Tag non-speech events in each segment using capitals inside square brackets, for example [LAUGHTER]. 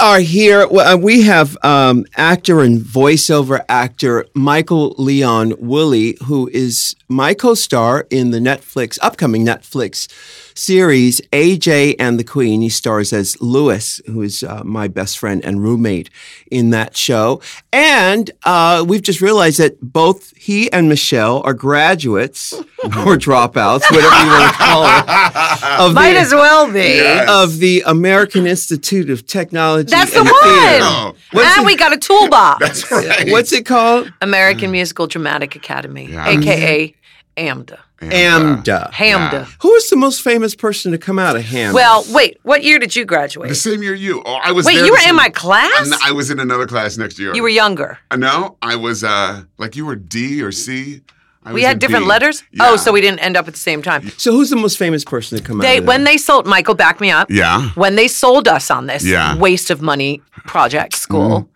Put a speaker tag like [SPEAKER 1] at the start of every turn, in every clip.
[SPEAKER 1] are here. well, uh, We have um, actor and voiceover actor Michael Leon Woolley, who is my co-star in the Netflix upcoming Netflix series AJ and the Queen. He stars as Lewis, who is uh, my best friend and roommate in that show. And uh, we've just realized that both he and Michelle are graduates or dropouts, whatever you want to call it. Of
[SPEAKER 2] Might as well be. Oh,
[SPEAKER 1] Yes. of the American Institute of Technology.
[SPEAKER 2] That's the
[SPEAKER 1] and
[SPEAKER 2] one.
[SPEAKER 1] Theater.
[SPEAKER 2] Oh.
[SPEAKER 1] What's
[SPEAKER 2] and
[SPEAKER 1] it-
[SPEAKER 2] we got a toolbox.
[SPEAKER 3] [LAUGHS] That's right.
[SPEAKER 1] What's it called?
[SPEAKER 2] American Musical Dramatic Academy,
[SPEAKER 3] Yeah.
[SPEAKER 2] aka AMDA.
[SPEAKER 3] uh,
[SPEAKER 1] AMDA.
[SPEAKER 2] HAMDA.
[SPEAKER 3] Yeah.
[SPEAKER 1] Who is the most famous person to come out of HAMDA?
[SPEAKER 2] Well, wait, what year did you
[SPEAKER 3] the
[SPEAKER 2] graduate?
[SPEAKER 3] same year you. Oh, I was.
[SPEAKER 2] Wait,
[SPEAKER 3] there
[SPEAKER 2] you
[SPEAKER 3] the
[SPEAKER 2] were
[SPEAKER 3] same-
[SPEAKER 2] in my class?
[SPEAKER 3] And I was in another class next year.
[SPEAKER 2] you were younger.
[SPEAKER 3] Uh, No, I was. uh Like you were D or C. I
[SPEAKER 2] We
[SPEAKER 3] was
[SPEAKER 2] had
[SPEAKER 3] in
[SPEAKER 2] different
[SPEAKER 3] D.
[SPEAKER 2] letters?
[SPEAKER 3] Yeah.
[SPEAKER 2] Oh, so we didn't end up at the same time.
[SPEAKER 1] so who's the most famous person to come out
[SPEAKER 2] They
[SPEAKER 1] of
[SPEAKER 2] when they sold Michael, back me up.
[SPEAKER 3] Yeah.
[SPEAKER 2] When they sold us on this
[SPEAKER 3] Yeah. Mm-hmm.
[SPEAKER 2] waste of money project school,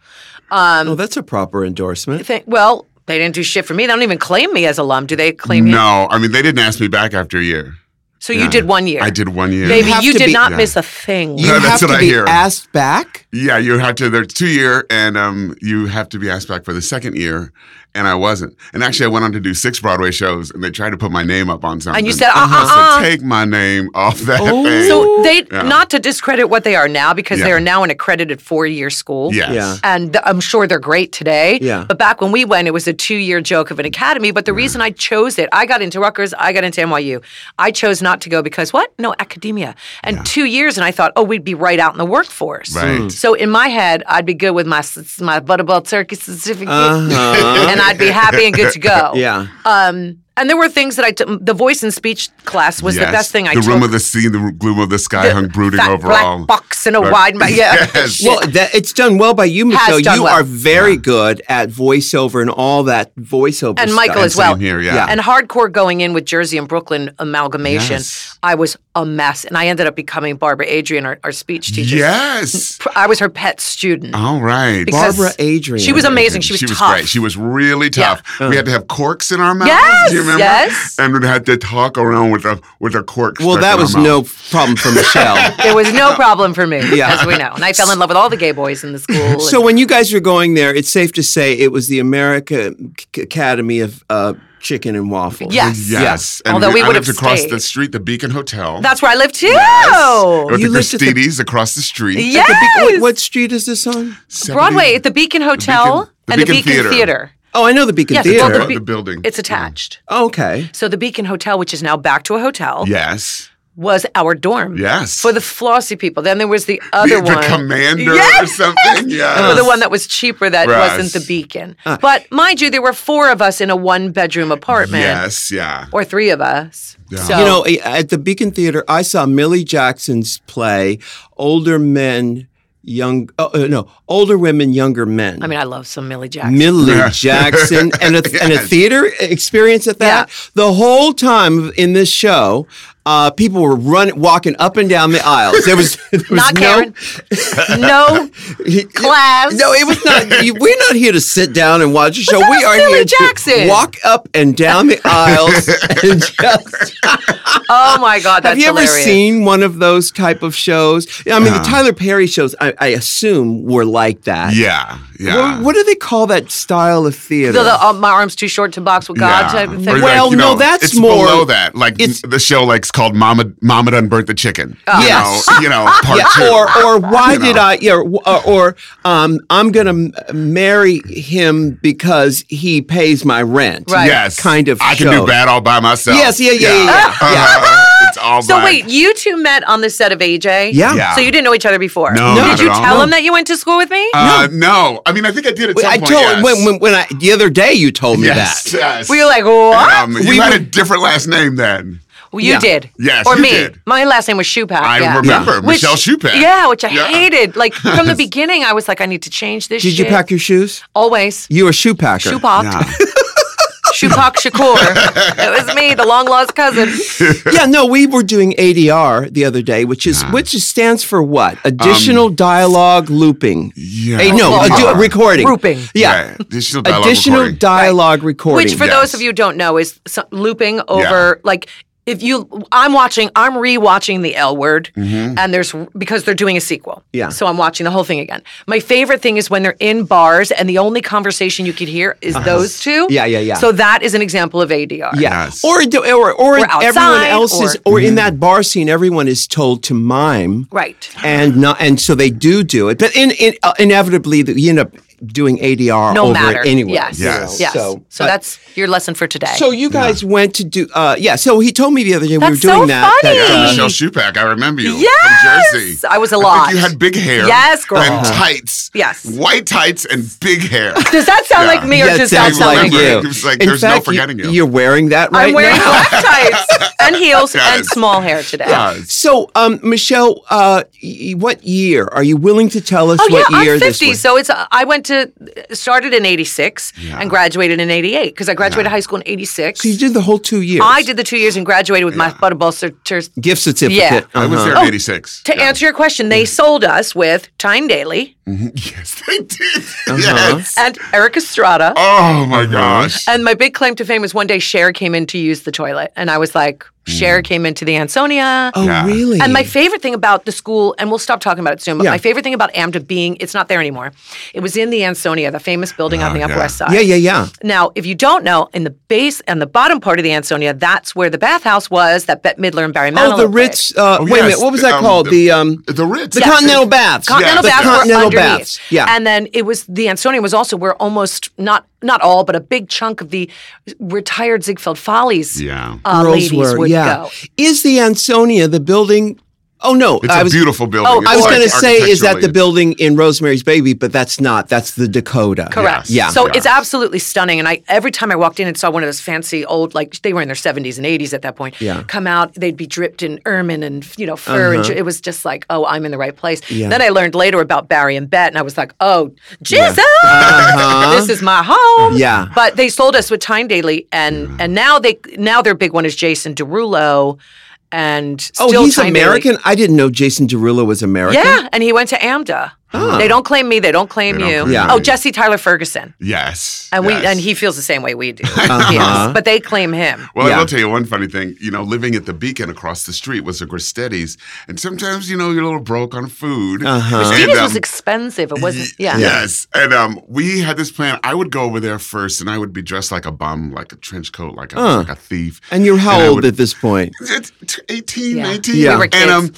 [SPEAKER 1] Oh, that's a proper endorsement.
[SPEAKER 2] think, well, they didn't do shit for me. They don't even claim me as alum. Do they claim you?
[SPEAKER 3] No, I mean they didn't ask me back after a year.
[SPEAKER 2] So
[SPEAKER 3] Yeah.
[SPEAKER 2] you did one year.
[SPEAKER 3] I did one year.
[SPEAKER 2] Baby,
[SPEAKER 1] You have
[SPEAKER 2] you
[SPEAKER 1] to
[SPEAKER 2] did
[SPEAKER 1] be-
[SPEAKER 2] not
[SPEAKER 3] Yeah.
[SPEAKER 2] miss a thing.
[SPEAKER 1] You
[SPEAKER 3] No, that's
[SPEAKER 1] have
[SPEAKER 3] what
[SPEAKER 1] to
[SPEAKER 3] I
[SPEAKER 1] be
[SPEAKER 3] hear.
[SPEAKER 1] asked back.
[SPEAKER 3] Yeah, you have to. There's two year, and um, you have to be asked back for the second year, and I wasn't. And actually, I went on to do six Broadway shows, and they tried to put my name up on something.
[SPEAKER 2] And you said,
[SPEAKER 3] I
[SPEAKER 2] "Uh-uh,
[SPEAKER 3] said,
[SPEAKER 2] uh-uh."
[SPEAKER 3] take my name off that
[SPEAKER 1] Oh.
[SPEAKER 3] thing."
[SPEAKER 2] So they
[SPEAKER 3] Yeah.
[SPEAKER 2] not to discredit what they are now because they
[SPEAKER 3] Yeah.
[SPEAKER 2] are now an accredited four year school.
[SPEAKER 3] yes,
[SPEAKER 1] Yeah.
[SPEAKER 2] And th- I'm sure they're great today.
[SPEAKER 1] Yeah.
[SPEAKER 2] But back when we went, it was a two year joke of an academy.
[SPEAKER 3] Mm-hmm.
[SPEAKER 2] But the reason I chose it, I got into Rutgers, I got into NYU. I chose not to go because what? No, academia. And two years, and I thought, oh, we'd be right out in the workforce.
[SPEAKER 3] Right. Mm.
[SPEAKER 2] So in my head, I'd be good with my s- my Butterball Turkey certificate,
[SPEAKER 1] Uh-huh.
[SPEAKER 2] [LAUGHS] and I'd be happy and good to go.
[SPEAKER 1] [LAUGHS] Yeah.
[SPEAKER 2] Um, and there were things that I took. The voice and speech class was the
[SPEAKER 3] Yes.
[SPEAKER 2] best thing I
[SPEAKER 3] The
[SPEAKER 2] took.
[SPEAKER 3] room of the sea, the gloom of the sky hung brooding
[SPEAKER 2] Fat
[SPEAKER 3] over
[SPEAKER 2] black
[SPEAKER 3] all.
[SPEAKER 2] box and a
[SPEAKER 3] Right. [LAUGHS]
[SPEAKER 2] wide. ma- Yeah.
[SPEAKER 3] Yes.
[SPEAKER 1] Well, that, it's done well by you, Michelle.
[SPEAKER 2] done
[SPEAKER 1] You
[SPEAKER 2] well.
[SPEAKER 1] are very good at voiceover and all that voiceover.
[SPEAKER 2] And Michael
[SPEAKER 1] stuff.
[SPEAKER 2] as well.
[SPEAKER 3] Same here, yeah.
[SPEAKER 1] Yeah.
[SPEAKER 2] And hardcore going in with Jersey and Brooklyn amalgamation.
[SPEAKER 3] Yes.
[SPEAKER 2] I was a mess. And I ended up becoming Barbara Adrian, our, our speech teacher.
[SPEAKER 3] yes.
[SPEAKER 2] I was her pet student.
[SPEAKER 3] All right.
[SPEAKER 2] Because
[SPEAKER 1] Barbara Adrian.
[SPEAKER 2] She was amazing. She was, tough.
[SPEAKER 3] great. Uh, She was really tough. We had to have corks in our mouth.
[SPEAKER 2] Yes,
[SPEAKER 3] Do you remember?
[SPEAKER 2] yes.
[SPEAKER 3] And we had to talk around with a with a cork.
[SPEAKER 1] Well,
[SPEAKER 3] stuck in
[SPEAKER 1] that
[SPEAKER 3] our
[SPEAKER 1] was
[SPEAKER 3] mouth.
[SPEAKER 1] no problem for
[SPEAKER 2] [LAUGHS]
[SPEAKER 1] Michelle.
[SPEAKER 2] There was
[SPEAKER 3] [LAUGHS]
[SPEAKER 2] no problem for me,
[SPEAKER 1] Yeah.
[SPEAKER 2] as we know. And I fell in love with all the gay boys in the school. and-
[SPEAKER 1] So when you guys were going there, it's safe to say it was the America C- Academy of uh, Chicken and Waffles.
[SPEAKER 2] yes.
[SPEAKER 3] Yes.
[SPEAKER 2] Although we
[SPEAKER 3] I
[SPEAKER 2] would
[SPEAKER 3] lived
[SPEAKER 2] have
[SPEAKER 3] across
[SPEAKER 2] stayed.
[SPEAKER 3] the street, the Beacon Hotel.
[SPEAKER 2] That's where I lived too.
[SPEAKER 3] With
[SPEAKER 1] You
[SPEAKER 3] the
[SPEAKER 1] lived at the-
[SPEAKER 3] Christides across the street.
[SPEAKER 2] Yes.
[SPEAKER 1] What, what street is this on?
[SPEAKER 3] 70
[SPEAKER 2] Broadway, at the Beacon Hotel
[SPEAKER 3] Beacon- the
[SPEAKER 2] and
[SPEAKER 3] Beacon
[SPEAKER 2] the Beacon
[SPEAKER 3] Theater.
[SPEAKER 2] Theater.
[SPEAKER 1] Oh, I know the Beacon
[SPEAKER 2] Yes, well,
[SPEAKER 1] Theater.
[SPEAKER 2] Be-
[SPEAKER 3] the, building.
[SPEAKER 2] It's attached.
[SPEAKER 1] okay.
[SPEAKER 2] So the Beacon Hotel, which is now back to a hotel,
[SPEAKER 3] Yes.
[SPEAKER 2] was our dorm.
[SPEAKER 3] Yes.
[SPEAKER 2] For the flossy people. Then there was the
[SPEAKER 3] The,
[SPEAKER 2] other
[SPEAKER 3] the
[SPEAKER 2] one.
[SPEAKER 3] commander or
[SPEAKER 2] Yes!
[SPEAKER 3] something. Yes.
[SPEAKER 2] For the one that was cheaper that
[SPEAKER 3] Right. Uh.
[SPEAKER 2] wasn't the beacon. but mind you, there were four of us in a one bedroom apartment.
[SPEAKER 3] Yes. Yeah.
[SPEAKER 2] Or three of us. So
[SPEAKER 1] You know, a- at the Beacon Theater, I saw Millie Jackson's play, Older Men, Young, oh, uh, no, Older Women, Younger Men.
[SPEAKER 2] I mean I love some Millie Jackson.
[SPEAKER 1] Millie
[SPEAKER 3] [LAUGHS]
[SPEAKER 1] Jackson and a, and a
[SPEAKER 3] Yes.
[SPEAKER 1] theater experience at that. The whole time in this show, uh, people were running, walking up and down the aisles. There was, there was
[SPEAKER 2] Not
[SPEAKER 1] no,
[SPEAKER 2] Karen. [LAUGHS] no class.
[SPEAKER 1] No, it was not. you- We're not here to sit down and watch a show.
[SPEAKER 2] that
[SPEAKER 1] We
[SPEAKER 2] was
[SPEAKER 1] are
[SPEAKER 2] Millie
[SPEAKER 1] here to
[SPEAKER 2] Jackson.
[SPEAKER 1] walk up and down the
[SPEAKER 2] [LAUGHS]
[SPEAKER 1] aisles and just.
[SPEAKER 2] Oh my god, that's
[SPEAKER 1] Have you ever
[SPEAKER 2] hilarious.
[SPEAKER 1] seen one of those type of shows? I mean, the Tyler Perry shows, I, I assume, were like that.
[SPEAKER 3] Yeah. Yeah.
[SPEAKER 1] What, what do they call that style of theater?
[SPEAKER 2] the, the, uh, my arms too short to box with God type of
[SPEAKER 3] Or
[SPEAKER 2] thing.
[SPEAKER 1] Well,
[SPEAKER 3] you
[SPEAKER 1] no, that's
[SPEAKER 3] it's
[SPEAKER 1] more-
[SPEAKER 3] below that. Like
[SPEAKER 1] it's- Ah.
[SPEAKER 3] the show, like it's called "Mama Mama Done Burnt the Chicken." you
[SPEAKER 1] Yes.
[SPEAKER 3] know,
[SPEAKER 1] [LAUGHS]
[SPEAKER 3] you know, part
[SPEAKER 1] yeah,
[SPEAKER 3] two.
[SPEAKER 1] or or why
[SPEAKER 3] You know.
[SPEAKER 1] did I? Yeah, or, or um, I'm gonna m- marry him because he pays my rent.
[SPEAKER 2] Right.
[SPEAKER 3] yes,
[SPEAKER 1] kind of
[SPEAKER 3] I can
[SPEAKER 1] show.
[SPEAKER 3] do bad all by myself.
[SPEAKER 1] Yes, yeah, yeah, yeah, yeah, yeah.
[SPEAKER 3] Uh-huh. [LAUGHS] it's all.
[SPEAKER 2] So
[SPEAKER 3] by-
[SPEAKER 2] wait, you two met on the set of AJ?
[SPEAKER 1] Yeah.
[SPEAKER 3] Yeah.
[SPEAKER 2] So you didn't know each other before?
[SPEAKER 3] No, No.
[SPEAKER 2] Did
[SPEAKER 3] not
[SPEAKER 2] you
[SPEAKER 3] at all.
[SPEAKER 2] tell
[SPEAKER 3] No.
[SPEAKER 2] him that you went to school with me?
[SPEAKER 3] Uh, no. I mean, I think I did at some
[SPEAKER 1] I
[SPEAKER 3] point.
[SPEAKER 1] told
[SPEAKER 3] yes.
[SPEAKER 1] when, when when I the other day you told me
[SPEAKER 3] yes,
[SPEAKER 1] that.
[SPEAKER 3] yes.
[SPEAKER 2] we were like, what?
[SPEAKER 3] Um, you
[SPEAKER 1] We
[SPEAKER 3] had
[SPEAKER 1] were-
[SPEAKER 3] a different last name then.
[SPEAKER 2] Well, you
[SPEAKER 1] Yeah.
[SPEAKER 2] did.
[SPEAKER 3] Yes,
[SPEAKER 2] Or
[SPEAKER 3] you
[SPEAKER 2] me.
[SPEAKER 3] did.
[SPEAKER 2] My last name was Shupak.
[SPEAKER 3] I
[SPEAKER 2] yeah.
[SPEAKER 3] remember
[SPEAKER 2] Which-
[SPEAKER 3] Michelle Shupak.
[SPEAKER 2] Yeah, which I
[SPEAKER 3] Yeah.
[SPEAKER 2] hated.
[SPEAKER 3] [LAUGHS]
[SPEAKER 2] Like from the beginning, I was like, I need to change this.
[SPEAKER 1] Did you
[SPEAKER 2] shit.
[SPEAKER 1] pack your shoes?
[SPEAKER 2] Always.
[SPEAKER 1] You a shoe packer.
[SPEAKER 2] Shupak. [LAUGHS] Shupak Shakur. it was me, the long lost cousin.
[SPEAKER 1] yeah, no, we were doing ADR the other day, which is which is- stands for what? Additional dialogue looping.
[SPEAKER 3] Um, Yeah.
[SPEAKER 1] Hey, no,
[SPEAKER 2] Well,
[SPEAKER 1] addi-
[SPEAKER 2] uh,
[SPEAKER 1] recording.
[SPEAKER 2] grouping.
[SPEAKER 1] Yeah.
[SPEAKER 3] Right. Additional dialogue
[SPEAKER 1] Additional
[SPEAKER 3] recording.
[SPEAKER 1] dialogue recording.
[SPEAKER 2] Which, for
[SPEAKER 3] Yes.
[SPEAKER 2] those of you who don't know, is so- looping over like. if you I'm watching I'm rewatching the L word and there's because they're doing a sequel.
[SPEAKER 1] Mm-hmm. Yeah.
[SPEAKER 2] So I'm watching the whole thing again. My favorite thing is when they're in bars and the only conversation you could hear is those two.
[SPEAKER 1] Uh-huh. Yeah, yeah, yeah.
[SPEAKER 2] So that is an example of ADR.
[SPEAKER 1] Yeah.
[SPEAKER 3] Yes.
[SPEAKER 1] Or, do- or, or, everyone
[SPEAKER 2] outside,
[SPEAKER 1] else is, or in that bar scene, everyone is told to mime.
[SPEAKER 2] Right.
[SPEAKER 1] And not, and so they do do it, but in, in uh, inevitably that you end up doing ADR
[SPEAKER 2] No
[SPEAKER 1] over
[SPEAKER 2] matter.
[SPEAKER 1] it anyway.
[SPEAKER 2] Yes.
[SPEAKER 1] you know,
[SPEAKER 3] Yes.
[SPEAKER 2] Yes. So,
[SPEAKER 1] So, but-
[SPEAKER 2] that's your lesson for today.
[SPEAKER 1] so you guys went to do uh, yeah. So he told me the other day we were
[SPEAKER 2] That's so
[SPEAKER 1] doing that. that,
[SPEAKER 2] funny.
[SPEAKER 3] Yeah,
[SPEAKER 1] uh,
[SPEAKER 3] Michelle Shupak, I remember you
[SPEAKER 2] Yes!
[SPEAKER 3] from Jersey.
[SPEAKER 2] I was a
[SPEAKER 3] I
[SPEAKER 2] lot.
[SPEAKER 3] think you had big hair.
[SPEAKER 2] Yes, girl.
[SPEAKER 3] And tights.
[SPEAKER 2] Yes.
[SPEAKER 3] White tights and big
[SPEAKER 1] [LAUGHS]
[SPEAKER 3] hair.
[SPEAKER 2] does that sound
[SPEAKER 3] Yeah.
[SPEAKER 2] like me or
[SPEAKER 1] that
[SPEAKER 2] does that
[SPEAKER 1] sounds
[SPEAKER 2] sound
[SPEAKER 1] like
[SPEAKER 2] like
[SPEAKER 3] remember.
[SPEAKER 1] you.
[SPEAKER 3] It was like,
[SPEAKER 1] In
[SPEAKER 3] there's no
[SPEAKER 1] fact,
[SPEAKER 3] forgetting you.
[SPEAKER 1] You're wearing that right
[SPEAKER 2] I'm wearing
[SPEAKER 1] now. [LAUGHS]
[SPEAKER 2] black tights and heels and
[SPEAKER 3] Yes.
[SPEAKER 2] small hair today.
[SPEAKER 3] Yes.
[SPEAKER 1] So, um, Michelle, uh, y- what year are you willing to tell us?
[SPEAKER 2] Oh
[SPEAKER 1] what
[SPEAKER 2] yeah,
[SPEAKER 1] year
[SPEAKER 2] I'm 50,
[SPEAKER 1] this was?
[SPEAKER 2] so it's uh, I went to started in '86 and graduated in '88 because I graduated high school in '86.
[SPEAKER 1] You did the whole two years.
[SPEAKER 2] I did the two years and graduated with my butterball cert.
[SPEAKER 1] gift certificate.
[SPEAKER 2] Yeah.
[SPEAKER 3] I was there in 86.
[SPEAKER 1] Oh,
[SPEAKER 2] To
[SPEAKER 3] Yeah.
[SPEAKER 2] answer your question,
[SPEAKER 1] Mm.
[SPEAKER 2] they sold us with Tyne Daly
[SPEAKER 3] [LAUGHS] Yes, they did. Yes.
[SPEAKER 1] Uh-huh.
[SPEAKER 2] and Eric Estrada.
[SPEAKER 3] Oh my gosh.
[SPEAKER 1] Uh,
[SPEAKER 2] And my big claim to fame was one day Cher came in to use the toilet, and I was like, Cher came into the
[SPEAKER 1] Mm.
[SPEAKER 2] Ansonia.
[SPEAKER 1] Oh,
[SPEAKER 3] Yeah.
[SPEAKER 1] really?
[SPEAKER 2] And my favorite thing about the school, and we'll stop talking about it soon, but
[SPEAKER 1] Yeah.
[SPEAKER 2] my favorite thing about AMDA being, it's not there anymore. It was in the Ansonia, the famous building on
[SPEAKER 3] Oh,
[SPEAKER 2] the Upper
[SPEAKER 3] yeah.
[SPEAKER 2] West Side.
[SPEAKER 1] yeah, yeah, yeah.
[SPEAKER 2] Now, if you don't know, in the base and the bottom part of the Ansonia, that's where the bathhouse was that Bette Midler and Barry Manilow.
[SPEAKER 1] Oh, the
[SPEAKER 2] played.
[SPEAKER 1] Ritz. Uh,
[SPEAKER 3] Oh,
[SPEAKER 1] wait a
[SPEAKER 3] yes,
[SPEAKER 1] minute. What was that
[SPEAKER 3] um,
[SPEAKER 1] called?
[SPEAKER 3] the-
[SPEAKER 1] The um,
[SPEAKER 3] The Ritz.
[SPEAKER 1] the Continental Baths.
[SPEAKER 2] Continental
[SPEAKER 3] Yes.
[SPEAKER 2] baths
[SPEAKER 1] The
[SPEAKER 2] were
[SPEAKER 1] Continental
[SPEAKER 2] underneath.
[SPEAKER 1] Baths. Yeah.
[SPEAKER 2] And then it was the Ansonian was also where almost not not all, but a big chunk of the retired Ziegfeld Follies
[SPEAKER 3] Yeah.
[SPEAKER 2] uh,
[SPEAKER 1] Girls
[SPEAKER 2] ladies
[SPEAKER 1] were,
[SPEAKER 2] would
[SPEAKER 1] yeah.
[SPEAKER 2] go.
[SPEAKER 1] Is the Ansonia the building? Oh no,
[SPEAKER 3] It's
[SPEAKER 1] I
[SPEAKER 3] a
[SPEAKER 1] was.
[SPEAKER 3] beautiful building.
[SPEAKER 2] Oh,
[SPEAKER 3] It's
[SPEAKER 1] I was
[SPEAKER 3] like
[SPEAKER 1] going to say, is that the
[SPEAKER 3] architecturally-
[SPEAKER 1] building in Rosemary's Baby? But that's not. That's the Dakota.
[SPEAKER 2] Correct.
[SPEAKER 1] Yeah.
[SPEAKER 2] So
[SPEAKER 3] yeah.
[SPEAKER 2] it's absolutely stunning. And I every time I walked in and saw one of those fancy old, like they were in their seventies and eighties at that point.
[SPEAKER 1] Yeah. Uh-huh.
[SPEAKER 2] Come out, they'd be dripped in ermine and you know fur, and ju- it was just like, oh, I'm in the right place.
[SPEAKER 1] Yeah.
[SPEAKER 2] Then I learned later about Barry and Bet, and I was like, oh, Jesus,
[SPEAKER 1] Uh-huh.
[SPEAKER 2] this is my home.
[SPEAKER 1] Yeah.
[SPEAKER 2] But they sold us with Time Daily, and and now they now their big one is Jason Derulo, and
[SPEAKER 1] Oh,
[SPEAKER 2] still
[SPEAKER 1] he's
[SPEAKER 2] Tyne Daily.
[SPEAKER 1] American. I didn't know Jason Derulo was American.
[SPEAKER 2] Yeah, and he went to AMDA. They don't claim me. They don't claim
[SPEAKER 3] They don't
[SPEAKER 2] you.
[SPEAKER 3] claim
[SPEAKER 1] Yeah.
[SPEAKER 2] Oh,
[SPEAKER 3] me.
[SPEAKER 2] Jesse Tyler Ferguson.
[SPEAKER 3] Yes.
[SPEAKER 2] And we
[SPEAKER 3] yes.
[SPEAKER 2] and he feels the same way
[SPEAKER 3] [LAUGHS]
[SPEAKER 2] we do.
[SPEAKER 1] Uh-huh.
[SPEAKER 2] Yes, but they claim him.
[SPEAKER 3] Well,
[SPEAKER 1] Yeah.
[SPEAKER 3] I will tell you one funny thing. You know, living at the Beacon across the street was a Gristetti's, and sometimes you know you're a little broke on food.
[SPEAKER 1] Uh-huh.
[SPEAKER 3] And,
[SPEAKER 2] Venus
[SPEAKER 3] um,
[SPEAKER 2] was expensive. It wasn't. Yeah.
[SPEAKER 3] Yes. And um, we had this plan. I would go over there first, and I would be dressed like a bum, like a trench coat, like a,
[SPEAKER 1] Huh.
[SPEAKER 3] like a thief.
[SPEAKER 1] And you're how
[SPEAKER 3] I
[SPEAKER 1] old
[SPEAKER 3] would-
[SPEAKER 1] at this point?
[SPEAKER 3] It's t- 18,
[SPEAKER 2] Yeah.
[SPEAKER 3] 19.
[SPEAKER 1] Yeah. We were
[SPEAKER 2] kids.
[SPEAKER 3] And um,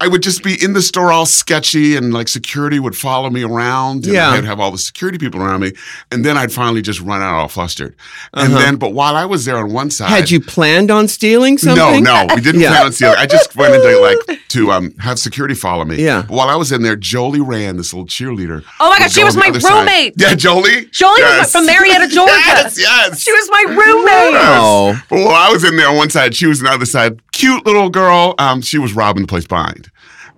[SPEAKER 3] I would just be in the store all sketchy, and like security would follow me around. And
[SPEAKER 1] Yeah.
[SPEAKER 3] I'd have all the security people around me. And then I'd finally just run out all flustered. And
[SPEAKER 2] Uh-huh.
[SPEAKER 3] then, but while I was there on one side,
[SPEAKER 1] Had you planned on stealing something?
[SPEAKER 3] [LAUGHS] no, no, we didn't
[SPEAKER 1] Yeah.
[SPEAKER 3] plan on stealing. I just went into
[SPEAKER 2] [LAUGHS]
[SPEAKER 3] like to um have security follow me.
[SPEAKER 1] Yeah.
[SPEAKER 3] But while I was in there, Jolie ran this little cheerleader.
[SPEAKER 2] Oh my God,
[SPEAKER 3] would
[SPEAKER 2] she
[SPEAKER 3] go
[SPEAKER 2] was
[SPEAKER 3] on the
[SPEAKER 2] my
[SPEAKER 3] other side.
[SPEAKER 2] roommate.
[SPEAKER 3] Yeah, Jolie.
[SPEAKER 2] Jolie was from
[SPEAKER 3] [LAUGHS]
[SPEAKER 2] Marietta, Georgia.
[SPEAKER 3] yes, yes.
[SPEAKER 2] She was my roommate.
[SPEAKER 1] Oh.
[SPEAKER 3] But while I was in there on one side, she was on the other side. Cute little girl. Um, she was robbing the place blind.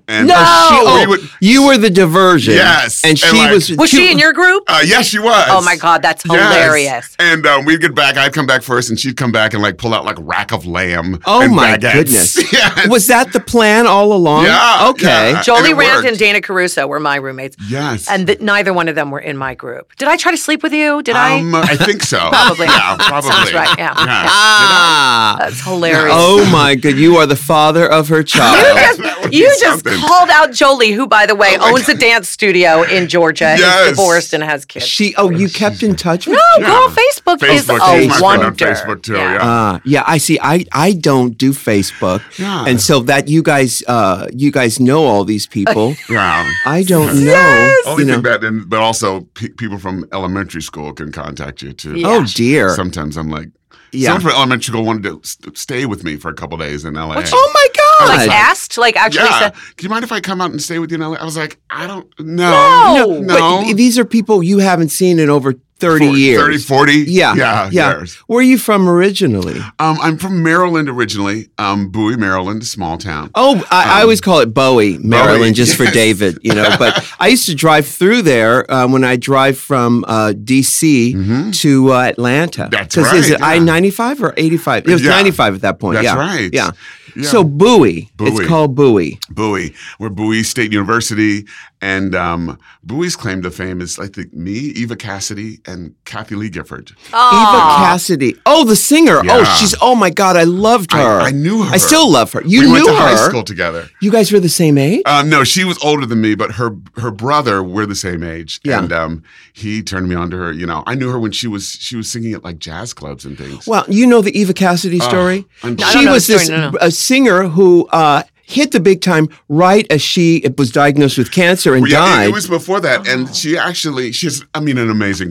[SPEAKER 3] And uh,
[SPEAKER 2] No!
[SPEAKER 3] she,
[SPEAKER 1] Oh,
[SPEAKER 3] we would,
[SPEAKER 1] you were the diversion.
[SPEAKER 3] Yes.
[SPEAKER 1] And she
[SPEAKER 3] And, like-
[SPEAKER 1] was.
[SPEAKER 2] Was she in your group?
[SPEAKER 3] uh, yes, she was.
[SPEAKER 2] Oh my God, that's
[SPEAKER 3] Yes.
[SPEAKER 2] hilarious.
[SPEAKER 3] And um, we'd get back. I'd come back first, and she'd come back and like pull out like rack of lamb.
[SPEAKER 1] Oh
[SPEAKER 3] and
[SPEAKER 1] my
[SPEAKER 3] baguettes.
[SPEAKER 1] goodness.
[SPEAKER 3] [LAUGHS] Yes.
[SPEAKER 1] Was that the plan all along?
[SPEAKER 3] Yeah,
[SPEAKER 1] Okay.
[SPEAKER 3] yeah.
[SPEAKER 2] Jolie
[SPEAKER 3] and it
[SPEAKER 2] Rand
[SPEAKER 3] worked.
[SPEAKER 2] and Dana Caruso were my roommates,
[SPEAKER 3] yes.
[SPEAKER 2] and th- neither one of them were in my group. Did I try to sleep with you? Did
[SPEAKER 3] Um, I think so.
[SPEAKER 2] [LAUGHS] Probably.
[SPEAKER 3] Yeah, probably.
[SPEAKER 2] Sounds right, yeah.
[SPEAKER 1] Ah.
[SPEAKER 2] I? That's hilarious.
[SPEAKER 1] Oh my God! You are the father of her
[SPEAKER 2] You
[SPEAKER 1] child.
[SPEAKER 2] just,
[SPEAKER 3] [LAUGHS] That would be
[SPEAKER 2] you just
[SPEAKER 3] something. Oh
[SPEAKER 2] called out Jolie, who, by the way,
[SPEAKER 3] my
[SPEAKER 2] owns a dance studio in Georgia,
[SPEAKER 3] Yes.
[SPEAKER 2] is divorced, and has kids.
[SPEAKER 1] she. Oh, you kept in touch with.
[SPEAKER 2] no,
[SPEAKER 1] her?
[SPEAKER 2] Oh, girl, Facebook, is
[SPEAKER 3] Facebook,
[SPEAKER 2] a
[SPEAKER 3] she's my friend
[SPEAKER 2] wonder.
[SPEAKER 3] on Facebook too, yeah.
[SPEAKER 1] Ah, yeah, I see. I, I don't do Facebook,
[SPEAKER 3] Yeah.
[SPEAKER 1] and so that you guys uh, you guys know all these
[SPEAKER 2] [LAUGHS]
[SPEAKER 1] people.
[SPEAKER 3] Yeah.
[SPEAKER 1] I don't know.
[SPEAKER 3] Only
[SPEAKER 1] you know.
[SPEAKER 3] thing bad, and, but also pe- people from elementary school can contact you too.
[SPEAKER 2] Yeah.
[SPEAKER 1] Oh dear.
[SPEAKER 3] Sometimes I'm like,
[SPEAKER 1] Yeah.
[SPEAKER 3] someone from elementary school wanted to st- stay with me for a couple days in LA.
[SPEAKER 1] oh my God!
[SPEAKER 2] Like asked, like actually
[SPEAKER 3] yeah.
[SPEAKER 2] said,
[SPEAKER 3] Do you mind if I come out and stay with you in LA? I was like, I don't know.
[SPEAKER 2] No.
[SPEAKER 3] No.
[SPEAKER 1] But th- these are people you haven't seen in over 30
[SPEAKER 3] 40,
[SPEAKER 1] years.
[SPEAKER 3] 30, 40?
[SPEAKER 1] Yeah.
[SPEAKER 3] Yeah.
[SPEAKER 1] Yeah.
[SPEAKER 3] years.
[SPEAKER 1] Where are you from originally?
[SPEAKER 3] Um, I'm from Maryland originally, um, Bowie, Maryland, small town.
[SPEAKER 1] Oh, I,
[SPEAKER 3] Um,
[SPEAKER 1] I always call it Bowie, Maryland, just for
[SPEAKER 3] [LAUGHS] yes.
[SPEAKER 1] David, you know. But I used to drive through there um, when I drive from uh, D.C. to uh, Atlanta.
[SPEAKER 3] Mm-hmm. That's
[SPEAKER 1] is
[SPEAKER 3] right,
[SPEAKER 1] it
[SPEAKER 3] yeah.
[SPEAKER 1] I ninety five or eighty five? It was
[SPEAKER 3] Yeah.
[SPEAKER 1] ninety five at that point.
[SPEAKER 3] That's
[SPEAKER 1] yeah.
[SPEAKER 3] right.
[SPEAKER 1] Yeah.
[SPEAKER 3] Yeah.
[SPEAKER 1] So Bowie,
[SPEAKER 3] Bowie.
[SPEAKER 1] it's called Bowie.
[SPEAKER 3] Bowie. We're Bowie State University, And um, Bowie's claim to fame is, I think, me, Eva Cassidy, and Kathy Lee Gifford.
[SPEAKER 1] Eva Cassidy. Oh, the singer. Oh,
[SPEAKER 3] Yeah.
[SPEAKER 1] she's. Oh my God, I loved
[SPEAKER 3] I-
[SPEAKER 1] her.
[SPEAKER 3] I knew her.
[SPEAKER 1] I still love her. You
[SPEAKER 3] we
[SPEAKER 1] knew
[SPEAKER 3] went to
[SPEAKER 1] her.
[SPEAKER 3] high school together.
[SPEAKER 1] You guys were the same age.
[SPEAKER 3] Um, no, she was older than me, but her her brother we're the same age,
[SPEAKER 1] Yeah.
[SPEAKER 3] and um, he turned me on to her. You know, I knew her when she was she was singing at like jazz clubs and things.
[SPEAKER 1] Well, you know the Eva Cassidy story.
[SPEAKER 3] Ah, I'm-
[SPEAKER 2] I don't
[SPEAKER 1] she
[SPEAKER 2] know
[SPEAKER 1] was
[SPEAKER 2] the
[SPEAKER 1] this
[SPEAKER 2] story, no, no.
[SPEAKER 1] a singer who uh, hit the big time right as she was diagnosed with cancer and
[SPEAKER 3] Well, yeah, it-
[SPEAKER 1] died.
[SPEAKER 3] It, was before that, and she actually she's I mean an amazing,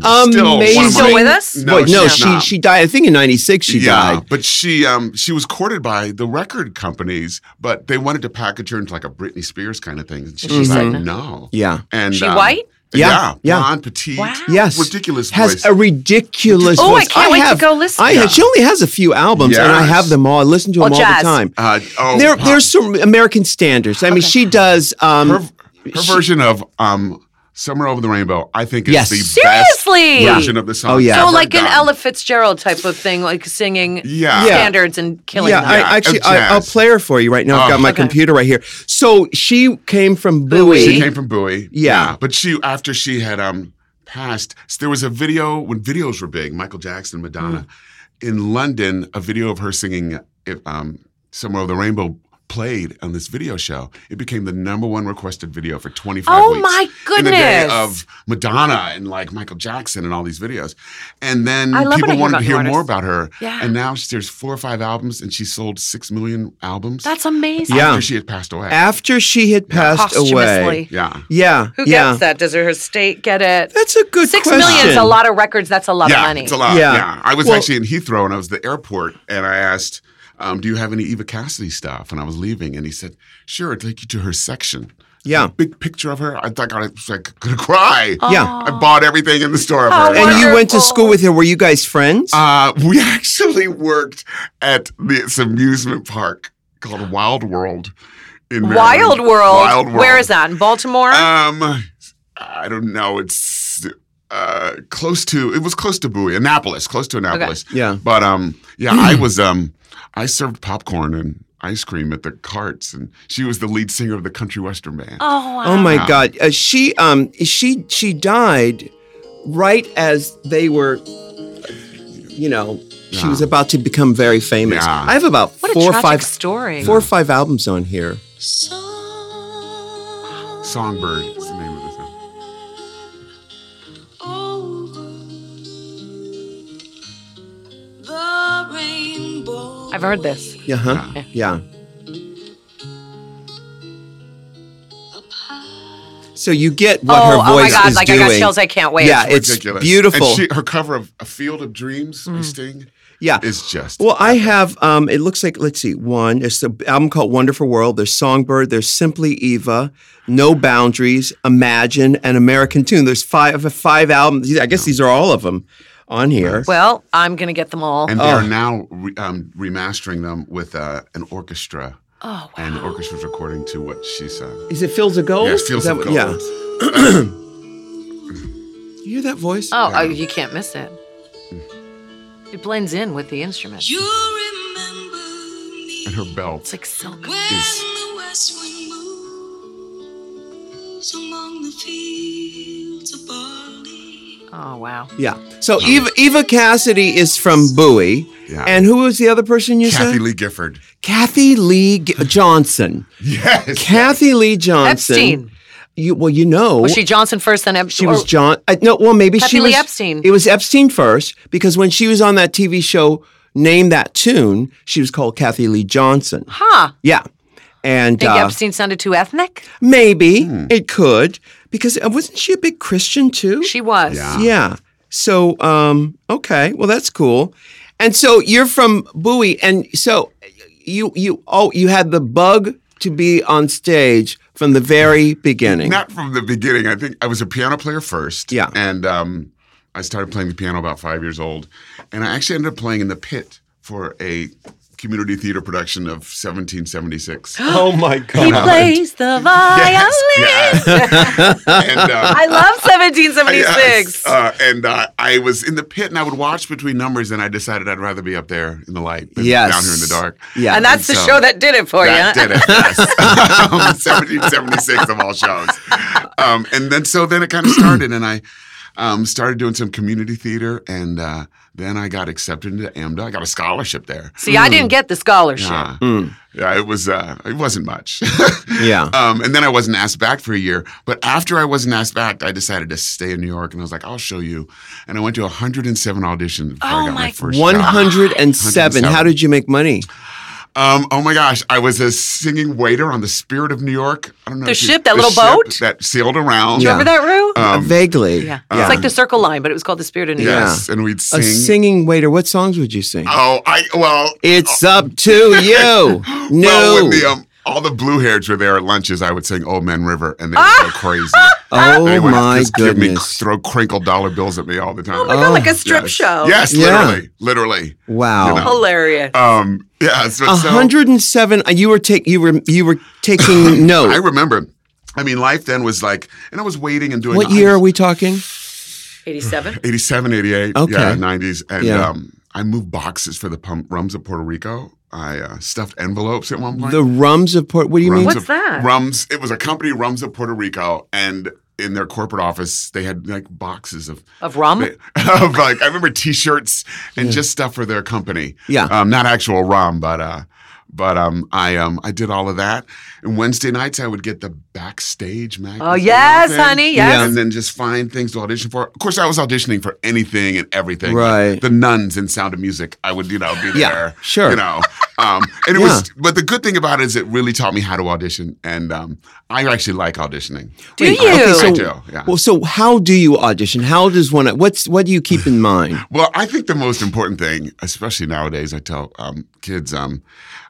[SPEAKER 1] Amazing.
[SPEAKER 3] still one of
[SPEAKER 2] Oh. She's still
[SPEAKER 3] my-
[SPEAKER 2] with us?
[SPEAKER 3] No,
[SPEAKER 1] Wait, no,
[SPEAKER 3] she's
[SPEAKER 1] she
[SPEAKER 3] not.
[SPEAKER 1] she died. I think in '96 she
[SPEAKER 3] yeah,
[SPEAKER 1] died.
[SPEAKER 3] but she um she was courted by the record companies, but they wanted to package her into like a Britney Spears kind of thing, and she
[SPEAKER 2] She
[SPEAKER 3] was
[SPEAKER 2] said
[SPEAKER 3] like,
[SPEAKER 2] no.
[SPEAKER 3] no,
[SPEAKER 1] Mm-hmm. Yeah.
[SPEAKER 3] and
[SPEAKER 2] She
[SPEAKER 3] um,
[SPEAKER 2] white?
[SPEAKER 1] Yeah,
[SPEAKER 3] yeah,
[SPEAKER 1] yeah.
[SPEAKER 3] blonde, petite,
[SPEAKER 2] Wow.
[SPEAKER 1] Yes,
[SPEAKER 3] ridiculous
[SPEAKER 1] Has
[SPEAKER 3] voice.
[SPEAKER 1] a ridiculous.
[SPEAKER 2] Oh, I
[SPEAKER 1] voice.
[SPEAKER 2] can't wait to
[SPEAKER 1] have-
[SPEAKER 2] go listen.
[SPEAKER 1] I
[SPEAKER 2] Yeah.
[SPEAKER 1] she only has a few albums, and I
[SPEAKER 3] Yes.
[SPEAKER 1] have them all. I listen to
[SPEAKER 2] Well,
[SPEAKER 1] them all
[SPEAKER 2] jazz.
[SPEAKER 1] the time.
[SPEAKER 3] uh, oh,
[SPEAKER 1] there,
[SPEAKER 3] pop.
[SPEAKER 1] there's some American standards. I mean, she does. Um,
[SPEAKER 3] her, her version of um "Somewhere Over the Rainbow." I think is
[SPEAKER 1] Yes.
[SPEAKER 3] the
[SPEAKER 2] Seriously?
[SPEAKER 3] best version of the song.
[SPEAKER 1] Oh, yeah.
[SPEAKER 2] So
[SPEAKER 3] ever
[SPEAKER 2] like an
[SPEAKER 3] done.
[SPEAKER 2] Ella Fitzgerald type of thing, like singing
[SPEAKER 3] Yeah.
[SPEAKER 1] Yeah.
[SPEAKER 2] standards and killing
[SPEAKER 1] yeah,
[SPEAKER 2] them.
[SPEAKER 1] I, actually,
[SPEAKER 3] of
[SPEAKER 1] I, I'll
[SPEAKER 3] jazz.
[SPEAKER 1] play her for you right now. I've
[SPEAKER 3] Oh.
[SPEAKER 1] got my
[SPEAKER 2] Okay.
[SPEAKER 1] computer right here. So she came from Bowie.
[SPEAKER 2] Bowie.
[SPEAKER 3] She came from Bowie.
[SPEAKER 1] Yeah.
[SPEAKER 3] But she after she had um passed, s- there was a video when videos were big, Michael Jackson, Madonna,
[SPEAKER 2] Mm.
[SPEAKER 3] in London, a video of her singing if, um Somewhere Over the Rainbow played on this video show. It became the number one requested video for 25
[SPEAKER 2] Oh,
[SPEAKER 3] weeks.
[SPEAKER 2] my
[SPEAKER 3] In the day
[SPEAKER 2] goodness.
[SPEAKER 3] of Madonna and like Michael Jackson and all these videos. And then
[SPEAKER 2] I love when I
[SPEAKER 3] people
[SPEAKER 2] hear
[SPEAKER 3] wanted
[SPEAKER 2] about
[SPEAKER 3] to
[SPEAKER 2] new
[SPEAKER 3] hear
[SPEAKER 2] artists.
[SPEAKER 3] more about her.
[SPEAKER 2] Yeah.
[SPEAKER 3] And now she- there's four or five albums and she sold 6 million albums.
[SPEAKER 2] That's amazing.
[SPEAKER 1] Yeah.
[SPEAKER 3] after she had passed away.
[SPEAKER 1] after she had passed away.
[SPEAKER 2] Posthumously.
[SPEAKER 3] yeah.
[SPEAKER 1] Yeah,
[SPEAKER 2] Who
[SPEAKER 1] yeah.
[SPEAKER 2] gets that? Does her state get it?
[SPEAKER 1] That's a good
[SPEAKER 2] Six
[SPEAKER 1] question.
[SPEAKER 2] million is a lot of records. That's a lot
[SPEAKER 3] yeah,
[SPEAKER 2] of money.
[SPEAKER 3] It's a lot.
[SPEAKER 1] Yeah.
[SPEAKER 3] Yeah. I was
[SPEAKER 1] Well-
[SPEAKER 3] actually in Heathrow and I was at the airport and I asked, um, do you have any Eva Cassidy stuff? And I was leaving and he said, sure, I'd take you to her section.
[SPEAKER 1] Yeah.
[SPEAKER 3] Big picture of her. I thought I was like gonna [LAUGHS] cry.
[SPEAKER 1] Yeah.
[SPEAKER 3] I bought everything in the store of
[SPEAKER 2] How
[SPEAKER 3] her.
[SPEAKER 1] And you went to
[SPEAKER 2] Wonderful.
[SPEAKER 1] school with her. Were you guys friends?
[SPEAKER 3] uh, we [LAUGHS] actually worked at this amusement park called Wild World in Maryland.
[SPEAKER 2] Wild World.
[SPEAKER 3] Wild World.
[SPEAKER 2] Where is that? In Baltimore?
[SPEAKER 3] Um, I don't know. It's uh, close to. It was close to Bowie, Annapolis, close to Annapolis.
[SPEAKER 1] Yeah.
[SPEAKER 3] But um, yeah, I
[SPEAKER 1] [CLEARS THROAT]
[SPEAKER 3] was um, I served popcorn and ice cream at the carts, and she was the lead singer of the country western band.
[SPEAKER 2] oh, wow.
[SPEAKER 1] oh my God. Uh, she um she she died right as they were, you know, she
[SPEAKER 3] Yeah.
[SPEAKER 1] was about to become very famous.
[SPEAKER 3] Yeah.
[SPEAKER 1] I have about
[SPEAKER 2] what a
[SPEAKER 1] four or
[SPEAKER 2] tragic
[SPEAKER 1] five
[SPEAKER 2] story.
[SPEAKER 1] four or five albums on here.
[SPEAKER 3] Songbird is the name of the song.
[SPEAKER 2] I've heard this.
[SPEAKER 1] Yeah, huh?
[SPEAKER 2] Yeah.
[SPEAKER 1] Yeah. So you get what
[SPEAKER 2] oh,
[SPEAKER 1] her
[SPEAKER 2] oh my
[SPEAKER 1] voice
[SPEAKER 2] God.
[SPEAKER 1] is
[SPEAKER 2] Like
[SPEAKER 1] doing.
[SPEAKER 2] I got chills. I can't wait.
[SPEAKER 1] Yeah, it's
[SPEAKER 3] Ridiculous.
[SPEAKER 1] beautiful.
[SPEAKER 3] And she, her cover of A Field of Dreams by
[SPEAKER 2] Mm.
[SPEAKER 3] Sting
[SPEAKER 1] yeah.
[SPEAKER 3] is just.
[SPEAKER 1] Well, I have. Um, it looks like let's see. One, there's an album called Wonderful World. There's Songbird. There's Simply Eva. No Boundaries. Imagine and American Tune. There's five five albums. I guess these are all of them on here.
[SPEAKER 2] Well, I'm gonna get them all.
[SPEAKER 3] and they
[SPEAKER 1] Oh.
[SPEAKER 3] are now re- um, remastering them with uh, an orchestra.
[SPEAKER 2] oh wow.
[SPEAKER 3] And the orchestra's recording to what she sang.
[SPEAKER 1] Is it Fields of Gold?
[SPEAKER 3] Yeah,
[SPEAKER 1] Is
[SPEAKER 3] Fields
[SPEAKER 1] Oh. that
[SPEAKER 3] of
[SPEAKER 1] what-
[SPEAKER 3] Gold.
[SPEAKER 1] Yeah. You hear that voice?
[SPEAKER 2] Oh, oh, you can't miss it. It blends in with the instrument.
[SPEAKER 4] You remember me
[SPEAKER 3] And her belt.
[SPEAKER 2] It's like silk.
[SPEAKER 4] when
[SPEAKER 3] is-
[SPEAKER 4] the west wind moves among the fields of barley.
[SPEAKER 2] Oh wow.
[SPEAKER 1] Yeah. So Eva Eva Cassidy is from Bowie.
[SPEAKER 3] Yeah.
[SPEAKER 1] And who was the other person you
[SPEAKER 3] Kathy
[SPEAKER 1] said?
[SPEAKER 3] Lee Gifford.
[SPEAKER 1] Kathy Lee G-
[SPEAKER 3] [LAUGHS]
[SPEAKER 1] Johnson.
[SPEAKER 3] Yes.
[SPEAKER 1] Kathy Lee Johnson.
[SPEAKER 2] Epstein.
[SPEAKER 1] You, well, you know.
[SPEAKER 2] Was she Johnson first, then Epstein?
[SPEAKER 1] She was
[SPEAKER 2] or-
[SPEAKER 1] John. I, no, well, maybe
[SPEAKER 2] Kathy
[SPEAKER 1] she
[SPEAKER 2] Lee
[SPEAKER 1] was
[SPEAKER 2] Epstein.
[SPEAKER 1] It was Epstein first because when she was on that TV show, name that tune, she was called Kathy Lee Johnson.
[SPEAKER 2] Huh.
[SPEAKER 1] Yeah, and
[SPEAKER 2] Think
[SPEAKER 1] uh,
[SPEAKER 2] Epstein sounded too ethnic?
[SPEAKER 1] maybe it could because uh, wasn't she a big Christian too?
[SPEAKER 2] She was.
[SPEAKER 3] Yeah.
[SPEAKER 1] yeah. So um, okay, well that's cool. And so you're from Bowie, and so you you oh you had the bug to be on stage from the very beginning.
[SPEAKER 3] Not from the beginning. I think I was a piano player first.
[SPEAKER 1] Yeah.
[SPEAKER 3] And um, I started playing the piano about five years old. And I actually ended up playing in the pit for a community theater production of
[SPEAKER 1] [GASPS]
[SPEAKER 3] 1776.
[SPEAKER 1] Oh my
[SPEAKER 2] He
[SPEAKER 1] God.
[SPEAKER 2] plays the violin.
[SPEAKER 3] yes.
[SPEAKER 1] [LAUGHS]
[SPEAKER 3] and, um,
[SPEAKER 2] I love 1776.
[SPEAKER 3] Yes. Uh, and uh, I was in the pit, and I would watch between numbers, and I decided I'd rather be up there in the light than
[SPEAKER 1] Yes.
[SPEAKER 3] down here in the dark.
[SPEAKER 1] Yeah.
[SPEAKER 2] and that's the
[SPEAKER 3] so-
[SPEAKER 2] show that did it for
[SPEAKER 3] That
[SPEAKER 2] you.
[SPEAKER 3] did it. Yes.
[SPEAKER 2] [LAUGHS]
[SPEAKER 3] [LAUGHS] 1776 of all shows. Um, and then so then it kind of started, and I um, started doing some community theater, and uh, then I got accepted into AMDA. I got a scholarship there.
[SPEAKER 2] See, I didn't get the scholarship.
[SPEAKER 3] Yeah.
[SPEAKER 2] Hmm.
[SPEAKER 1] Mm,
[SPEAKER 3] Yeah, it was. Uh, it wasn't much. [LAUGHS]
[SPEAKER 1] yeah.
[SPEAKER 3] Um, and then I wasn't asked back for a year. But after I wasn't asked back, I decided to stay in New York, and I was like, "I'll show you." And I went to 107 auditions before
[SPEAKER 2] Oh
[SPEAKER 3] I got my,
[SPEAKER 2] my
[SPEAKER 3] first job.
[SPEAKER 1] 107.
[SPEAKER 3] 107.
[SPEAKER 1] How did you make money?
[SPEAKER 3] Um, oh my gosh, I was a singing waiter on the Spirit of New York. I don't know
[SPEAKER 2] The
[SPEAKER 3] if you-
[SPEAKER 2] ship, that little boat?
[SPEAKER 3] that sailed around.
[SPEAKER 2] Do you remember that, Rue?
[SPEAKER 1] Uh,
[SPEAKER 3] Um,
[SPEAKER 1] Vaguely.
[SPEAKER 2] yeah. it's like the circle line, but it was called the Spirit of New York.
[SPEAKER 3] Yes, and we'd
[SPEAKER 1] A
[SPEAKER 3] sing.
[SPEAKER 1] singing waiter. What songs would you sing?
[SPEAKER 3] oh, I well,
[SPEAKER 1] It's up
[SPEAKER 3] [LAUGHS]
[SPEAKER 1] to you. No.
[SPEAKER 3] oh. well, when the um, all the blue hairs were there at lunches, I would sing "Old Man River," and they would
[SPEAKER 2] [LAUGHS]
[SPEAKER 3] go crazy. They
[SPEAKER 1] oh
[SPEAKER 3] would
[SPEAKER 1] my
[SPEAKER 3] just give me
[SPEAKER 1] goodness.
[SPEAKER 3] throw crinkle dollar bills at me all the time.
[SPEAKER 2] Oh my God, like a strip
[SPEAKER 3] yes.
[SPEAKER 2] show.
[SPEAKER 3] Yes,
[SPEAKER 1] Yeah.
[SPEAKER 3] literally, literally.
[SPEAKER 1] Wow.
[SPEAKER 3] You know.
[SPEAKER 2] Hilarious.
[SPEAKER 3] Um, yeah, so, so
[SPEAKER 1] 107 uh, you were take you were you were taking
[SPEAKER 3] [COUGHS] I
[SPEAKER 1] note.
[SPEAKER 3] remember. I mean, life then was like, and I was waiting and doing.
[SPEAKER 1] What year are we talking?
[SPEAKER 2] 87.
[SPEAKER 3] 87, 88,
[SPEAKER 1] Okay.
[SPEAKER 3] yeah, 90s. And
[SPEAKER 1] Yeah.
[SPEAKER 3] um, I moved boxes for the pump rums of Puerto Rico. I uh, stuffed envelopes at one point.
[SPEAKER 1] The Rums of Port. What do you
[SPEAKER 3] Rums
[SPEAKER 1] mean?
[SPEAKER 2] What's
[SPEAKER 3] of-
[SPEAKER 2] that?
[SPEAKER 3] Rums. It was a company, Rums of Puerto Rico, and in their corporate office, they had like boxes of
[SPEAKER 2] Of rum?
[SPEAKER 3] [LAUGHS] of like I remember T-shirts and just stuff for their company.
[SPEAKER 1] Yeah.
[SPEAKER 3] um, not actual rum, but uh, but um, I um, I did all of that. And Wednesday nights, I would get the backstage magazine.
[SPEAKER 2] Oh, yes,
[SPEAKER 3] thing,
[SPEAKER 2] honey, yes.
[SPEAKER 3] And then just find things to audition for. Of course, I was auditioning for anything and everything.
[SPEAKER 1] Right.
[SPEAKER 3] the nuns in Sound of Music. I would you know be
[SPEAKER 1] Yeah,
[SPEAKER 3] there.
[SPEAKER 1] sure.
[SPEAKER 3] You know. Um, and it was, but the good thing about it is it really taught me how to audition, and um, I actually like auditioning.
[SPEAKER 2] Do
[SPEAKER 1] Wait,
[SPEAKER 2] you?
[SPEAKER 1] okay,
[SPEAKER 3] I
[SPEAKER 1] so-
[SPEAKER 3] do. Yeah.
[SPEAKER 1] Well, so how do you audition? How does one? What's what do you keep in mind?
[SPEAKER 3] Well, I think the most important thing, especially nowadays, I tell um, kids um,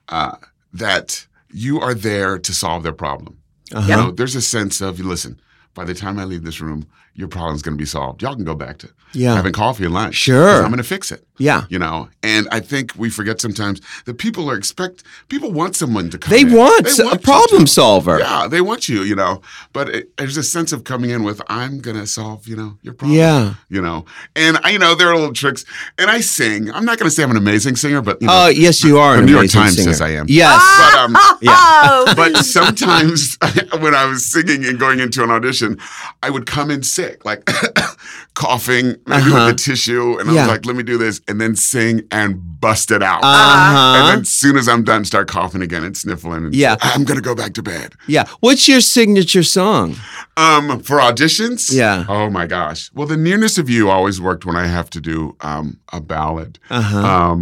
[SPEAKER 3] uh, that you are there to solve their problem.
[SPEAKER 1] Uh-huh.
[SPEAKER 3] You know, there's a sense of listen. By the time I leave this room, your problem's going to be solved. Y'all can go back to
[SPEAKER 1] Yeah.
[SPEAKER 3] having coffee and lunch.
[SPEAKER 1] Sure.
[SPEAKER 3] 'cause I'm going to fix it.
[SPEAKER 1] Yeah.
[SPEAKER 3] You know, and I think we forget sometimes that people are expect people want someone to come.
[SPEAKER 1] They
[SPEAKER 3] in.
[SPEAKER 1] want
[SPEAKER 3] They
[SPEAKER 1] a
[SPEAKER 3] want you
[SPEAKER 1] problem
[SPEAKER 3] to.
[SPEAKER 1] solver.
[SPEAKER 3] Yeah, they want you, you know. But it, there's a sense of coming in with, I'm going to solve, you know, your problem.
[SPEAKER 1] Yeah.
[SPEAKER 3] You know, and I, you know, there are little tricks. And I sing. I'm not going to say I'm an amazing singer, but, you know,
[SPEAKER 1] Uh, yes, you are.
[SPEAKER 3] the
[SPEAKER 1] an
[SPEAKER 3] New York
[SPEAKER 1] amazing
[SPEAKER 3] Times
[SPEAKER 1] singer.
[SPEAKER 3] says I am.
[SPEAKER 1] Yes.
[SPEAKER 3] but, um,
[SPEAKER 1] [LAUGHS]
[SPEAKER 2] Oh,
[SPEAKER 3] but sometimes [LAUGHS] when I was singing and going into an audition, I would come in sick, like [COUGHS] coughing, maybe
[SPEAKER 1] Uh-huh.
[SPEAKER 3] with a tissue. And I
[SPEAKER 1] Yeah.
[SPEAKER 3] was like, let me do this. And then sing and bust it out. And
[SPEAKER 1] Uh huh.
[SPEAKER 3] then as soon as I'm done, start coughing again and sniffling. And
[SPEAKER 1] Yeah.
[SPEAKER 3] I'm going to go back to bed.
[SPEAKER 1] Yeah. What's your signature song?
[SPEAKER 3] Um, for auditions?
[SPEAKER 1] Yeah.
[SPEAKER 3] Oh my gosh. Well, the nearness of you always worked when I have to do um a ballad.
[SPEAKER 1] Uh huh.
[SPEAKER 3] Um,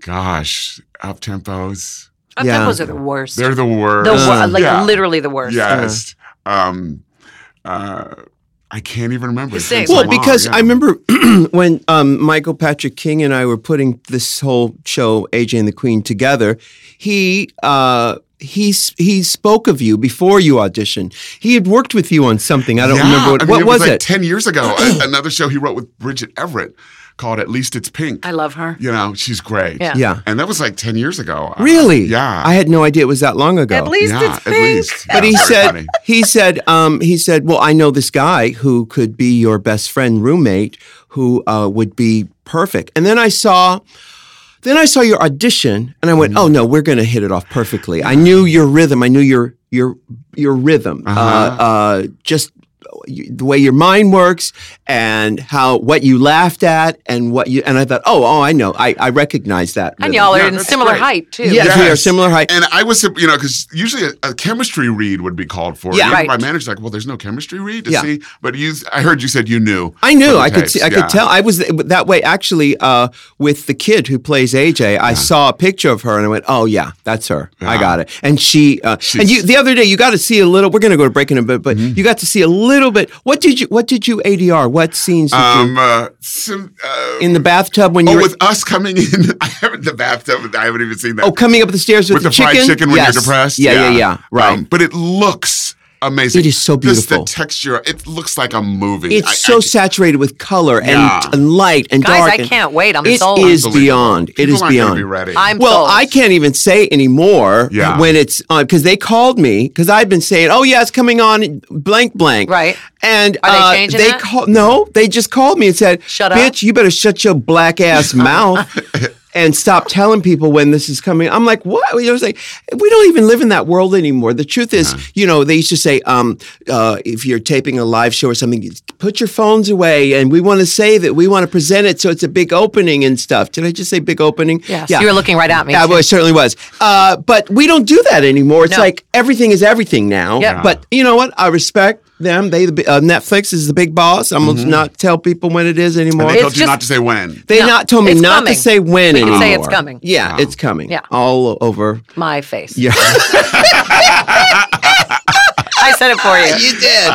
[SPEAKER 3] gosh, up tempos.
[SPEAKER 2] Up
[SPEAKER 1] yeah.
[SPEAKER 2] tempos are the worst.
[SPEAKER 3] They're the worst.
[SPEAKER 2] the wor-
[SPEAKER 1] Uh,
[SPEAKER 2] like
[SPEAKER 3] yeah.
[SPEAKER 2] literally the worst.
[SPEAKER 3] Yes. Um, uh, I can't even remember. It's
[SPEAKER 2] Same.
[SPEAKER 3] been so
[SPEAKER 1] Well,
[SPEAKER 3] long,
[SPEAKER 1] because
[SPEAKER 3] yeah.
[SPEAKER 1] I remember [CLEARS THROAT] when um, Michael Patrick King and I were putting this whole show, AJ and the Queen, together, he uh, he s- he spoke of you before you auditioned. He had worked with you on something. I don't
[SPEAKER 3] Yeah,
[SPEAKER 1] remember what,
[SPEAKER 3] I mean,
[SPEAKER 1] what
[SPEAKER 3] it
[SPEAKER 1] was,
[SPEAKER 3] like
[SPEAKER 1] it.
[SPEAKER 3] Ten
[SPEAKER 1] [CLEARS THROAT]
[SPEAKER 3] years ago, a- another show he wrote with Bridget Everett called "At Least It's Pink."
[SPEAKER 2] I love her.
[SPEAKER 3] you know, she's great.
[SPEAKER 2] Yeah.
[SPEAKER 1] yeah.
[SPEAKER 3] And that was like ten years ago. Uh,
[SPEAKER 1] Really?
[SPEAKER 3] yeah.
[SPEAKER 1] I had no idea it was that long ago.
[SPEAKER 2] At least
[SPEAKER 3] yeah,
[SPEAKER 2] it's
[SPEAKER 3] at
[SPEAKER 2] pink.
[SPEAKER 3] least.
[SPEAKER 1] But
[SPEAKER 3] Yeah,
[SPEAKER 1] he
[SPEAKER 3] very
[SPEAKER 1] said,
[SPEAKER 3] funny.
[SPEAKER 1] he said, um, he said, well, I know this guy who could be your best friend roommate who uh, would be perfect. And then I saw, then I saw your audition, and I went,
[SPEAKER 3] Mm-hmm.
[SPEAKER 1] oh no, we're going to hit it off perfectly. I knew your rhythm. I knew your your your rhythm. uh
[SPEAKER 3] Uh-huh.
[SPEAKER 1] Uh, just you- the way your mind works and how what you laughed at and what you and I thought, oh, oh, I know, I I recognize that.
[SPEAKER 2] And
[SPEAKER 1] rhythm."
[SPEAKER 2] y'all are
[SPEAKER 3] Yeah,
[SPEAKER 2] in
[SPEAKER 3] that's
[SPEAKER 2] similar
[SPEAKER 3] great.
[SPEAKER 2] height too.
[SPEAKER 1] Yes, we are
[SPEAKER 3] Yes.
[SPEAKER 1] similar height.
[SPEAKER 3] And I was, you know, because usually a, a chemistry read would be called for.
[SPEAKER 1] Yeah.
[SPEAKER 3] And
[SPEAKER 2] Right.
[SPEAKER 3] My manager's like, well, there's no chemistry read to
[SPEAKER 1] Yeah.
[SPEAKER 3] see. But you, I heard you said you knew.
[SPEAKER 1] I knew.
[SPEAKER 3] from the
[SPEAKER 1] I could
[SPEAKER 3] tapes.
[SPEAKER 1] see. I
[SPEAKER 3] Yeah.
[SPEAKER 1] could tell. I was th- that way. Actually, uh, with the kid who plays AJ, I saw a picture of her and I went, "Oh yeah, that's her. I
[SPEAKER 3] Yeah.
[SPEAKER 1] got it." And she. Uh, and
[SPEAKER 3] She's- Mm-hmm.
[SPEAKER 1] you. The other day, you got to see a little. We're going to go to break in a bit, but you got to see a little bit. What did you? What did you ADR? What scenes did you?
[SPEAKER 3] Um, uh, some, uh,
[SPEAKER 1] In the bathtub when you
[SPEAKER 3] oh,
[SPEAKER 1] were.
[SPEAKER 3] with us coming in, [LAUGHS] I haven't the bathtub. I haven't even seen that.
[SPEAKER 1] oh, coming oh, up the stairs with,
[SPEAKER 3] with the, fried chicken when
[SPEAKER 1] Yes.
[SPEAKER 3] you're depressed.
[SPEAKER 1] Yeah, yeah, yeah. Right.
[SPEAKER 3] Um, but it looks amazing.
[SPEAKER 1] It is so
[SPEAKER 3] Just the
[SPEAKER 1] beautiful.
[SPEAKER 3] texture. It looks like a movie.
[SPEAKER 1] It's
[SPEAKER 3] I-
[SPEAKER 1] so
[SPEAKER 3] I-
[SPEAKER 1] saturated with color and,
[SPEAKER 3] Yeah.
[SPEAKER 1] and light and
[SPEAKER 2] Guys,
[SPEAKER 1] dark.
[SPEAKER 2] I
[SPEAKER 1] and-
[SPEAKER 2] can't wait. I'm
[SPEAKER 1] It
[SPEAKER 2] sold.
[SPEAKER 1] is
[SPEAKER 3] Unbelievable.
[SPEAKER 1] beyond. It
[SPEAKER 3] People
[SPEAKER 1] is
[SPEAKER 3] aren't gonna
[SPEAKER 1] beyond.
[SPEAKER 3] Be ready.
[SPEAKER 2] I'm
[SPEAKER 1] well,
[SPEAKER 2] sold.
[SPEAKER 1] I can't even say anymore
[SPEAKER 3] Yeah.
[SPEAKER 1] when it's on because they called me because I've been saying, "Oh yeah, it's coming on blank blank."
[SPEAKER 2] Right.
[SPEAKER 1] And
[SPEAKER 2] Are they
[SPEAKER 1] uh,
[SPEAKER 2] changing
[SPEAKER 1] they
[SPEAKER 2] that?
[SPEAKER 1] called. No, they just called me and said,
[SPEAKER 2] Shut up.
[SPEAKER 1] bitch, you better shut your black
[SPEAKER 2] [LAUGHS]
[SPEAKER 1] ass mouth." And stop telling people when this is coming. I'm like, what? You know, it's like, we don't even live in that world anymore. The truth is, you know, they used to say, um, uh, if you're taping a live show or something, put your phones away, and we want to save it. We want to present it, so it's a big opening and stuff. Did I just say big opening?
[SPEAKER 2] Yes, you were looking right at me.
[SPEAKER 1] Yeah, well, it certainly was. Uh, but we don't do that anymore. It's
[SPEAKER 2] No.
[SPEAKER 1] like everything is everything now.
[SPEAKER 2] Yep.
[SPEAKER 1] But you know what? I respect them. They the bi- uh, Netflix is the big boss. I'm
[SPEAKER 3] Mm-hmm.
[SPEAKER 1] gonna not tell people when it is anymore.
[SPEAKER 3] they
[SPEAKER 1] They,
[SPEAKER 3] told you
[SPEAKER 2] just-
[SPEAKER 3] not to say when.
[SPEAKER 2] No,
[SPEAKER 1] not told me
[SPEAKER 2] it's
[SPEAKER 1] not
[SPEAKER 2] coming.
[SPEAKER 1] to say when
[SPEAKER 2] We can
[SPEAKER 1] anymore.
[SPEAKER 2] say it's coming.
[SPEAKER 1] Yeah, it's coming.
[SPEAKER 2] Yeah.
[SPEAKER 1] all o-
[SPEAKER 3] [LAUGHS]
[SPEAKER 1] over.
[SPEAKER 2] My face.
[SPEAKER 1] Yeah,
[SPEAKER 2] I said it for you.
[SPEAKER 1] you did.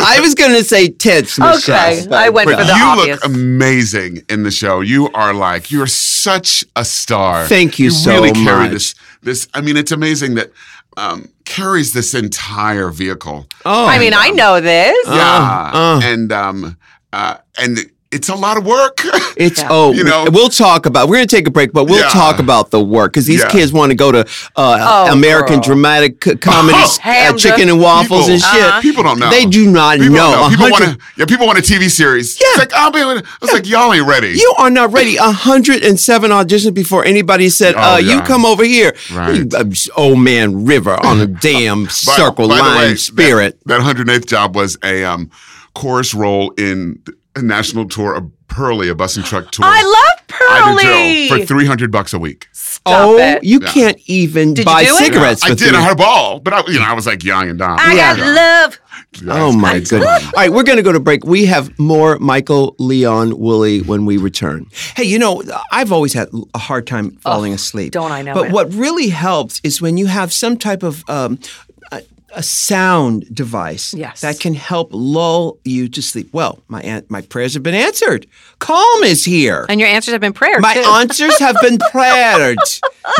[SPEAKER 1] I was gonna say tits. Michelle,
[SPEAKER 2] Okay, I went
[SPEAKER 3] But
[SPEAKER 2] for the
[SPEAKER 3] you
[SPEAKER 2] obvious.
[SPEAKER 3] look amazing in the show. You are like you're such a star.
[SPEAKER 1] Thank you so
[SPEAKER 3] really carry
[SPEAKER 1] much.
[SPEAKER 3] this. This I mean, it's amazing that um, carries this entire vehicle.
[SPEAKER 1] Oh,
[SPEAKER 2] I mean, I know this.
[SPEAKER 3] yeah,
[SPEAKER 1] uh.
[SPEAKER 3] and um, uh, and it's a lot of work. [LAUGHS]
[SPEAKER 1] It's
[SPEAKER 2] Yeah.
[SPEAKER 1] oh,
[SPEAKER 3] You know?
[SPEAKER 1] we'll talk about. We're gonna take a break, but we'll
[SPEAKER 3] Yeah.
[SPEAKER 1] talk about the work because these
[SPEAKER 3] Yeah.
[SPEAKER 1] kids want to go to uh,
[SPEAKER 2] Oh,
[SPEAKER 1] American
[SPEAKER 2] girl.
[SPEAKER 1] dramatic
[SPEAKER 3] [LAUGHS]
[SPEAKER 1] co- comedy, s-
[SPEAKER 2] Hey,
[SPEAKER 1] uh,
[SPEAKER 2] I'm
[SPEAKER 1] chicken
[SPEAKER 2] just-
[SPEAKER 1] and waffles and
[SPEAKER 3] People-
[SPEAKER 1] shit.
[SPEAKER 2] Uh-huh.
[SPEAKER 3] People don't know.
[SPEAKER 1] They do not
[SPEAKER 3] People
[SPEAKER 1] know.
[SPEAKER 3] don't
[SPEAKER 1] A
[SPEAKER 3] People want
[SPEAKER 1] hundred-
[SPEAKER 3] to. Yeah, people want a TV series. Yeah. It's like I'll be. I was like, y'all ain't ready.
[SPEAKER 1] [LAUGHS] You are not ready. hundred and seven auditions before anybody said,
[SPEAKER 3] Oh,
[SPEAKER 1] uh,
[SPEAKER 3] yeah.
[SPEAKER 1] "You come over here."
[SPEAKER 3] Right.
[SPEAKER 1] You, uh, oh man, river on
[SPEAKER 3] [LAUGHS]
[SPEAKER 1] a damn
[SPEAKER 3] By-
[SPEAKER 1] circle
[SPEAKER 3] by the
[SPEAKER 1] line
[SPEAKER 3] way, that-
[SPEAKER 1] spirit.
[SPEAKER 3] That hundred eighth job was a um, chorus role in a national tour of Pearly, a bus and truck tour.
[SPEAKER 2] I love
[SPEAKER 3] I
[SPEAKER 2] Pearly.
[SPEAKER 3] do too, for three hundred bucks a week.
[SPEAKER 2] Stop
[SPEAKER 1] oh,
[SPEAKER 2] it.
[SPEAKER 1] you
[SPEAKER 3] Yeah.
[SPEAKER 1] can't even
[SPEAKER 2] Did you
[SPEAKER 1] buy
[SPEAKER 2] do it?
[SPEAKER 1] cigarettes.
[SPEAKER 3] I
[SPEAKER 1] for
[SPEAKER 3] did.
[SPEAKER 1] three-
[SPEAKER 3] I had a ball, but I, you know, I was like young and dumb.
[SPEAKER 2] I got love.
[SPEAKER 1] Oh my goodness. All right, we're going to go to break. We have more Michael Leon Woolley when we return. Hey, you know, I've always had a hard time falling asleep.
[SPEAKER 2] don't I know
[SPEAKER 1] But
[SPEAKER 2] it.
[SPEAKER 1] what really helps is when you have some type of um, a, a sound device
[SPEAKER 2] Yes.
[SPEAKER 1] that can help lull you to sleep. Well, my aunt, my prayers have been answered. Calm is here.
[SPEAKER 2] And your answers have been prayer.
[SPEAKER 1] my
[SPEAKER 2] too.
[SPEAKER 1] answers have
[SPEAKER 2] [LAUGHS]
[SPEAKER 1] been prayered,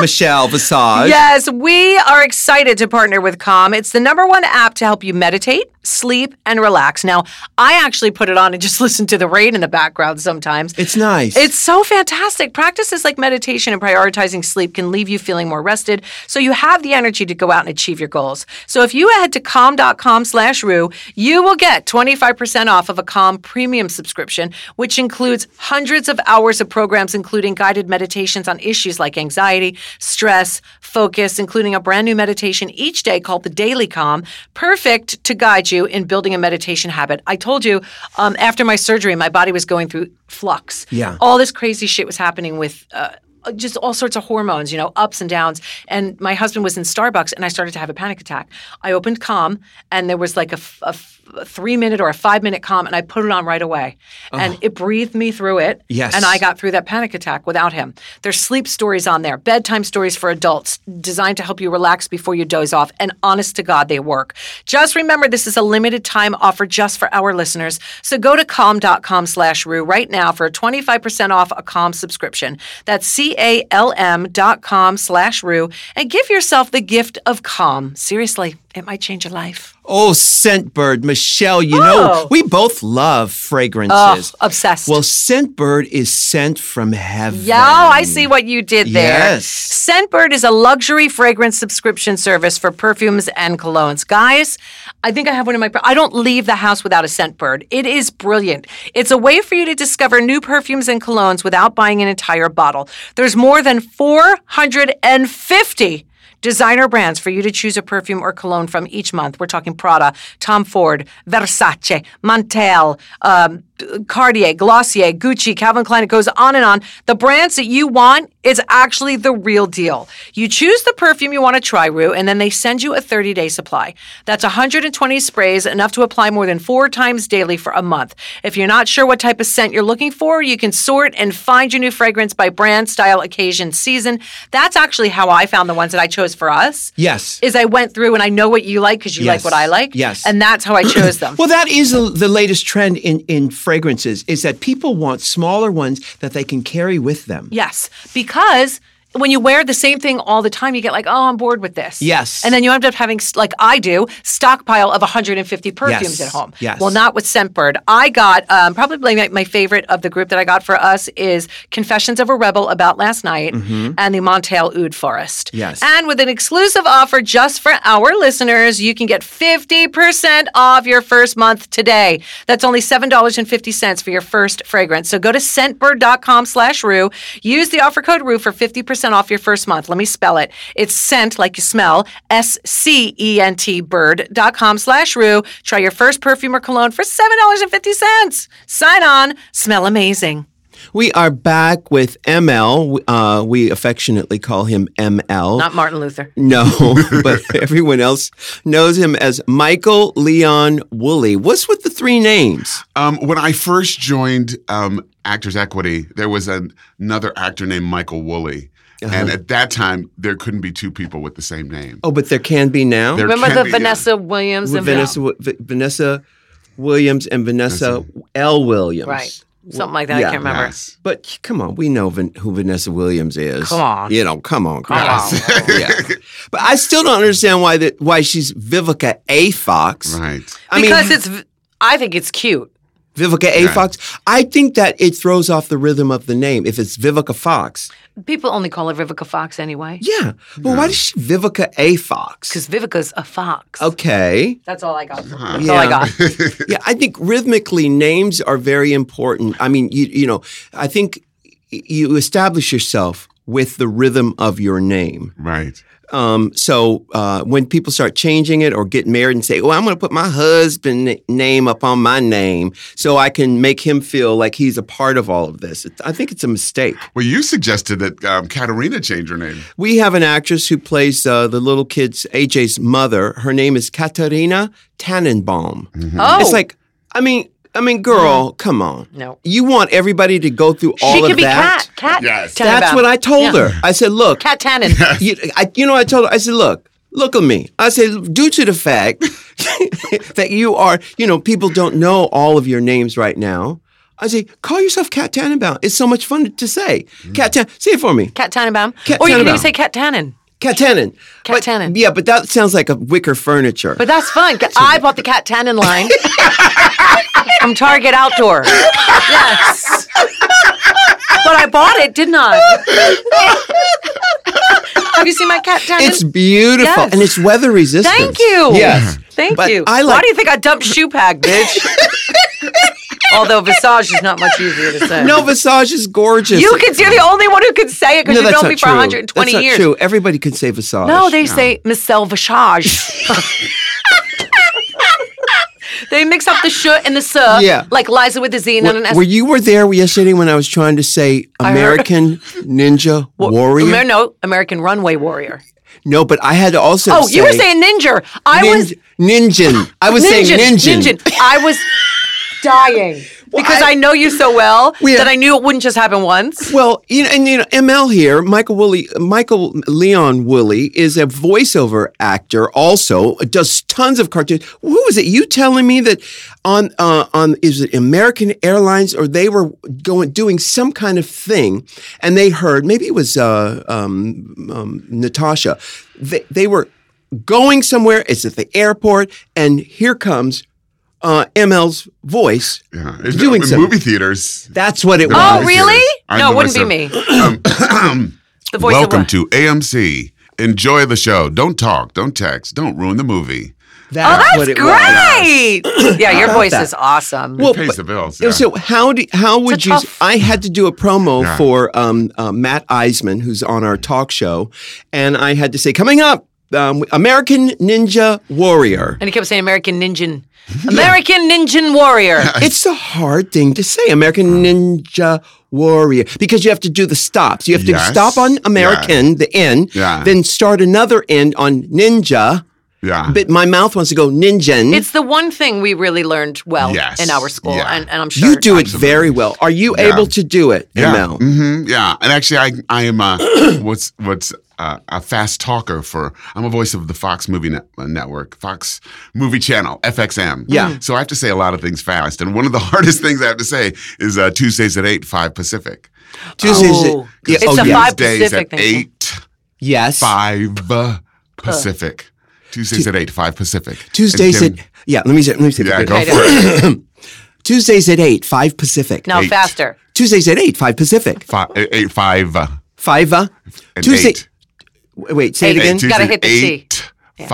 [SPEAKER 1] Michelle Visage.
[SPEAKER 2] Yes, we are excited to partner with Calm. It's the number one app to help you meditate, sleep, and relax. Now, I actually put it on and just [LAUGHS] listen to the rain in the background sometimes.
[SPEAKER 1] It's nice.
[SPEAKER 2] It's so fantastic. Practices like meditation and prioritizing sleep can leave you feeling more rested, so you have the energy to go out and achieve your goals. So if you head to calm.com slash rue, you will get 25% off of a Calm premium subscription, which includes hundreds of hours of programs, including guided meditations on issues like anxiety, stress, focus, including a brand new meditation each day called the Daily Calm, perfect to guide you in building a meditation habit. I told you, um, after my surgery, my body was going through flux
[SPEAKER 1] Yeah.
[SPEAKER 2] all this crazy shit was happening with uh, just all sorts of hormones, you know, ups and downs. And my husband was in Starbucks and I started to have a panic attack. I opened Calm and there was like a, f- a f- a three minute or a five minute Calm and I put it on right away. And it breathed me through it.
[SPEAKER 1] Yes.
[SPEAKER 2] And I got through that panic attack without him. There's sleep stories on there, bedtime stories for adults designed to help you relax before you doze off. And honest to God, they work. Just remember this is a limited time offer just for our listeners. So go to calm.com slash rue right now for a 25% off a calm subscription. That's C-A-L-M dot com slash rue and give yourself the gift of calm. Seriously, it might change your life.
[SPEAKER 1] Oh, Scentbird, Michelle, you know,
[SPEAKER 2] Oh.
[SPEAKER 1] we both love fragrances.
[SPEAKER 2] Oh, obsessed.
[SPEAKER 1] Well, Scentbird is sent from heaven.
[SPEAKER 2] Yeah, oh, I see what you did there.
[SPEAKER 1] Yes.
[SPEAKER 2] Scentbird is a luxury fragrance subscription service for perfumes and colognes. Guys, I think I have one in my. per- I don't leave the house without a Scentbird. It is brilliant. It's a way for you to discover new perfumes and colognes without buying an entire bottle. There's more than 450 designer brands for you to choose a perfume or cologne from each month. We're talking Prada, Tom Ford, Versace, Mantel, um, Cartier, Glossier, Gucci, Calvin Klein. It goes on and on. The brands that you want is actually the real deal. You choose the perfume you want to try, Rue, and then they send you a 30 day supply. That's 120 sprays, enough to apply more than four times daily for a month. If you're not sure what type of scent you're looking for, you can sort and find your new fragrance by brand, style, occasion, season. That's actually how I found the ones that I chose for us.
[SPEAKER 1] Yes.
[SPEAKER 2] Is I went through and I know what you like because you
[SPEAKER 1] Yes.
[SPEAKER 2] like what I like.
[SPEAKER 1] Yes.
[SPEAKER 2] And that's how I chose them.
[SPEAKER 1] [CLEARS THROAT] Well, that is the, the latest trend in, in fragrances is that people want smaller ones that they can carry with them.
[SPEAKER 2] Yes, because when you wear the same thing all the time, you get like, oh, I'm bored with this.
[SPEAKER 1] Yes.
[SPEAKER 2] And then you end up having, s- like I do, stockpile of 150 perfumes
[SPEAKER 1] Yes.
[SPEAKER 2] at home.
[SPEAKER 1] Yes.
[SPEAKER 2] Well, not with Scentbird. I got um, probably my, my favorite of the group that I got for us is Confessions of a Rebel about last night and the Montail Oud Forest.
[SPEAKER 1] Mm-hmm. Yes.
[SPEAKER 2] And with an exclusive offer just for our listeners, you can get 50% off your first month today. That's only $7.50 for your first fragrance. So go to scentbird.com slash rue. Use the offer code rue for 50% off your first month. Let me spell it. It's scent, like you smell, E S-C-E-N-T bird.com slash rue. Try your first perfume or cologne for $7.50. Sign on. Smell amazing.
[SPEAKER 1] We are back with ML. Uh, we affectionately call him ML.
[SPEAKER 2] Not Martin Luther.
[SPEAKER 1] no, [LAUGHS] but everyone else knows him as Michael Leon Woolley. What's with the three names?
[SPEAKER 3] Um, when I first joined um, Actors Equity, there was an, another actor named Michael Woolley.
[SPEAKER 1] Uh-huh.
[SPEAKER 3] And at that time, there couldn't be two people with the same name.
[SPEAKER 1] Oh, but there can be now.
[SPEAKER 3] There
[SPEAKER 2] Remember
[SPEAKER 3] can
[SPEAKER 2] the
[SPEAKER 3] be, yeah.
[SPEAKER 2] Vanessa Williams and
[SPEAKER 1] Vanessa, V- Vanessa Williams and Vanessa L. Williams.
[SPEAKER 2] Right. Something like that. I
[SPEAKER 1] yeah.
[SPEAKER 2] can't remember.
[SPEAKER 3] Yes.
[SPEAKER 1] But come on, we know Van- who Vanessa Williams is.
[SPEAKER 2] Come on.
[SPEAKER 1] you know, come on, come
[SPEAKER 2] Yes.
[SPEAKER 1] on. [LAUGHS] yeah. But I still don't understand why that why she's Vivica A. Fox.
[SPEAKER 3] Right.
[SPEAKER 1] I
[SPEAKER 2] because
[SPEAKER 1] mean,
[SPEAKER 2] it's, v- I think it's cute.
[SPEAKER 1] Vivica A. Fox. I think that it throws off the rhythm of the name if it's Vivica Fox.
[SPEAKER 2] People only call her Vivica Fox anyway.
[SPEAKER 1] Yeah, but why does she Vivica A. Fox?
[SPEAKER 2] Because Vivica's a fox.
[SPEAKER 1] Okay.
[SPEAKER 2] That's all I got. That's all I
[SPEAKER 1] Oh. Yeah. [LAUGHS]
[SPEAKER 2] got.
[SPEAKER 1] yeah, I think rhythmically names are very important. I mean, you you know, I think y- you establish yourself with the rhythm of your name.
[SPEAKER 3] Right.
[SPEAKER 1] Um, so uh, when people start changing it or get married and say, "Oh, I'm going to put my husband n- name up on my name so I can make him feel like he's a part of all of this," It's I think it's a mistake.
[SPEAKER 3] Well, you suggested that um, Katarina change her name.
[SPEAKER 1] We have an actress who plays uh, the little kid's AJ's mother. Her name is Katarina Tannenbaum.
[SPEAKER 2] Oh,
[SPEAKER 1] It's like, I mean, I mean, girl, come on.
[SPEAKER 2] No.
[SPEAKER 1] you want everybody to go through all
[SPEAKER 2] she
[SPEAKER 1] of
[SPEAKER 2] could be
[SPEAKER 1] that.
[SPEAKER 2] cat. Cat.
[SPEAKER 3] Yes.
[SPEAKER 2] Tannenbaum.
[SPEAKER 1] That's what I told her. I said, look,
[SPEAKER 2] Cat Tannen.
[SPEAKER 1] you, I, you know, I told her. I said, look, look at me. I said, due to the fact [LAUGHS] that you are, you know, people don't know all of your names right now. I say, call yourself Cat Tannenbaum. It's so much fun to say. Cat Tan, say it for me.
[SPEAKER 2] Cat Tannenbaum.
[SPEAKER 1] Cat
[SPEAKER 2] or you can
[SPEAKER 1] Tannenbaum.
[SPEAKER 2] even say Cat Tannen.
[SPEAKER 1] Cat Tannen.
[SPEAKER 2] Cat
[SPEAKER 1] But-
[SPEAKER 2] Tannen.
[SPEAKER 1] Yeah, but that sounds like a wicker furniture. [LAUGHS]
[SPEAKER 2] But that's fun. I bought the Cat Tannen line from Target Outdoor. Yes. But I bought it, didn't
[SPEAKER 1] [LAUGHS]
[SPEAKER 2] I? Have you seen my Cat Tannen?
[SPEAKER 1] it's beautiful
[SPEAKER 2] Yes.
[SPEAKER 1] and it's weather resistant.
[SPEAKER 2] Thank you.
[SPEAKER 1] Yes.
[SPEAKER 2] Thank
[SPEAKER 1] But
[SPEAKER 2] you.
[SPEAKER 1] I
[SPEAKER 2] Why
[SPEAKER 1] like-
[SPEAKER 2] do you think I dumped shoe
[SPEAKER 1] [LAUGHS]
[SPEAKER 2] pack, bitch? Although visage is not much easier to say.
[SPEAKER 1] No, Visage is gorgeous.
[SPEAKER 2] you could. You're the only one who could say it because you've
[SPEAKER 1] that's
[SPEAKER 2] known me
[SPEAKER 1] not
[SPEAKER 2] for
[SPEAKER 1] true.
[SPEAKER 2] 120
[SPEAKER 1] that's
[SPEAKER 2] years.
[SPEAKER 1] Not true. Everybody can say Visage.
[SPEAKER 2] No, they say
[SPEAKER 1] [LAUGHS]
[SPEAKER 2] Michelle Visage. [LAUGHS] they mix up the sh and the s.
[SPEAKER 1] Yeah.
[SPEAKER 2] Like Liza with a Z and
[SPEAKER 1] Were,
[SPEAKER 2] then an S.
[SPEAKER 1] were you were there yesterday when I was trying to say
[SPEAKER 2] heard-
[SPEAKER 1] American
[SPEAKER 2] [LAUGHS]
[SPEAKER 1] Ninja Warrior?
[SPEAKER 2] Amer- No, American Runway Warrior.
[SPEAKER 1] no, but I had to also.
[SPEAKER 2] Oh,
[SPEAKER 1] say
[SPEAKER 2] you were saying ninja. I
[SPEAKER 1] nin-
[SPEAKER 2] was
[SPEAKER 1] ninjin. I was saying ninjin.
[SPEAKER 2] Ninjin. I was dying because I, know you so well
[SPEAKER 1] We-
[SPEAKER 2] that I knew it wouldn't just happen once.
[SPEAKER 1] Well, you know, and you know, ML here, Michael Woolley, Michael Leon Woolley is a voiceover actor. Also, does tons of cartoons. Who was it? You telling me that on uh, on is it American Airlines or they were going doing some kind of thing, and they heard maybe it was uh, um, um, Natasha. They they were going somewhere. It's at the airport, and here comes uh, ML's voice.
[SPEAKER 3] Yeah. It's-
[SPEAKER 1] Doing
[SPEAKER 3] in
[SPEAKER 1] some-
[SPEAKER 3] movie theaters.
[SPEAKER 1] That's what it
[SPEAKER 2] Oh,
[SPEAKER 1] was.
[SPEAKER 3] Voice
[SPEAKER 2] really?
[SPEAKER 3] theaters. I
[SPEAKER 2] No, it
[SPEAKER 3] know
[SPEAKER 2] wouldn't be me.
[SPEAKER 3] myself.
[SPEAKER 2] The voice
[SPEAKER 3] Welcome
[SPEAKER 2] of
[SPEAKER 3] to AMC. Enjoy the show. Don't talk. Don't text. Don't ruin the movie.
[SPEAKER 2] Oh,
[SPEAKER 1] That's,
[SPEAKER 2] that's
[SPEAKER 1] what it was. [LAUGHS]
[SPEAKER 2] great. yeah, your voice
[SPEAKER 1] that.
[SPEAKER 2] is awesome.
[SPEAKER 1] Well,
[SPEAKER 3] Pays
[SPEAKER 1] but-
[SPEAKER 3] the bills.
[SPEAKER 1] Yeah,
[SPEAKER 3] yeah.
[SPEAKER 1] So how do how would you?
[SPEAKER 2] tough-
[SPEAKER 1] I had to do a promo
[SPEAKER 3] Yeah.
[SPEAKER 1] for um, uh, Matt Eisman, who's on our talk show, and I had to say, coming up, um, American Ninja Warrior.
[SPEAKER 2] and he kept saying American Ninja.
[SPEAKER 1] [LAUGHS]
[SPEAKER 2] American Ninja Warrior.
[SPEAKER 1] It's a hard thing to say, American
[SPEAKER 2] Hmm.
[SPEAKER 1] Ninja Warrior, because you have to do the stops. You have to
[SPEAKER 3] Yes.
[SPEAKER 1] stop on American, the N,
[SPEAKER 3] Yeah.
[SPEAKER 1] then start another end on Ninja.
[SPEAKER 3] yeah.
[SPEAKER 1] But my mouth wants to go Ninja.
[SPEAKER 2] It's the one thing we really learned well
[SPEAKER 3] Yes.
[SPEAKER 2] in our school,
[SPEAKER 3] Yeah.
[SPEAKER 2] and, and I'm sure
[SPEAKER 1] you do it very well. Are you able to do it,
[SPEAKER 3] Yeah.
[SPEAKER 2] Mm.
[SPEAKER 1] Mel?
[SPEAKER 3] hmm Yeah. And actually, I I am uh, [CLEARS THROAT] what's what's uh, a fast talker for. I'm a voice of the Fox Movie Net- uh, Network, Fox Movie Channel, FXM.
[SPEAKER 1] Yeah.
[SPEAKER 3] So I [LAUGHS] have to say a lot of things fast, and one of the hardest things I have to say is uh, Tuesdays at eight, five Pacific.
[SPEAKER 1] Tuesdays. at-
[SPEAKER 2] Oh.
[SPEAKER 1] yeah,
[SPEAKER 2] It's
[SPEAKER 1] oh,
[SPEAKER 2] a
[SPEAKER 1] yeah.
[SPEAKER 2] five
[SPEAKER 3] Tuesdays
[SPEAKER 2] Pacific
[SPEAKER 3] at
[SPEAKER 2] thing, yeah.
[SPEAKER 3] eight
[SPEAKER 1] Yes.
[SPEAKER 3] five uh, Pacific. Tuesdays at eight five Pacific. And
[SPEAKER 1] Tuesdays
[SPEAKER 3] Jim-
[SPEAKER 1] at yeah. Let me say, let me say
[SPEAKER 3] yeah,
[SPEAKER 1] that.
[SPEAKER 3] go
[SPEAKER 2] Okay,
[SPEAKER 3] for it.
[SPEAKER 1] Tuesdays at eight, five Pacific.
[SPEAKER 2] No,
[SPEAKER 3] Eight.
[SPEAKER 2] faster.
[SPEAKER 1] Tuesdays at eight, five Pacific.
[SPEAKER 3] Five, eight five. Uh,
[SPEAKER 1] Five. Uh,
[SPEAKER 3] and
[SPEAKER 1] Tuesday.
[SPEAKER 3] eight.
[SPEAKER 1] w- Wait, say
[SPEAKER 2] Eight.
[SPEAKER 1] it again.
[SPEAKER 3] Tuesday,
[SPEAKER 2] Gotta hit the T.
[SPEAKER 3] eight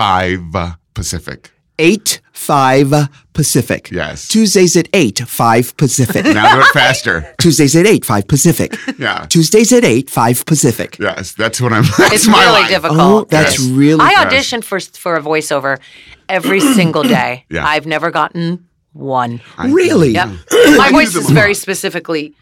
[SPEAKER 3] five uh, Pacific.
[SPEAKER 1] Eight five uh, Pacific.
[SPEAKER 3] Yes.
[SPEAKER 1] Tuesdays at eight, five
[SPEAKER 3] [LAUGHS]
[SPEAKER 1] Pacific.
[SPEAKER 3] Now do it faster.
[SPEAKER 1] Tuesdays at eight, five Pacific.
[SPEAKER 3] Yeah.
[SPEAKER 1] Tuesdays at eight, five Pacific.
[SPEAKER 3] Yes, that's what I'm. [LAUGHS] That's
[SPEAKER 2] It's
[SPEAKER 3] my
[SPEAKER 2] really
[SPEAKER 3] life.
[SPEAKER 2] difficult.
[SPEAKER 1] Oh, that's
[SPEAKER 3] Yes.
[SPEAKER 1] really.
[SPEAKER 2] I auditioned for for a voiceover every
[SPEAKER 1] [CLEARS THROAT]
[SPEAKER 2] single day.
[SPEAKER 3] Yeah.
[SPEAKER 2] I've never gotten one.
[SPEAKER 1] really.
[SPEAKER 2] Yep.
[SPEAKER 3] [CLEARS THROAT]
[SPEAKER 2] My voice
[SPEAKER 3] Mm. them
[SPEAKER 2] is
[SPEAKER 3] a
[SPEAKER 2] very
[SPEAKER 3] lot.
[SPEAKER 2] specifically.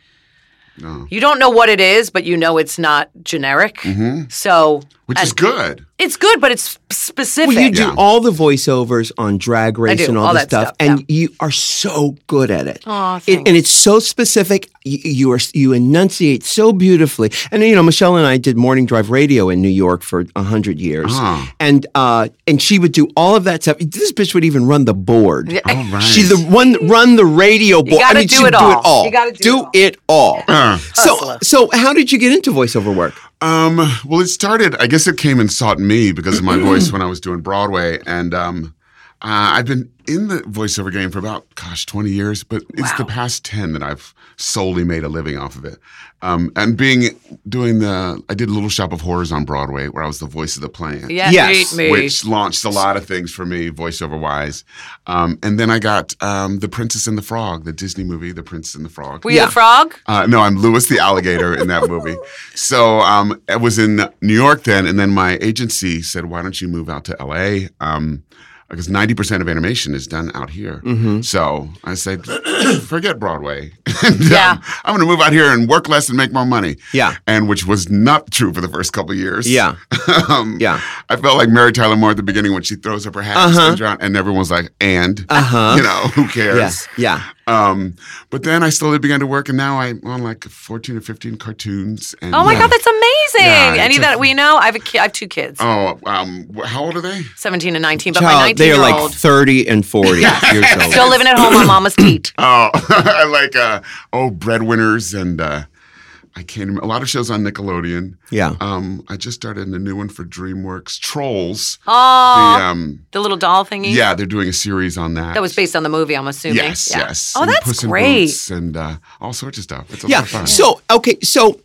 [SPEAKER 2] You don't know what it is, but you know it's not generic. So
[SPEAKER 3] Mm-hmm. Which is
[SPEAKER 2] and
[SPEAKER 3] good.
[SPEAKER 2] It's good, but it's sp- specific.
[SPEAKER 1] Well, you do
[SPEAKER 3] Yeah.
[SPEAKER 1] all the voiceovers on Drag Race
[SPEAKER 2] do,
[SPEAKER 1] and all,
[SPEAKER 2] all
[SPEAKER 1] this
[SPEAKER 2] that
[SPEAKER 1] stuff,
[SPEAKER 2] stuff,
[SPEAKER 1] and
[SPEAKER 2] yeah.
[SPEAKER 1] you are so good at it.
[SPEAKER 2] Aw,
[SPEAKER 1] It-
[SPEAKER 2] thanks.
[SPEAKER 1] and it's so specific. You, you are you enunciate so beautifully. And you know, Michelle and I did morning drive radio in New York for a hundred years,
[SPEAKER 3] Ah.
[SPEAKER 1] and uh, and she would do all of that stuff. This bitch would even run the board.
[SPEAKER 2] Yeah.
[SPEAKER 3] All right.
[SPEAKER 1] She the one run the radio board. I
[SPEAKER 2] gotta
[SPEAKER 1] mean,
[SPEAKER 2] do
[SPEAKER 1] she'd
[SPEAKER 2] it
[SPEAKER 1] do it
[SPEAKER 2] all.
[SPEAKER 1] all.
[SPEAKER 2] You gotta do
[SPEAKER 1] it all.
[SPEAKER 2] [LAUGHS]
[SPEAKER 3] Uh,
[SPEAKER 1] So, so how did you get into voiceover work?
[SPEAKER 3] Um, well, it started. I guess it came and sought me because of my voice when I was doing Broadway, and um, uh, I've been in the voiceover game for about gosh twenty years, but it's the past ten that I've solely made a living off of it. Um, and being doing the, I did Little Shop of Horrors on Broadway, where I was the voice of the plant.
[SPEAKER 2] yeah,
[SPEAKER 1] Yes,
[SPEAKER 2] eat me.
[SPEAKER 3] Which launched a lot of things for me, voiceover wise. Um, and then I got um, The Princess and the Frog, the Disney movie, The Princess and the Frog.
[SPEAKER 2] Were you
[SPEAKER 1] Yeah.
[SPEAKER 2] the frog?
[SPEAKER 3] Uh, no, I'm Lewis the alligator in that movie. So um, I was in New York then, and then my agency said, "Why don't you move out to LA?" Um, because ninety percent of animation is done out here.
[SPEAKER 1] Mm-hmm.
[SPEAKER 3] So
[SPEAKER 1] [COUGHS]
[SPEAKER 3] I said, "Forget Broadway. [LAUGHS] And, um,
[SPEAKER 2] Yeah.
[SPEAKER 3] I'm going to move out here and work less and make more money."
[SPEAKER 1] Yeah.
[SPEAKER 3] and which was not true for the first couple of years.
[SPEAKER 1] Yeah.
[SPEAKER 3] um,
[SPEAKER 1] Yeah.
[SPEAKER 3] [LAUGHS] I felt like Mary Tyler Moore at the beginning when she throws up her hat and spins around, and everyone's like, "And
[SPEAKER 1] Uh-huh.
[SPEAKER 3] you know [LAUGHS] who cares?"
[SPEAKER 1] Yes, yeah.
[SPEAKER 3] Um, but then I slowly began to work, and now I'm on like 14 or 15 cartoons. And,
[SPEAKER 2] Oh my
[SPEAKER 3] yeah.
[SPEAKER 2] God, that's amazing.
[SPEAKER 3] Yeah,
[SPEAKER 2] Any
[SPEAKER 3] it's a-
[SPEAKER 2] that we know, I have a ki- I have two kids,
[SPEAKER 3] Oh, um, wh- how old are they?
[SPEAKER 2] 17 and 19, but my
[SPEAKER 1] Child,
[SPEAKER 2] 19
[SPEAKER 1] Uh, they are
[SPEAKER 2] year
[SPEAKER 1] like
[SPEAKER 2] old
[SPEAKER 1] thirty and forty years old.
[SPEAKER 2] still living at home on
[SPEAKER 3] [CLEARS THROAT]
[SPEAKER 2] mama's teat.
[SPEAKER 3] Oh, [LAUGHS] I like uh, oh breadwinners and uh, I can't. Remember, a lot of shows on Nickelodeon.
[SPEAKER 1] Yeah.
[SPEAKER 3] Um, I just started a new one for DreamWorks, Trolls.
[SPEAKER 2] Oh,
[SPEAKER 3] The, um,
[SPEAKER 2] the little doll thingy.
[SPEAKER 3] yeah, they're doing a series on that.
[SPEAKER 2] That was based on the movie, I'm assuming.
[SPEAKER 3] Yes,
[SPEAKER 2] Yeah.
[SPEAKER 3] yes.
[SPEAKER 2] Oh,
[SPEAKER 3] And
[SPEAKER 2] that's
[SPEAKER 3] Puss in
[SPEAKER 2] great.
[SPEAKER 3] Boots and uh, all sorts of stuff. It's a lot
[SPEAKER 1] Yeah.
[SPEAKER 3] of fun.
[SPEAKER 1] So um, okay. So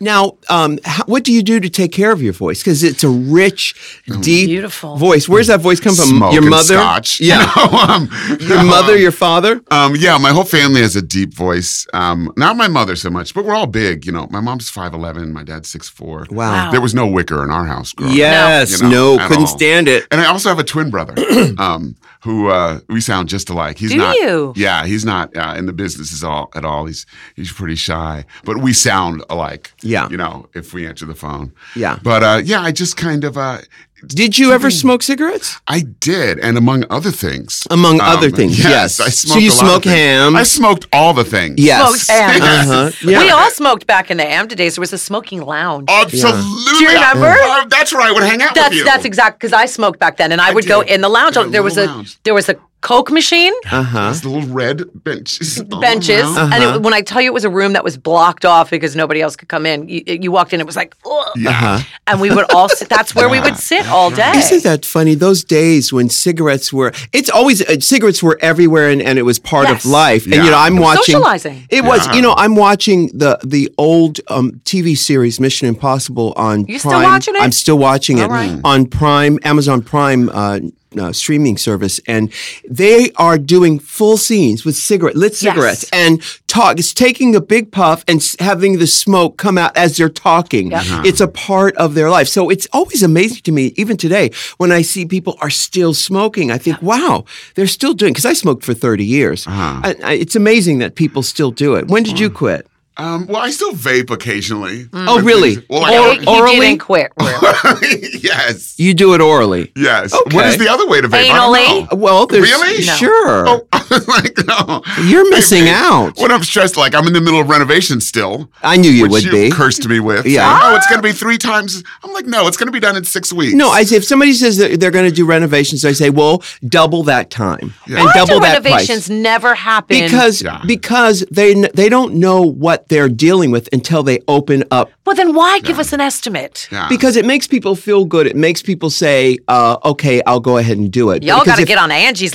[SPEAKER 1] now, um, how, what do you do to take care of your voice? Because it's a rich, deep,
[SPEAKER 2] Beautiful.
[SPEAKER 1] voice. Where's that voice come from?
[SPEAKER 3] Smoke
[SPEAKER 1] your
[SPEAKER 3] and
[SPEAKER 1] mother.
[SPEAKER 3] scotch. [LAUGHS]
[SPEAKER 1] Yeah.
[SPEAKER 3] No, um,
[SPEAKER 1] Your
[SPEAKER 3] no,
[SPEAKER 1] mother.
[SPEAKER 3] um,
[SPEAKER 1] Your father.
[SPEAKER 3] Um, yeah, my whole family has a deep voice. Um, not my mother so much, but we're all big. You know, my mom's five eleven, my dad's six four.
[SPEAKER 1] Wow.
[SPEAKER 3] there was no wicker in our house. Growing up.
[SPEAKER 1] Yes.
[SPEAKER 3] You know,
[SPEAKER 1] no.
[SPEAKER 3] at
[SPEAKER 1] Couldn't
[SPEAKER 3] all.
[SPEAKER 1] stand it.
[SPEAKER 3] And I also have a twin
[SPEAKER 1] [CLEARS THROAT]
[SPEAKER 3] brother um, who uh, we sound just alike. He's
[SPEAKER 2] Do
[SPEAKER 3] not.
[SPEAKER 2] you?
[SPEAKER 3] Yeah, he's not uh, in the business at all. At all, he's he's pretty shy, but we sound alike.
[SPEAKER 1] Yeah.
[SPEAKER 3] you know, if we answer the phone.
[SPEAKER 1] Yeah.
[SPEAKER 3] but uh, yeah, I just kind of uh,
[SPEAKER 1] Did you ever smoke cigarettes?
[SPEAKER 3] I did, and among other things. um,
[SPEAKER 1] Among other things, yes.
[SPEAKER 3] I
[SPEAKER 1] So
[SPEAKER 3] smoked
[SPEAKER 1] you
[SPEAKER 3] a lot of
[SPEAKER 1] smoke
[SPEAKER 3] things.
[SPEAKER 1] ham.
[SPEAKER 3] I smoked all the things.
[SPEAKER 1] Yes.
[SPEAKER 2] Smoked
[SPEAKER 3] [LAUGHS]
[SPEAKER 2] ham.
[SPEAKER 1] Uh-huh. Yeah.
[SPEAKER 2] We all smoked back in the AMDA days. There was a smoking lounge.
[SPEAKER 3] Absolutely.
[SPEAKER 2] Do you remember?
[SPEAKER 3] Oh, that's where I would hang out with
[SPEAKER 2] that's
[SPEAKER 3] you.
[SPEAKER 2] that's exact because I smoked back then, and I,
[SPEAKER 3] I
[SPEAKER 2] would go
[SPEAKER 3] did.
[SPEAKER 2] in the lounge.
[SPEAKER 3] Got a
[SPEAKER 2] there was a
[SPEAKER 3] little lounge. Oh,
[SPEAKER 2] there was a Coke machine
[SPEAKER 1] uh-huh.
[SPEAKER 3] Those little red benches. all
[SPEAKER 2] benches,
[SPEAKER 1] Oh,
[SPEAKER 3] around.
[SPEAKER 2] and it, when I tell you it was a room that was blocked off because nobody else could come in. You, you walked in, it was like, ugh.
[SPEAKER 3] Yeah.
[SPEAKER 1] Uh-huh.
[SPEAKER 2] and we would all sit. That's where we would sit all day.
[SPEAKER 1] Isn't that funny? Those days when cigarettes were, it's always, uh, cigarettes were everywhere and, and it was part
[SPEAKER 2] Yes.
[SPEAKER 1] of life. And, you
[SPEAKER 3] Yeah.
[SPEAKER 1] know, I'm watching.
[SPEAKER 2] Socializing.
[SPEAKER 1] It was,
[SPEAKER 3] Yeah.
[SPEAKER 1] you know, I'm watching the the old um, TV series Mission Impossible on
[SPEAKER 2] You still
[SPEAKER 1] Prime.
[SPEAKER 2] watching it?
[SPEAKER 1] I'm still watching it
[SPEAKER 2] All right.
[SPEAKER 1] on Prime, Amazon Prime uh, uh, streaming service. And they are doing full scenes with cigarette, lit cigarettes and talk. It's taking a big puff and s- having the smoke come out as they're talking.
[SPEAKER 3] Uh-huh.
[SPEAKER 1] It's a part of their life. So it's always amazing to me, even today, when I see people are still smoking, I think, wow, they're still doing, because I smoked for 30 years.
[SPEAKER 3] Uh-huh.
[SPEAKER 1] I, I, it's amazing that people still do it. When did you quit?
[SPEAKER 3] Um, well, I still vape occasionally.
[SPEAKER 2] Mm.
[SPEAKER 1] Oh,
[SPEAKER 3] With
[SPEAKER 1] really?
[SPEAKER 3] things- Well,
[SPEAKER 2] Or-
[SPEAKER 1] Or-
[SPEAKER 3] I
[SPEAKER 2] he
[SPEAKER 1] orally? [LAUGHS]
[SPEAKER 2] didn't quit. really.
[SPEAKER 3] [LAUGHS] yes.
[SPEAKER 1] You do it orally.
[SPEAKER 3] Yes.
[SPEAKER 1] Okay.
[SPEAKER 3] What is the other way to vape? I don't
[SPEAKER 2] Anally?
[SPEAKER 3] know.
[SPEAKER 1] Well, there's
[SPEAKER 3] Really? No.
[SPEAKER 1] sure.
[SPEAKER 3] Oh, I was [LAUGHS] like, no.
[SPEAKER 1] You're missing
[SPEAKER 3] Hey,
[SPEAKER 1] out.
[SPEAKER 3] When I'm stressed, like I'm in the middle of renovation still.
[SPEAKER 1] I knew you
[SPEAKER 3] which
[SPEAKER 1] would
[SPEAKER 3] you
[SPEAKER 1] be.
[SPEAKER 3] cursed me with.
[SPEAKER 1] Yeah.
[SPEAKER 3] saying, oh, it's going to be three times. I'm like, no, it's going to be done in six weeks.
[SPEAKER 1] No, I say if somebody says that they're going to do renovations, I say, well, double that time and
[SPEAKER 2] Why do
[SPEAKER 1] double that
[SPEAKER 2] renovations
[SPEAKER 1] price
[SPEAKER 2] never happen?
[SPEAKER 1] because
[SPEAKER 3] Yeah.
[SPEAKER 1] because they kn- they don't know what what they're dealing with until they open up
[SPEAKER 2] Well, then why give us an estimate?
[SPEAKER 3] Yeah.
[SPEAKER 1] because it makes people feel good. It makes people say, uh, "Okay, I'll go ahead and do it."
[SPEAKER 2] Y'all
[SPEAKER 1] Because
[SPEAKER 2] got to
[SPEAKER 1] if-
[SPEAKER 2] get on Angie's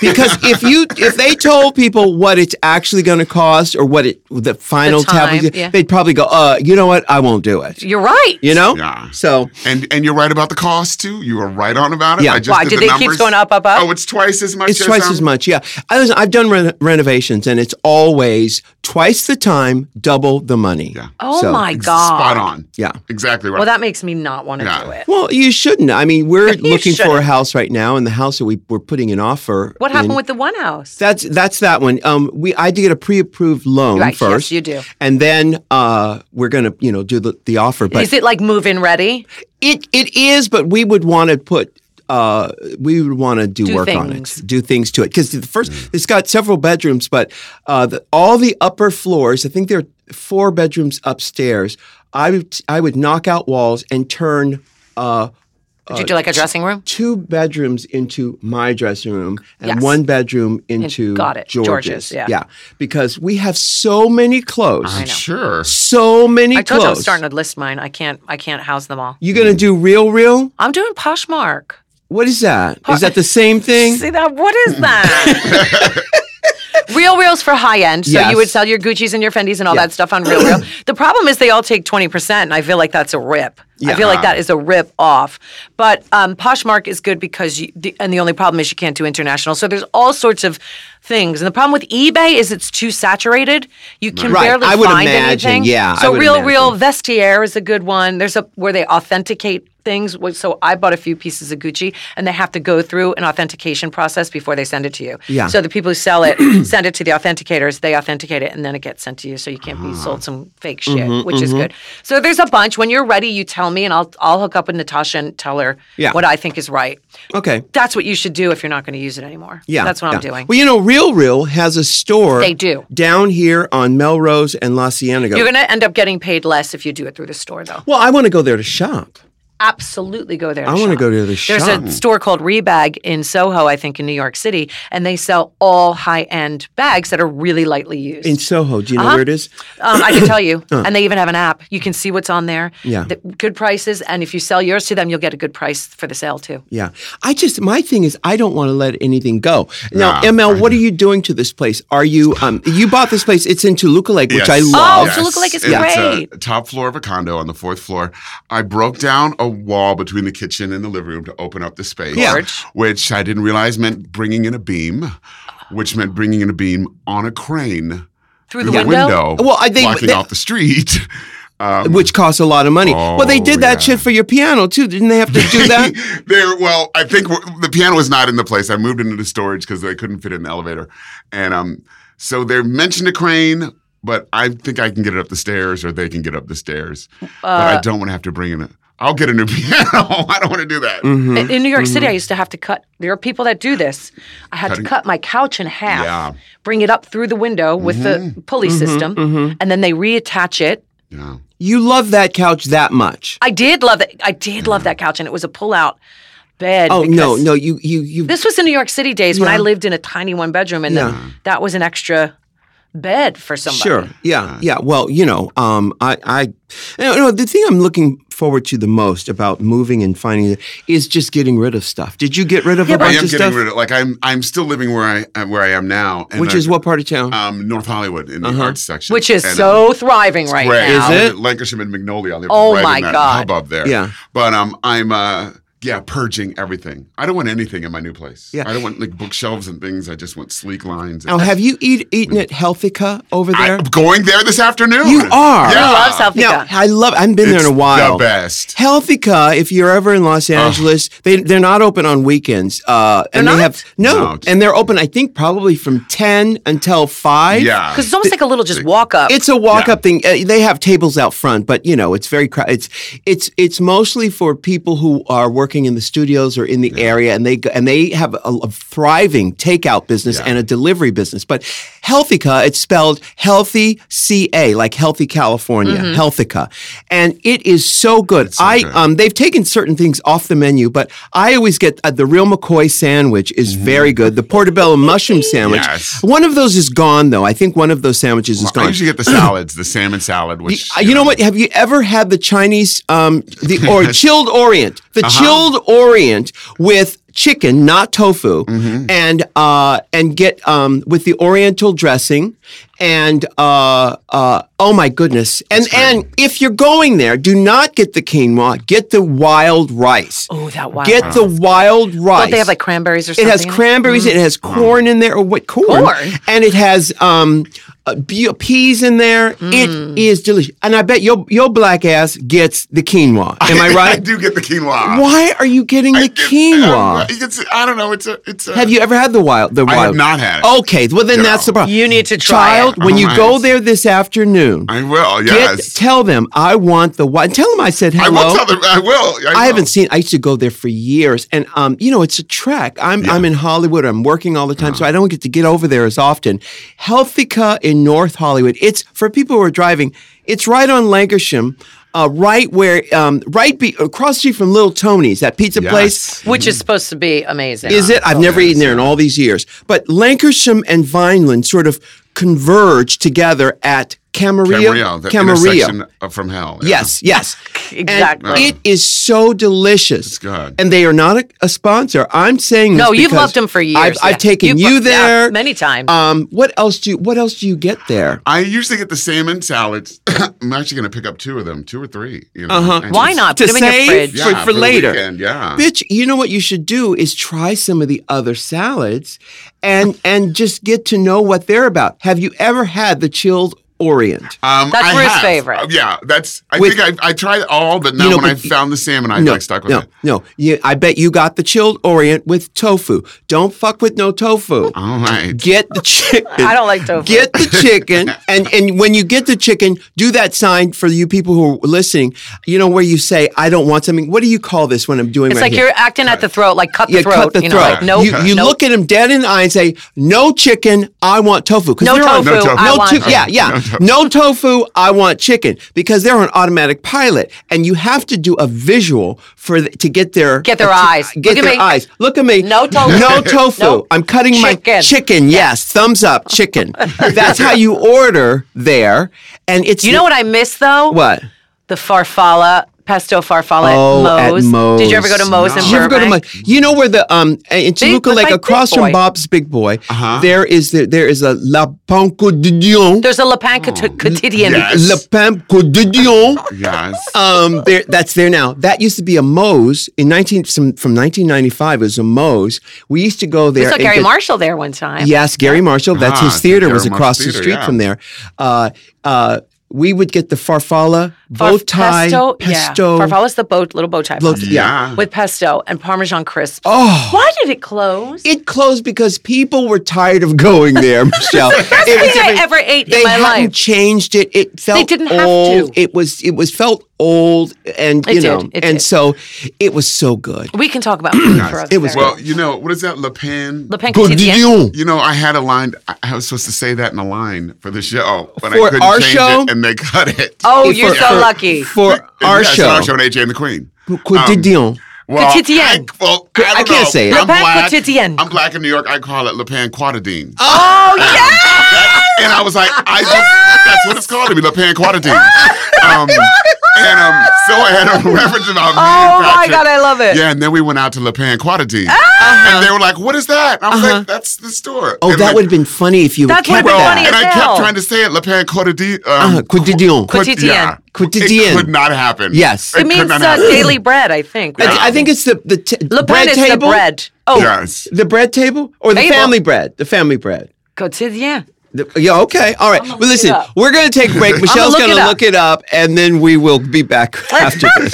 [SPEAKER 1] [LAUGHS] because if you if they told people what it's actually going to cost or what it the final
[SPEAKER 2] The time,
[SPEAKER 1] tablet,
[SPEAKER 2] yeah.
[SPEAKER 1] they'd probably go, "Uh, you know what? I won't do it."
[SPEAKER 2] You're right.
[SPEAKER 1] You know,
[SPEAKER 3] Yeah.
[SPEAKER 1] so
[SPEAKER 3] And and you're right about the cost too. You were right on about it.
[SPEAKER 1] Yeah.
[SPEAKER 3] I just
[SPEAKER 2] Why, did
[SPEAKER 3] did the
[SPEAKER 2] it keeps
[SPEAKER 3] numbers.
[SPEAKER 2] going up, up, up?
[SPEAKER 3] Oh, it's twice as much.
[SPEAKER 1] it's twice as
[SPEAKER 3] um,
[SPEAKER 1] much. Yeah, I was, I've done re- renovations, and it's always twice the time, double the money.
[SPEAKER 3] Yeah.
[SPEAKER 2] Oh
[SPEAKER 1] So,
[SPEAKER 2] my God.
[SPEAKER 3] Spot on.
[SPEAKER 1] Yeah.
[SPEAKER 3] Exactly right.
[SPEAKER 2] Well, that makes me not want to
[SPEAKER 3] Yeah.
[SPEAKER 2] do it.
[SPEAKER 1] Well, you shouldn't. I mean, we're
[SPEAKER 2] [LAUGHS] You
[SPEAKER 1] looking for a
[SPEAKER 2] shouldn't.
[SPEAKER 1] house right now, and the house that we we're putting an offer.
[SPEAKER 2] What happened
[SPEAKER 1] in-
[SPEAKER 2] with the one house?
[SPEAKER 1] That's that's that one. Um, we I had to get a pre-approved loan
[SPEAKER 2] Right, yes,
[SPEAKER 1] first.
[SPEAKER 2] you do.
[SPEAKER 1] and then uh, we're gonna you know do the, the offer. But
[SPEAKER 2] Is it like move in ready?
[SPEAKER 1] It it is, but we would want to put uh, we would want to do,
[SPEAKER 2] Do
[SPEAKER 1] work on
[SPEAKER 2] things.
[SPEAKER 1] it, do things to it because the first it's got several bedrooms, but uh, the, all the upper floors. I think there are four bedrooms upstairs. I would I would knock out walls and turn. Uh,
[SPEAKER 2] Did you do like a dressing room?
[SPEAKER 1] Two bedrooms into my dressing room and
[SPEAKER 2] Yes.
[SPEAKER 1] one bedroom into
[SPEAKER 2] got it,
[SPEAKER 1] George's.
[SPEAKER 2] George's, yeah.
[SPEAKER 1] because we have so many clothes,
[SPEAKER 3] I'm sure.
[SPEAKER 1] so many
[SPEAKER 2] I told you I'm
[SPEAKER 1] clothes.
[SPEAKER 2] starting to list mine. I can't. I can't house them all.
[SPEAKER 1] You're gonna do real, real.
[SPEAKER 2] I'm doing Poshmark.
[SPEAKER 1] What is that? Is that the same
[SPEAKER 2] [LAUGHS]
[SPEAKER 1] thing?
[SPEAKER 2] See that? What is that? [LAUGHS] Real Real's for high end. So
[SPEAKER 1] Yes.
[SPEAKER 2] you would sell your Gucci's and your Fendi's and all
[SPEAKER 1] Yeah.
[SPEAKER 2] that stuff on Real [CLEARS THROAT] Real. the problem is they all take 20%, and I feel like that's a rip. I feel like that is a rip off. But um, Poshmark is good because, you, the, and the only problem is you can't do international. So there's all sorts of things. And the problem with eBay is it's too saturated. You can
[SPEAKER 1] Right.
[SPEAKER 2] barely
[SPEAKER 1] I would
[SPEAKER 2] find
[SPEAKER 1] imagine.
[SPEAKER 2] anything.
[SPEAKER 1] Yeah, I
[SPEAKER 2] So
[SPEAKER 1] would
[SPEAKER 2] Real
[SPEAKER 1] imagine.
[SPEAKER 2] Real Vestiaire is a good one. There's a where they authenticate things. Wh- So I bought a few pieces of Gucci, and they have to go through an authentication process before they send it to you.
[SPEAKER 1] Yeah.
[SPEAKER 2] So the people who sell it [CLEARS THROAT] send it to the authenticators. They authenticate it, and then it gets sent to you. So you can't be
[SPEAKER 1] Ah.
[SPEAKER 2] sold some fake shit,
[SPEAKER 1] Mm-hmm,
[SPEAKER 2] which is good. So there's a bunch. When you're ready, you tell me, and I'll I'll hook up with Natasha and tell her
[SPEAKER 1] Yeah.
[SPEAKER 2] what I think is right.
[SPEAKER 1] Okay.
[SPEAKER 2] That's what you should do if you're not going to use it anymore.
[SPEAKER 1] Yeah.
[SPEAKER 2] That's what I'm
[SPEAKER 1] yeah.
[SPEAKER 2] doing.
[SPEAKER 1] Well, you know, Real Real has a store.
[SPEAKER 2] They do.
[SPEAKER 1] Down here on Melrose and La Cienega.
[SPEAKER 2] you're going to end up getting paid less if you do it through the store, though.
[SPEAKER 1] well, I want to go there to shop.
[SPEAKER 2] absolutely go there.
[SPEAKER 1] I wanna
[SPEAKER 2] shop.
[SPEAKER 1] go to the shop.
[SPEAKER 2] There's a store called Rebag in Soho, I think, in New York City, and they sell all high end bags that are really lightly used.
[SPEAKER 1] In Soho. Do you know where it is?
[SPEAKER 2] um, I can tell
[SPEAKER 1] [COUGHS]
[SPEAKER 2] you, and they even have an app. You can see what's on there.
[SPEAKER 1] Yeah.
[SPEAKER 2] the, good prices, and if you sell yours to them, you'll get a good price for the sale too.
[SPEAKER 1] Yeah. I just, my thing is, I don't want to let anything go. Now,
[SPEAKER 3] Nah,
[SPEAKER 1] ML,
[SPEAKER 3] I
[SPEAKER 1] what are you doing to this place? Are you, um, you bought this place. It's in Toluca Lake, which I
[SPEAKER 3] Yes. Oh,
[SPEAKER 1] love.
[SPEAKER 2] Yes. Toluca Lake is
[SPEAKER 3] It's a
[SPEAKER 2] great.
[SPEAKER 3] top floor of a condo on the fourth floor. I broke down a wall between the kitchen and the living room to open up the space,
[SPEAKER 1] Yeah.
[SPEAKER 2] Gorge.
[SPEAKER 3] which I didn't realize meant bringing in a beam, which meant bringing in a beam on a crane
[SPEAKER 2] Through the
[SPEAKER 3] through
[SPEAKER 2] window.
[SPEAKER 1] Well, I think
[SPEAKER 3] blocking
[SPEAKER 1] they-
[SPEAKER 3] off the street. [LAUGHS]
[SPEAKER 2] Oh.
[SPEAKER 3] Um,
[SPEAKER 1] Which costs a lot of money. well, they
[SPEAKER 3] Oh,
[SPEAKER 1] did that
[SPEAKER 3] yeah.
[SPEAKER 1] shit for your piano too. Didn't they have to
[SPEAKER 3] [LAUGHS]
[SPEAKER 1] do that?
[SPEAKER 3] there, well, I think we're- the piano is not in the place. I moved it into storage because they couldn't fit it in the elevator, and um, so they mentioned a crane, but I think I can get it up the stairs, or they can get up the stairs.
[SPEAKER 1] Uh,
[SPEAKER 3] but I don't want to have to bring in a. I'll get a new [LAUGHS] piano. I don't want to do that.
[SPEAKER 1] Mm-hmm.
[SPEAKER 2] In- In New York City, I used to have to cut. There are people that do this. I had
[SPEAKER 3] Mm-hmm. Cutting-
[SPEAKER 2] to cut my couch in half,
[SPEAKER 3] Yeah. Mm-hmm.
[SPEAKER 2] bring it up through the window with the pulley system, and then they reattach it.
[SPEAKER 3] Yeah.
[SPEAKER 1] you love that couch that much.
[SPEAKER 2] I did love that. I did love that couch, and it was a pull-out bed.
[SPEAKER 1] Oh, no,
[SPEAKER 2] because
[SPEAKER 1] no. You, you, you.
[SPEAKER 2] This was in New York City days when
[SPEAKER 1] Yeah.
[SPEAKER 2] I lived in a tiny one-bedroom, and
[SPEAKER 1] Yeah.
[SPEAKER 2] then that was an extra bed for somebody.
[SPEAKER 1] Sure. Yeah. Yeah. Well, you know, um, I, I, you know, no, the thing I'm looking forward to the most about moving and finding it is just getting rid of stuff. Did you get rid of a
[SPEAKER 3] I
[SPEAKER 1] bunch
[SPEAKER 3] am
[SPEAKER 1] of
[SPEAKER 3] getting
[SPEAKER 1] stuff?
[SPEAKER 3] rid of like I'm. I'm still living where I where I am now, and
[SPEAKER 1] Which
[SPEAKER 3] I-
[SPEAKER 1] is Uh-huh. what part of town?
[SPEAKER 3] um, North Hollywood in the arts section,
[SPEAKER 2] Which is
[SPEAKER 3] And, um,
[SPEAKER 2] so thriving right
[SPEAKER 3] Right.
[SPEAKER 2] now.
[SPEAKER 1] Is it?
[SPEAKER 3] Lancashire and Magnolia. I live
[SPEAKER 2] Oh
[SPEAKER 3] right
[SPEAKER 2] my
[SPEAKER 3] in that
[SPEAKER 2] God.
[SPEAKER 3] Hubbub there.
[SPEAKER 1] Yeah.
[SPEAKER 3] But um, I'm uh, yeah, purging everything. I don't want anything in my new place.
[SPEAKER 1] Yeah.
[SPEAKER 3] I don't want like bookshelves and things. I just want sleek lines.
[SPEAKER 1] now,
[SPEAKER 3] And
[SPEAKER 1] have you eat, eaten at Healthica over there?
[SPEAKER 3] I'm going there this afternoon.
[SPEAKER 1] You are.
[SPEAKER 3] Yeah.
[SPEAKER 2] I love South
[SPEAKER 1] now,
[SPEAKER 2] Africa.
[SPEAKER 1] I love. I haven't been
[SPEAKER 3] It's
[SPEAKER 1] there in a while.
[SPEAKER 3] The best.
[SPEAKER 1] Healthica, if you're ever in Los Angeles, they they're not open on weekends. Uh, and
[SPEAKER 2] They're
[SPEAKER 1] they
[SPEAKER 2] not?
[SPEAKER 1] have no,
[SPEAKER 3] No.
[SPEAKER 1] and they're open. I think probably from ten until five.
[SPEAKER 3] Yeah.
[SPEAKER 2] Because it's almost like a little just walk up.
[SPEAKER 1] It's a walk up thing. Uh, they have tables out front, but you know, it's very crowded. It's it's it's mostly for people who are working working in the studios or in the area, and they go- and they have a, a thriving takeout business
[SPEAKER 3] Yeah.
[SPEAKER 1] and a delivery business. But Healthica, it's spelled healthy C A, like healthy California, Healthica, and it is so good. I
[SPEAKER 3] good.
[SPEAKER 1] um, they've taken certain things off the menu, but I always get uh, the real McCoy sandwich is
[SPEAKER 3] Mm-hmm.
[SPEAKER 1] very good. The portobello mushroom sandwich.
[SPEAKER 3] Yes.
[SPEAKER 1] One of those is gone though. I think one of those sandwiches is
[SPEAKER 3] I
[SPEAKER 1] gone.
[SPEAKER 3] usually
[SPEAKER 1] [CLEARS THROAT]
[SPEAKER 3] get the salads, the salmon salad, which
[SPEAKER 1] Uh, you know what? Have you ever had the Chinese, um, the or chilled Orient, the chilled Orient with chicken, not tofu, and uh, and get um, with the Oriental dressing, and uh, uh, oh my goodness! And and if you're going there, do not get the quinoa. Get the wild rice.
[SPEAKER 2] Oh, that wild
[SPEAKER 1] Get the wild rice.
[SPEAKER 2] Don't they have like cranberries or
[SPEAKER 1] It
[SPEAKER 2] something? Mm.
[SPEAKER 1] has cranberries. It has corn in there. Or what corn?
[SPEAKER 2] Corn?
[SPEAKER 1] And it has um, uh, be- peas in there.
[SPEAKER 2] Mm.
[SPEAKER 1] It is delicious. And I bet your your black ass gets the quinoa. Am I
[SPEAKER 3] [LAUGHS] I
[SPEAKER 1] right?
[SPEAKER 3] do get the quinoa.
[SPEAKER 1] Why are you getting the
[SPEAKER 3] I,
[SPEAKER 1] quinoa?
[SPEAKER 3] you can see- I don't know. It's a. It's a.
[SPEAKER 1] Have you Oh. ever had the wild? The
[SPEAKER 3] have
[SPEAKER 1] wild?
[SPEAKER 3] not had it.
[SPEAKER 1] Okay, well then
[SPEAKER 3] No.
[SPEAKER 1] that's the problem.
[SPEAKER 2] You need to try
[SPEAKER 1] child.
[SPEAKER 2] it.
[SPEAKER 1] When you go
[SPEAKER 3] Alright.
[SPEAKER 1] there this afternoon,
[SPEAKER 3] I will.
[SPEAKER 1] get
[SPEAKER 3] Yes.
[SPEAKER 1] tell them I want the wild. Tell them I said hello.
[SPEAKER 3] I will tell them. I will.
[SPEAKER 1] I haven't
[SPEAKER 3] will.
[SPEAKER 1] seen. I used to go there for years, and um, you know, it's a trek. I'm I'm in Hollywood. I'm working all the time, so I don't get to get over there as often. Healthica in North Hollywood. It's for people who are driving. It's right on Lancashire, uh, right where um, right be, across the street from Little Tony's, that pizza
[SPEAKER 3] Yes. Oh,
[SPEAKER 1] place.
[SPEAKER 2] which is supposed to be amazing.
[SPEAKER 1] Is it? I've never eaten there in all these years. But Lancashire and Vineland sort of converge together at Camarillo.
[SPEAKER 3] Camarillo, the intersection of- from hell. yeah.
[SPEAKER 1] Yes, yes. And
[SPEAKER 2] Exactly.
[SPEAKER 1] it is so delicious. It's
[SPEAKER 3] good.
[SPEAKER 1] And they are not a, a sponsor. I'm saying
[SPEAKER 2] No,
[SPEAKER 1] this
[SPEAKER 2] you've
[SPEAKER 1] because
[SPEAKER 2] loved them for years.
[SPEAKER 1] I've, I've
[SPEAKER 2] Yeah.
[SPEAKER 1] taken
[SPEAKER 2] You've
[SPEAKER 1] you
[SPEAKER 2] loved- yeah,
[SPEAKER 1] there
[SPEAKER 2] many times.
[SPEAKER 1] Um, what else do you, What else do you get there?
[SPEAKER 3] I usually get the salmon salads. [COUGHS] I'm actually going to pick up two of them, two or three. You know, and
[SPEAKER 2] Why
[SPEAKER 3] just-
[SPEAKER 2] not?
[SPEAKER 1] to
[SPEAKER 2] Put them in your
[SPEAKER 1] save
[SPEAKER 2] fridge.
[SPEAKER 1] Uh-huh. for-
[SPEAKER 3] Yeah,
[SPEAKER 1] for
[SPEAKER 3] the
[SPEAKER 1] later.
[SPEAKER 3] weekend, yeah.
[SPEAKER 1] Bitch, you know what you should do is try some of the other salads, and and just get to know what they're about. Have you ever had the chilled Orient?
[SPEAKER 3] Um,
[SPEAKER 2] That's
[SPEAKER 3] I
[SPEAKER 2] Ruth's
[SPEAKER 3] have.
[SPEAKER 2] favorite.
[SPEAKER 3] Uh, Yeah, that's. I
[SPEAKER 1] With-
[SPEAKER 3] think I, I tried all, but now
[SPEAKER 1] know,
[SPEAKER 3] when I
[SPEAKER 1] but-
[SPEAKER 3] found the salmon, I like stuck with
[SPEAKER 1] no,
[SPEAKER 3] it.
[SPEAKER 1] no. You, I bet you got the chilled Orient with tofu. Don't fuck with no tofu.
[SPEAKER 3] All right.
[SPEAKER 1] Get the chicken.
[SPEAKER 2] I don't like tofu.
[SPEAKER 1] Get the
[SPEAKER 2] [LAUGHS]
[SPEAKER 1] chicken, and and when you get the chicken, do that sign for you people who are listening. You know where you say, "I don't want something." What do you call this when I'm doing?
[SPEAKER 2] it's
[SPEAKER 1] right
[SPEAKER 2] like
[SPEAKER 1] here?
[SPEAKER 2] you're acting at the throat, like cut the
[SPEAKER 1] Yeah,
[SPEAKER 2] throat.
[SPEAKER 1] cut the
[SPEAKER 2] you
[SPEAKER 1] throat.
[SPEAKER 2] know, like nope.
[SPEAKER 1] you you
[SPEAKER 2] nope.
[SPEAKER 1] look at him dead in the eye and say, "No chicken, I want tofu." 'Cause
[SPEAKER 2] No
[SPEAKER 1] they're on-
[SPEAKER 2] tofu,
[SPEAKER 3] No tofu.
[SPEAKER 2] I
[SPEAKER 1] no
[SPEAKER 2] want
[SPEAKER 1] chi-
[SPEAKER 2] chicken.
[SPEAKER 1] yeah, yeah. No tofu, I want chicken because they're on automatic pilot, and you have to do a visual for the, to get their
[SPEAKER 2] Get their eyes.
[SPEAKER 1] Get
[SPEAKER 2] Look at
[SPEAKER 1] their
[SPEAKER 2] me.
[SPEAKER 1] eyes. Look at me.
[SPEAKER 2] No tofu.
[SPEAKER 1] No tofu.
[SPEAKER 2] Nope.
[SPEAKER 1] I'm cutting my
[SPEAKER 2] Chicken.
[SPEAKER 1] chicken. Yes, thumbs up, chicken.
[SPEAKER 2] [LAUGHS]
[SPEAKER 1] That's how you order there, and it's
[SPEAKER 2] You know what I miss though?
[SPEAKER 1] what.
[SPEAKER 2] The farfalla, pesto farfalla
[SPEAKER 1] Oh,
[SPEAKER 2] at,
[SPEAKER 1] at
[SPEAKER 2] Moe's. Did you ever go to
[SPEAKER 1] Moe's.
[SPEAKER 2] Moe's
[SPEAKER 3] No.
[SPEAKER 2] in
[SPEAKER 1] Did you ever go to
[SPEAKER 2] Burbank?
[SPEAKER 1] my? You know where the um in Toluca
[SPEAKER 2] like
[SPEAKER 1] Lake
[SPEAKER 2] Big
[SPEAKER 1] across from
[SPEAKER 2] Boy.
[SPEAKER 1] Bob's Big Boy,
[SPEAKER 3] Uh-huh.
[SPEAKER 1] there is the, there is a La Pancodidion,
[SPEAKER 2] There's a La Pan
[SPEAKER 1] Oh,
[SPEAKER 2] cot- quotidian.
[SPEAKER 3] yes.
[SPEAKER 1] La Pancodidion.
[SPEAKER 3] Yes.
[SPEAKER 1] Um, there, that's there now. That used to be a Moe's in nineteen some, from nineteen ninety five. It was a Moe's. We used to go there.
[SPEAKER 2] I saw
[SPEAKER 1] and
[SPEAKER 2] Gary
[SPEAKER 1] get-
[SPEAKER 2] Marshall there one time.
[SPEAKER 1] Yes, Gary Marshall. That's
[SPEAKER 3] Ah,
[SPEAKER 1] his theater
[SPEAKER 3] Gary
[SPEAKER 1] was
[SPEAKER 3] Marshall
[SPEAKER 1] across the
[SPEAKER 3] Theater,
[SPEAKER 1] street
[SPEAKER 3] yeah.
[SPEAKER 1] from there. Uh, uh, we would get the farfalla,
[SPEAKER 2] Farf-
[SPEAKER 1] bow tie,
[SPEAKER 2] pesto,
[SPEAKER 1] pesto.
[SPEAKER 2] yeah. Farfalla's the boat, little bow tie pasta.
[SPEAKER 3] yeah.
[SPEAKER 2] with pesto and Parmesan crisps. Oh, why did it close?
[SPEAKER 1] It closed because people were tired of going
[SPEAKER 2] [LAUGHS]
[SPEAKER 1] there, Michelle. It was
[SPEAKER 2] thing I
[SPEAKER 1] different.
[SPEAKER 2] ever ate in
[SPEAKER 1] they
[SPEAKER 2] my
[SPEAKER 1] hadn't
[SPEAKER 2] life.
[SPEAKER 1] changed it. It felt
[SPEAKER 2] didn't have
[SPEAKER 1] old.
[SPEAKER 2] to.
[SPEAKER 1] It was it was felt old, and
[SPEAKER 2] It
[SPEAKER 1] you
[SPEAKER 2] did.
[SPEAKER 1] know,
[SPEAKER 2] It
[SPEAKER 1] and
[SPEAKER 2] did.
[SPEAKER 1] so it was so good.
[SPEAKER 2] we can
[SPEAKER 1] [CLEARS THROAT]
[SPEAKER 2] talk about food for us.
[SPEAKER 1] It was
[SPEAKER 3] well, you know what is that? Le Pen.
[SPEAKER 2] Le Pan quotidien.
[SPEAKER 1] Cordillon.
[SPEAKER 3] You know, I had a line. I- I was supposed to say that in a line for the show, but
[SPEAKER 1] For
[SPEAKER 3] I couldn't
[SPEAKER 1] our
[SPEAKER 3] change
[SPEAKER 1] show?
[SPEAKER 3] it, and they [LAUGHS] cut it.
[SPEAKER 2] Oh, you're
[SPEAKER 1] For-
[SPEAKER 2] so
[SPEAKER 1] for- [LAUGHS]
[SPEAKER 2] lucky.
[SPEAKER 1] for our
[SPEAKER 3] yes,
[SPEAKER 1] show.
[SPEAKER 3] Our show Um, and AJ and the Queen.
[SPEAKER 1] Quotidien.
[SPEAKER 3] Well,
[SPEAKER 2] Quotidien.
[SPEAKER 3] I, well, I, don't
[SPEAKER 1] I can't
[SPEAKER 3] know.
[SPEAKER 1] say it.
[SPEAKER 3] I'm
[SPEAKER 2] Le Pan
[SPEAKER 3] black.
[SPEAKER 2] quotidien.
[SPEAKER 3] I'm black in New York. I call it Le Pan Quotidien.
[SPEAKER 2] oh yeah,
[SPEAKER 3] And I was like, I just, that's what it's called to me, Le Pan Quantity. Um, and um, so I had a [LAUGHS] reference about me.
[SPEAKER 2] Oh,
[SPEAKER 3] and
[SPEAKER 2] my
[SPEAKER 3] Patrick.
[SPEAKER 2] God, I love it.
[SPEAKER 3] Yeah, and then we went out to Le Pan Quantity. And they were like, what is that? And I was like, that's the store.
[SPEAKER 1] oh,
[SPEAKER 3] And
[SPEAKER 1] that
[SPEAKER 3] like,
[SPEAKER 1] would have been funny if you
[SPEAKER 2] That
[SPEAKER 1] kept
[SPEAKER 2] would've been
[SPEAKER 1] that.
[SPEAKER 2] funny
[SPEAKER 3] And
[SPEAKER 2] as
[SPEAKER 3] I kept
[SPEAKER 2] hell.
[SPEAKER 3] trying to say it, Le Pan Quantity. Um,
[SPEAKER 1] Uh, Quotidien.
[SPEAKER 3] quot-
[SPEAKER 2] Quotidien.
[SPEAKER 3] yeah.
[SPEAKER 1] Quotidien.
[SPEAKER 3] It could not happen.
[SPEAKER 1] Yes.
[SPEAKER 3] It,
[SPEAKER 2] it means
[SPEAKER 3] could not
[SPEAKER 2] uh,
[SPEAKER 3] happen.
[SPEAKER 2] daily bread. I think. right?
[SPEAKER 1] I, I think it's the the t-
[SPEAKER 2] Le Pen
[SPEAKER 1] bread
[SPEAKER 2] is the
[SPEAKER 1] table.
[SPEAKER 2] bread. Oh,
[SPEAKER 3] Yes.
[SPEAKER 1] The bread table or the
[SPEAKER 2] Table.
[SPEAKER 1] family bread? The family bread.
[SPEAKER 2] quotidien.
[SPEAKER 1] The- Yeah, okay. All right. Well,
[SPEAKER 2] look it
[SPEAKER 1] listen,
[SPEAKER 2] up.
[SPEAKER 1] we're going to take a
[SPEAKER 2] [LAUGHS]
[SPEAKER 1] break. Michelle's
[SPEAKER 2] look
[SPEAKER 1] going
[SPEAKER 2] it
[SPEAKER 1] to
[SPEAKER 2] up. [LAUGHS]
[SPEAKER 1] look it up, and then we will be back after this.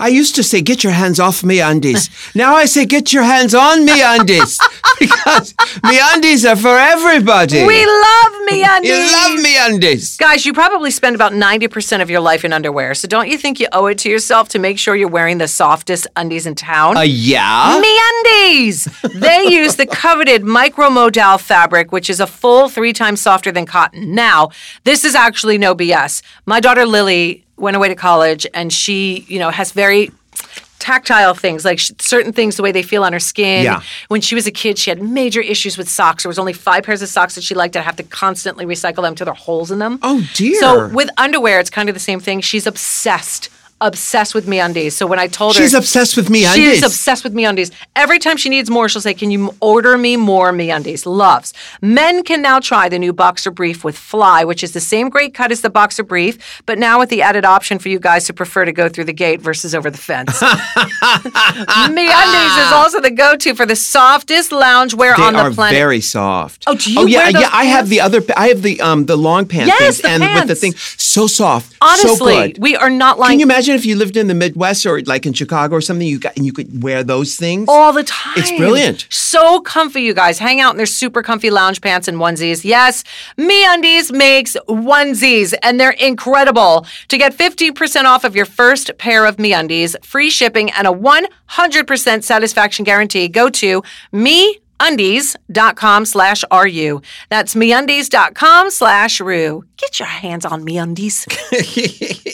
[SPEAKER 1] I used to say, "Get your hands off me undies." now I say, "Get your hands on me undies," [LAUGHS] because me undies are for everybody.
[SPEAKER 2] We love me undies.
[SPEAKER 1] you love me undies.
[SPEAKER 2] Guys, you probably spend about 90% of your life in underwear. So don't you think you owe it to yourself to make sure you're wearing the softest undies in town?
[SPEAKER 1] Uh, yeah.
[SPEAKER 2] MeUndies. They
[SPEAKER 1] [LAUGHS]
[SPEAKER 2] use the coveted micromodal fabric, which is a full three times softer than cotton. Now, this is actually no BS. My daughter Lily went away to college, and she, you know, has very tactile things like sh- certain things the way they feel on her skin
[SPEAKER 1] Yeah.
[SPEAKER 2] when she was a kid she had major issues with socks there was only five pairs of socks that she liked i'd have to constantly recycle them till there are holes in them
[SPEAKER 1] Oh, dear.
[SPEAKER 2] so with underwear it's kind of the same thing she's obsessed obsessed with me undies so when i told her
[SPEAKER 1] She's obsessed with me undies.
[SPEAKER 2] She's obsessed with MeUndies. Every time she needs more, she'll say, "Can you order me more MeUndies?" Loves. Men can now try the new boxer brief with Fly, which is the same great cut as the boxer brief, but now with the added option for you guys to prefer to go through the gate versus over the
[SPEAKER 1] [LAUGHS]
[SPEAKER 2] fence. MeUndies is also the go-to for the softest loungewear
[SPEAKER 1] Ah. they
[SPEAKER 2] on the
[SPEAKER 1] are
[SPEAKER 2] planet.
[SPEAKER 1] very soft.
[SPEAKER 2] Oh, do you
[SPEAKER 1] yeah,
[SPEAKER 2] wear those
[SPEAKER 1] yeah. I have
[SPEAKER 2] pants?
[SPEAKER 1] the other. I have the um the long pants.
[SPEAKER 2] Yes,
[SPEAKER 1] things and
[SPEAKER 2] the
[SPEAKER 1] with the
[SPEAKER 2] pants.
[SPEAKER 1] thing so soft, so
[SPEAKER 2] Honestly,
[SPEAKER 1] good.
[SPEAKER 2] we are not lying
[SPEAKER 1] Can you imagine if you lived in the Midwest or like in Chicago or something? You got and you could wear those things.
[SPEAKER 2] all the time.
[SPEAKER 1] It's brilliant.
[SPEAKER 2] So comfy, you guys. Hang out in their super comfy lounge pants and onesies. Yes, MeUndies makes onesies, and they're incredible. To get 15% off of your first pair of MeUndies, free shipping, and a 100% satisfaction guarantee, go to MeUndies.com slash RU. That's MeUndies.com slash RU. Get your hands on MeUndies.
[SPEAKER 1] [LAUGHS]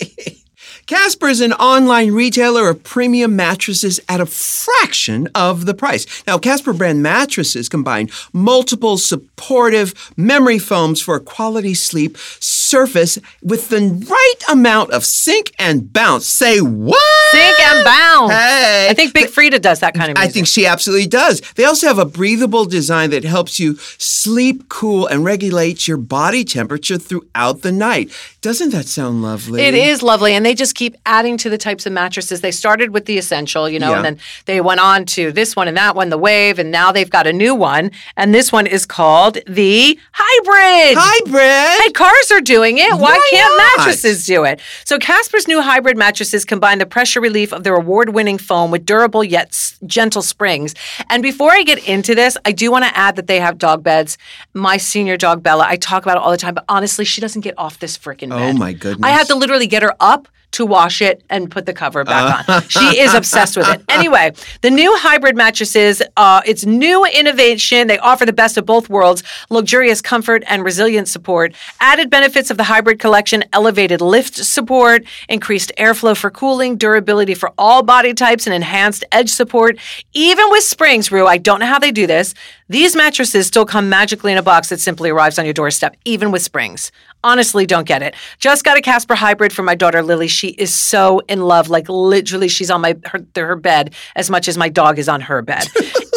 [SPEAKER 1] Casper is an online retailer of premium mattresses at a fraction of the price. Now, Casper brand mattresses combine multiple supportive memory foams for a quality sleep surface with the right amount of sink and bounce. Say what?
[SPEAKER 2] Think and bounce.
[SPEAKER 1] Hey.
[SPEAKER 2] I think Big Frida does that kind of
[SPEAKER 1] I
[SPEAKER 2] music.
[SPEAKER 1] think she absolutely does. They also have a breathable design that helps you sleep cool and regulates your body temperature throughout the night. Doesn't that sound lovely?
[SPEAKER 2] It is lovely, and they just keep adding to the types of mattresses. They started with the essential, you know, and
[SPEAKER 1] Yeah.
[SPEAKER 2] then they went on to this one and that one, the wave, and now they've got a new one, and this one is called the hybrid.
[SPEAKER 1] Hybrid.
[SPEAKER 2] Hey, cars are doing it. Why,
[SPEAKER 1] Why
[SPEAKER 2] can't
[SPEAKER 1] not?
[SPEAKER 2] mattresses do it? So Casper's new hybrid mattresses combine the pressure relief of their award-winning foam with durable yet s- gentle springs. And before I get into this, I do want to add that they have dog beds. My senior dog Bella, I talk about it all the time, but honestly, she doesn't get off this freaking bed.
[SPEAKER 1] Oh my goodness.
[SPEAKER 2] I have to literally get her up to wash it and put the cover back on. She is obsessed with it. Anyway, the new hybrid mattresses, uh, it's new innovation. They offer the best of both worlds luxurious comfort and resilient support. Added benefits of the hybrid collection elevated lift support, increased airflow for cooling, durability for all body types, and enhanced edge support. Even with springs, Rue, I don't know how they do this. These mattresses still come magically in a box that simply arrives on your doorstep, even with springs. Honestly, don't get it. Just got a Casper hybrid for my daughter Lily. She is so in love. Like literally, she's on my her, her bed as much as my dog is on her
[SPEAKER 1] [LAUGHS]
[SPEAKER 2] bed.